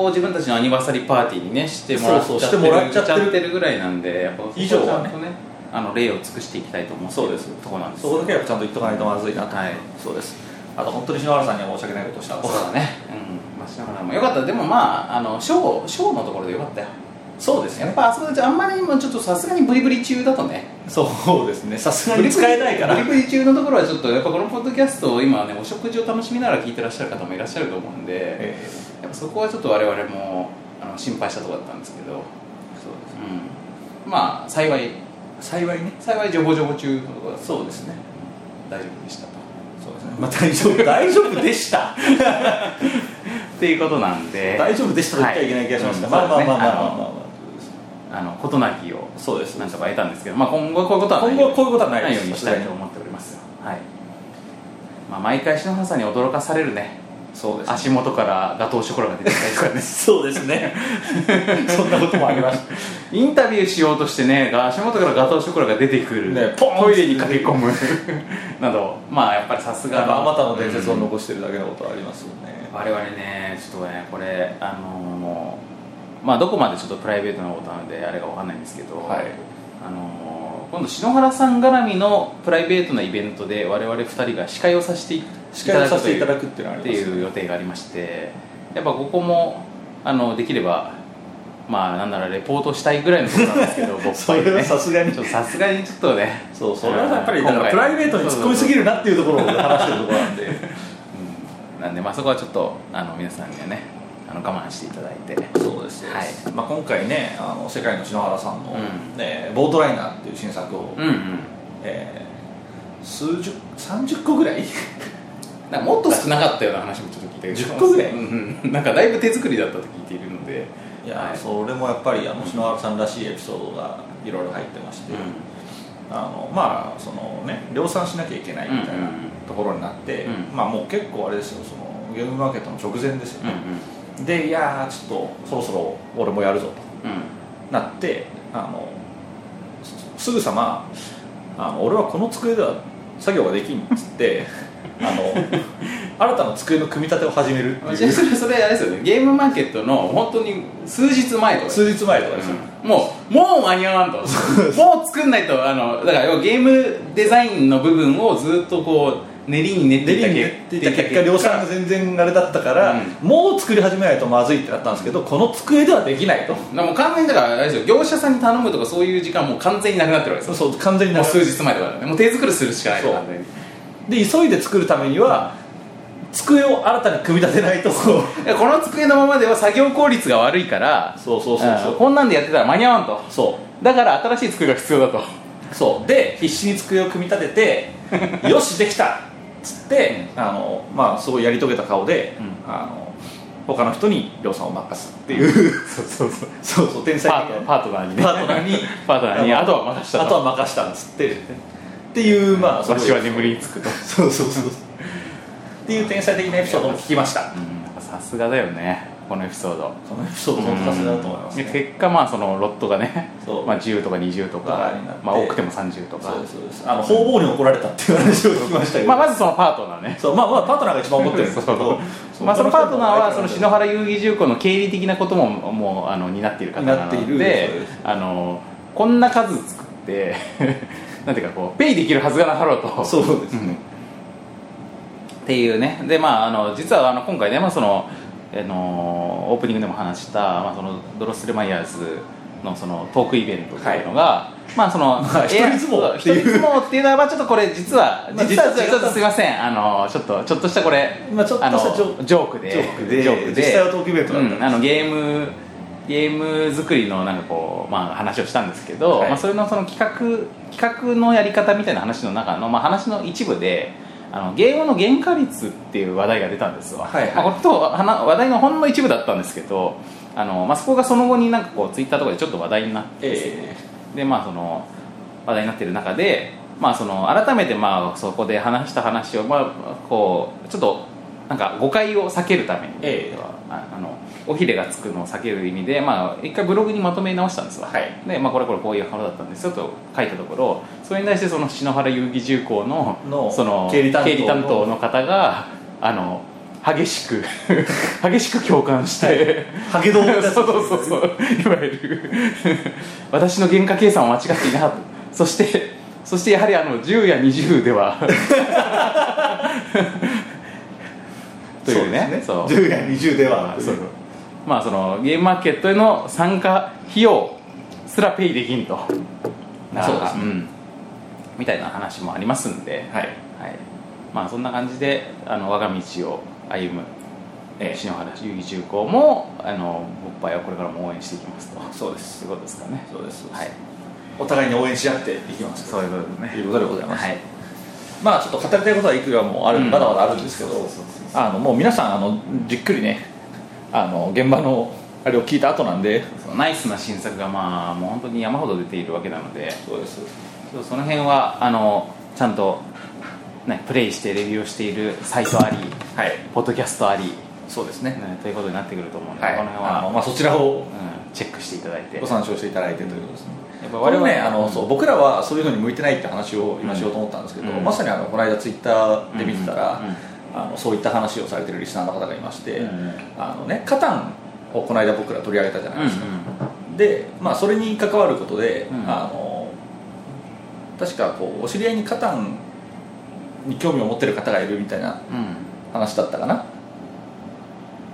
Speaker 2: 自分たちのアニバーサリーパーティーにねしてもらっちゃってる
Speaker 4: そうそうしてもらっちゃってる
Speaker 2: ぐらいなんでやっぱ
Speaker 4: 以上はね
Speaker 2: そこはちゃんとあの礼を尽くしていきたいと思ってそうですところなんです
Speaker 4: そこだけはちゃんと言っとかないとまずいなと、そうですあと本当に篠原さんには申し訳ないことをしたんです
Speaker 2: そうだねうんまあ篠原もよかったでもまああのショーショーのところでよかったよ
Speaker 4: そうですね
Speaker 2: やっぱあそこでちょあんまりにもちょっとさすがにブリブリ中だとね
Speaker 4: そうですねさすがに使えないから
Speaker 2: ブリブリ中のところはちょっとやっぱこのポッドキャストを今ねお食事を楽しみながら聞いてらっしゃる方もいらっしゃると思うんで、やっぱそこはちょっと我々もあの心配したところだったんですけどそうです、うん、まあ幸い
Speaker 4: 幸いね
Speaker 2: 幸いジョボジョボ中のところだった
Speaker 4: そうですね
Speaker 2: 大丈夫でしたとそうです
Speaker 4: ねまあ大丈夫大丈夫でした
Speaker 2: っていうことなんで
Speaker 4: 大丈夫でしたと言ってはいけない気がしますが
Speaker 2: はいうん
Speaker 4: まあまあまあまあまあまあ
Speaker 2: あの事なきをそうですなんとか得たんですけど、まあ、今後はこういうことはない
Speaker 4: 今後はこういうことはないです
Speaker 2: ようにしたいと思っておりますはい、まあ、毎回篠原さんに驚かされるね、
Speaker 4: そうです
Speaker 2: 足元からガトーショコラが出てきたりとか ね
Speaker 4: そうで すねそんなこともありました
Speaker 2: インタビューしようとしてねが足元からガトーショコラが出てくる、トイレに駆け込む などまあやっぱりさすが
Speaker 4: あまたの伝説を残してるだけのことはありますよね、
Speaker 2: 我々ねちょっとねこれあのもうまあどこまでちょっとプライベートなことなのであれがわかんないんですけど、あの今度篠原さん絡みのプライベートなイベントで我々2人が司会をさせてい
Speaker 4: 司会をさせていただくっていうのはありますね
Speaker 2: っていう予定がありましてやっぱここもあのできればまあなんならレポートしたいぐらいのことなんです けど僕
Speaker 4: それはさすがに
Speaker 2: さすがにちょっとね
Speaker 4: そうそれはやっぱりだからプライベートに突っ込みすぎるなっていうところを話してるところなんで
Speaker 2: なんでまあそこはちょっとあの皆さんにはねあの我慢していただいて
Speaker 4: そうですよ、まあ、今回ねあの世界の篠原さんの、ねボートライナー」っていう新作を、
Speaker 2: うんうん
Speaker 4: えー数十30個ぐらい
Speaker 2: なんかもっと少なかったような話もちょっと聞いたけど
Speaker 4: 10個ぐらい
Speaker 2: うんうんなんかだいぶ手作りだったと聞いているので
Speaker 4: いや、それもやっぱりあの篠原さんらしいエピソードがいろいろ入ってまして、あのまあそのね量産しなきゃいけないみたいなところになって、
Speaker 2: うん
Speaker 4: まあもう結構あれですよそのゲームマーケットの直前ですよね、でいやーちょっとそろそろ俺もやるぞと、なってあのすすぐさまあの「俺はこの机では作業ができん」っつって あの新たな机の組み立てを始めるって
Speaker 2: じ
Speaker 4: い
Speaker 2: ゃ
Speaker 4: う
Speaker 2: あそれそれあれですよねゲームマーケットの本当に数日前とか数
Speaker 4: 日前とかです
Speaker 2: よ、もうもう間に合わんともう作んないとあのだから要はゲームデザインの部分をずっとこう練りに練っていた
Speaker 4: 練っていた結果量産が全然あれだったから、もう作り始めないとまずいってなったんですけどこの机ではできないと
Speaker 2: もう完全にだからあれですよ業者さんに頼むとかそういう時間もう完全になくなってるわけです
Speaker 4: そう完全に
Speaker 2: もう数日前とかだねもう手作りするしかないと完全に
Speaker 4: で急いで作るためには机を新たに組み立てないとこ
Speaker 2: の机のままでは作業効率が悪いから
Speaker 4: そうそうそうそう
Speaker 2: こんなんでやってたら間に合わんと
Speaker 4: そう
Speaker 2: だから新しい机が必要だと
Speaker 4: そうで必死に机を組み立て てよしできたっつってあのまあすごいやり遂げた顔で、あの他の人に量産を任すっていうそうそうそうそうそう天才的な
Speaker 2: パートナーにね
Speaker 4: パートナーに
Speaker 2: パートナーにあとは任したと
Speaker 4: あとは任したっつってっていうまあ
Speaker 2: わしは
Speaker 4: すごい
Speaker 2: 眠りにつくと
Speaker 4: そうそうそうっていう天才的なエピソードも聞きました
Speaker 2: さすがだよねこのエピソード
Speaker 4: このエピソード本当さすがだと思いますね
Speaker 2: うんで結果まあそのロットがねまあ、10とか20とかまあ、多くても30とかそうです
Speaker 4: そうですあの方々に怒られたっていう話を聞きましたけど、
Speaker 2: まあ、まずそのパートナーね
Speaker 4: そうまあまあパートナーが一番怒ってるんですけど
Speaker 2: まあ、そのパートナーはその篠原遊戯重工の経理的なことももうあの担っている方な
Speaker 4: 担って
Speaker 2: の
Speaker 4: いる
Speaker 2: で
Speaker 4: そうで
Speaker 2: あのこんな数作って なんていうかこうペイできるはずがなかろうと
Speaker 4: そうです
Speaker 2: ね、っていうねでまああの実はあの今回ね、まあ、そのあのオープニングでも話した、まあ、そのドロス・ルマイヤーズのそのトークイベントっていうのが、まあその
Speaker 15: 一人相撲
Speaker 2: 一人相撲っていうのはまあちょっとこれ実は
Speaker 15: まあ
Speaker 2: 実は
Speaker 15: 実は違った
Speaker 2: ちょっとすいませんあのちょっとちょっとしたこれ
Speaker 15: まあちょっとし
Speaker 2: あ
Speaker 15: た
Speaker 2: の
Speaker 15: ジ
Speaker 2: ジ
Speaker 15: ョ
Speaker 2: ョークで
Speaker 15: ジョークで
Speaker 2: で
Speaker 15: 実際はトークイベントだった
Speaker 2: うんあのゲームゲーム作りのなんかこう、まあ、話をしたんですけど、まあ、それのその企画企画のやり方みたいな話の中の、まあ、話の一部であのゲームの原価率っていう話題が出たんですわ、まあ、これとはな話題のほんの一部だったんですけどあの、まあ、そこがその後になんかこうツイッターとかでちょっと話題になってですね、でまあその話題になってる中で、まあ、その改めてまあそこで話した話を、まあ、こうちょっとなんか誤解を避けるために、ああのおひれがつくのを避ける意味で、まあ、一回ブログにまとめ直したんですわ、で、まあ、これこれこういう話だったんですよと書いたところそれに対してその篠原遊戯重工の
Speaker 4: の
Speaker 2: その
Speaker 4: 経理担当の
Speaker 2: 担当の方があの激し く激しく共感して、
Speaker 4: ハゲドウ
Speaker 2: そうそうそうそういわゆる私の原価計算を間違っていなかったそしてそしてやはりあの10や20ではというね そう
Speaker 15: 10や20では
Speaker 2: そうまあそのゲームマーケットへの参加費用すらペイできんとなかなか
Speaker 15: そうですね
Speaker 2: んみたいな話もありますんで、はいまあ、そんな感じであの我が道を歩む、えー、篠原遊戯重工もあの僕はこれからも応援していきますとそうですいうことですかねそうですはい、
Speaker 4: お互いに応援し合っていきます
Speaker 2: そういうことね
Speaker 4: ということでございます、
Speaker 2: はい
Speaker 4: まあちょっと語りたいことはいくらもある、まだまだあるんですけどあのもう皆さんあのじっくりねあの現場のあれを聞いた後なんで
Speaker 2: ナイスな新作がまあもう本当に山ほど出ているわけなのでそうですその辺はあのちゃんと、ね、プレイしてレビューをしているサイトあり、ポッドキャストありそうですねということになってくると思うので、この辺は
Speaker 4: あのまあそちら
Speaker 2: う
Speaker 4: を
Speaker 2: んチェックしていただいて
Speaker 4: ご参照していただいてということですね
Speaker 2: やっぱ
Speaker 4: こ
Speaker 2: 我
Speaker 4: れ
Speaker 2: 々
Speaker 4: ねあの、
Speaker 2: うん
Speaker 4: そう僕らはそういうのに向いてないって話を今しようと思ったんですけど、
Speaker 2: うん
Speaker 4: まさにあのこの間ツイッターで見てたら、あのそういった話をされてるリスナーの方がいまして、あのね、カタンをこの間僕ら取り上げたじゃないですか、で、まあ、それに関わることで、あの確かこうお知り合いにカタンに興味を持ってる方がいるみたいな話だったかな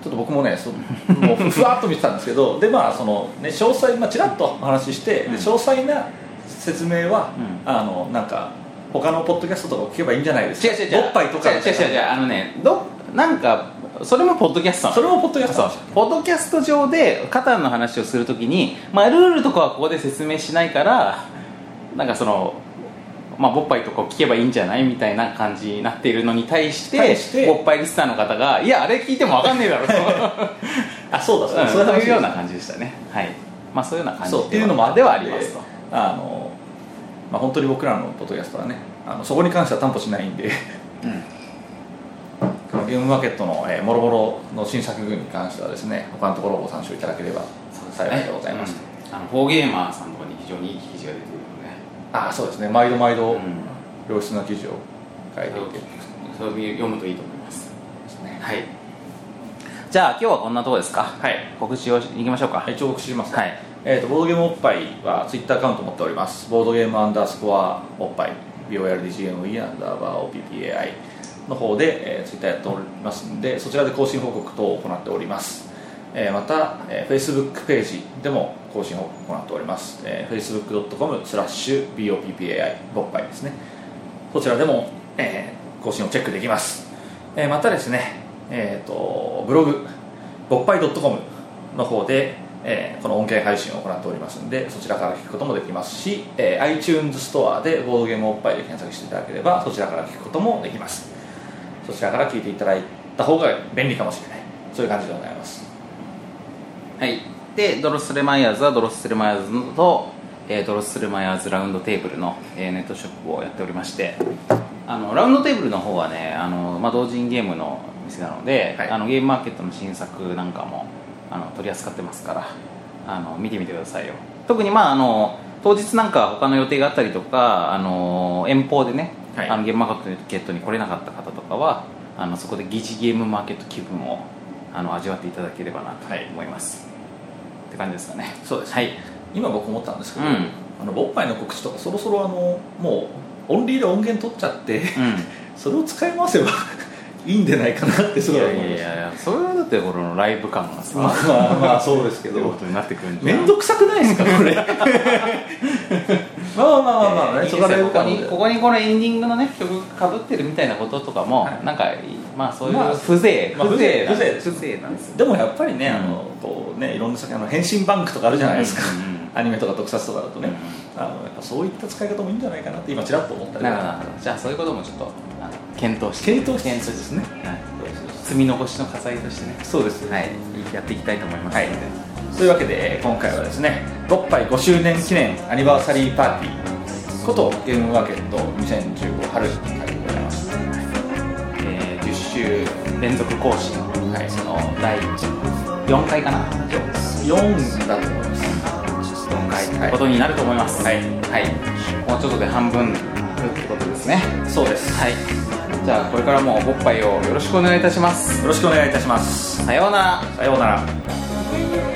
Speaker 4: ちょっと僕もねそ もうふわっと見てたんですけどでまあその、ね、詳細、まあ、ちらっとお話しして、で詳細な説明は、あのなんか他のポッドキャストとかを聞けばいいんじゃないですか
Speaker 2: 違う違う違う
Speaker 4: おっぱいとか
Speaker 2: 違う違う違う違うあのねどなんかそれもポッドキャストなの
Speaker 4: それもポッドキャストなんで
Speaker 2: そうポッドキャスト上でカタンの話をするときに、まあ、ルールとかはここで説明しないからなんかそのまあ、ボッパイとかを聞けばいいんじゃないみたいな感じになっているのに対して
Speaker 4: 対して
Speaker 2: ボッパイリスターの方がいやあれ聞いてもわかんねえ だろ
Speaker 4: あそうだそうだ
Speaker 2: ん
Speaker 4: そういう話
Speaker 2: いうような感じでしたねはいまあそういうような感じ
Speaker 4: そうっていうのもあって
Speaker 2: ではありますと
Speaker 4: あの、まあ、本当に僕らのポッドキャストはねあのそこに関しては担保しないんで、このゲームマーケットの、えー、もろもろの新作群に関してはですね他のところをご参照いただければ幸いでございます、
Speaker 2: あのフォーゲーマーさんとかに非常にいい記事が出ているので
Speaker 4: ああそうですね毎度毎度良質な記事を書いていて、
Speaker 2: それを読むといいと思いますはいじゃあ今日はこんなところですかはい告知をいきましょうか
Speaker 4: 一応告知しますはいえー、とボードゲームおっぱいはツイッターアカウント持っておりますボードゲームアンダースコアおっぱい BOLDGME アンダーバー OPPAI の方で、えー、ツイッターやっておりますのでそちらで更新報告等を行っております、えーまた、えー、Facebook ページでも更新報告を行っております、えー、facebook.com スラッシュ BOPPAI おっぱいですねそちらでも、えー更新をチェックできます、えーまたですね、えー、とブログぼっぱい .com の方で、えーこの音源配信を行っておりますのでそちらから聞くこともできますし、えー iTunes ストアでボードゲームおっぱいで検索していただければそちらから聞くこともできますそちらから聞いていただいた方が便利かもしれないそういう感じでございます
Speaker 2: はいでドロス・レマイヤーズはドロス・レマイヤーズと、えードロス・レマイヤーズラウンドテーブルの、えーネットショップをやっておりましてあのラウンドテーブルの方はねあの、まあ、同人ゲームの店なので、あのゲームマーケットの新作なんかもあの取り扱ってますからあの見てみてくださいよ特にまああの当日なんか他の予定があったりとかあの遠方でね、あのゲームマーケットに来れなかった方とかはあのそこで疑似ゲームマーケット気分をあの味わっていただければなと思います、って感じですかね
Speaker 4: そうです、
Speaker 2: はい、
Speaker 4: 今僕思ったんですけど、
Speaker 2: うん
Speaker 4: あのボッパイの告知とかそろそろあのもうオンリーで音源取っちゃって、それを使い回せば いいんじゃないかなってすごい思います
Speaker 2: いやいやそれはだってこのライブ感がさ
Speaker 4: まあまあそうですけど
Speaker 2: ってことになってくるんで
Speaker 4: 面倒くさくないですか これまあまあまあまあね、
Speaker 2: いいです
Speaker 4: そ
Speaker 2: よ
Speaker 4: こら辺
Speaker 2: ここにここにこのエンディングのね曲かぶってるみたいなこととかも、なんかまあそういう
Speaker 4: まあ
Speaker 2: 風情、
Speaker 4: まあ風情
Speaker 2: 風情
Speaker 4: 風
Speaker 2: 情風情なんです
Speaker 4: でもやっぱりね、あのこうねいろんなあの変身バンクとかあるじゃないですか、アニメとか特撮とかだとね、あのやっぱそういった使い方もいいんじゃないかなって今ちらっと思ったり
Speaker 2: なるほどなるほどじゃあそういうこともちょっとあの検討して
Speaker 4: 検討して
Speaker 2: 検討ですね、はい、積み残しの火災としてね
Speaker 4: そうです、
Speaker 2: はい、やっていきたいと思います、
Speaker 4: はい、というわけでえー今回はですね6杯5周年記念アニバーサリーパーティーことゲームマーケット2015春会でございます、
Speaker 2: えー10週連続更新、はい、その第4回かな
Speaker 4: 4だと思います
Speaker 2: 4回ってことになると思いますはい、もうちょっとで半分ってことですね
Speaker 4: そうです
Speaker 2: はいじゃあこれからもおっぱいをよろしくお願いいたします
Speaker 4: よろしくお願いいたします
Speaker 2: さようなら
Speaker 4: さようなら
Speaker 16: 「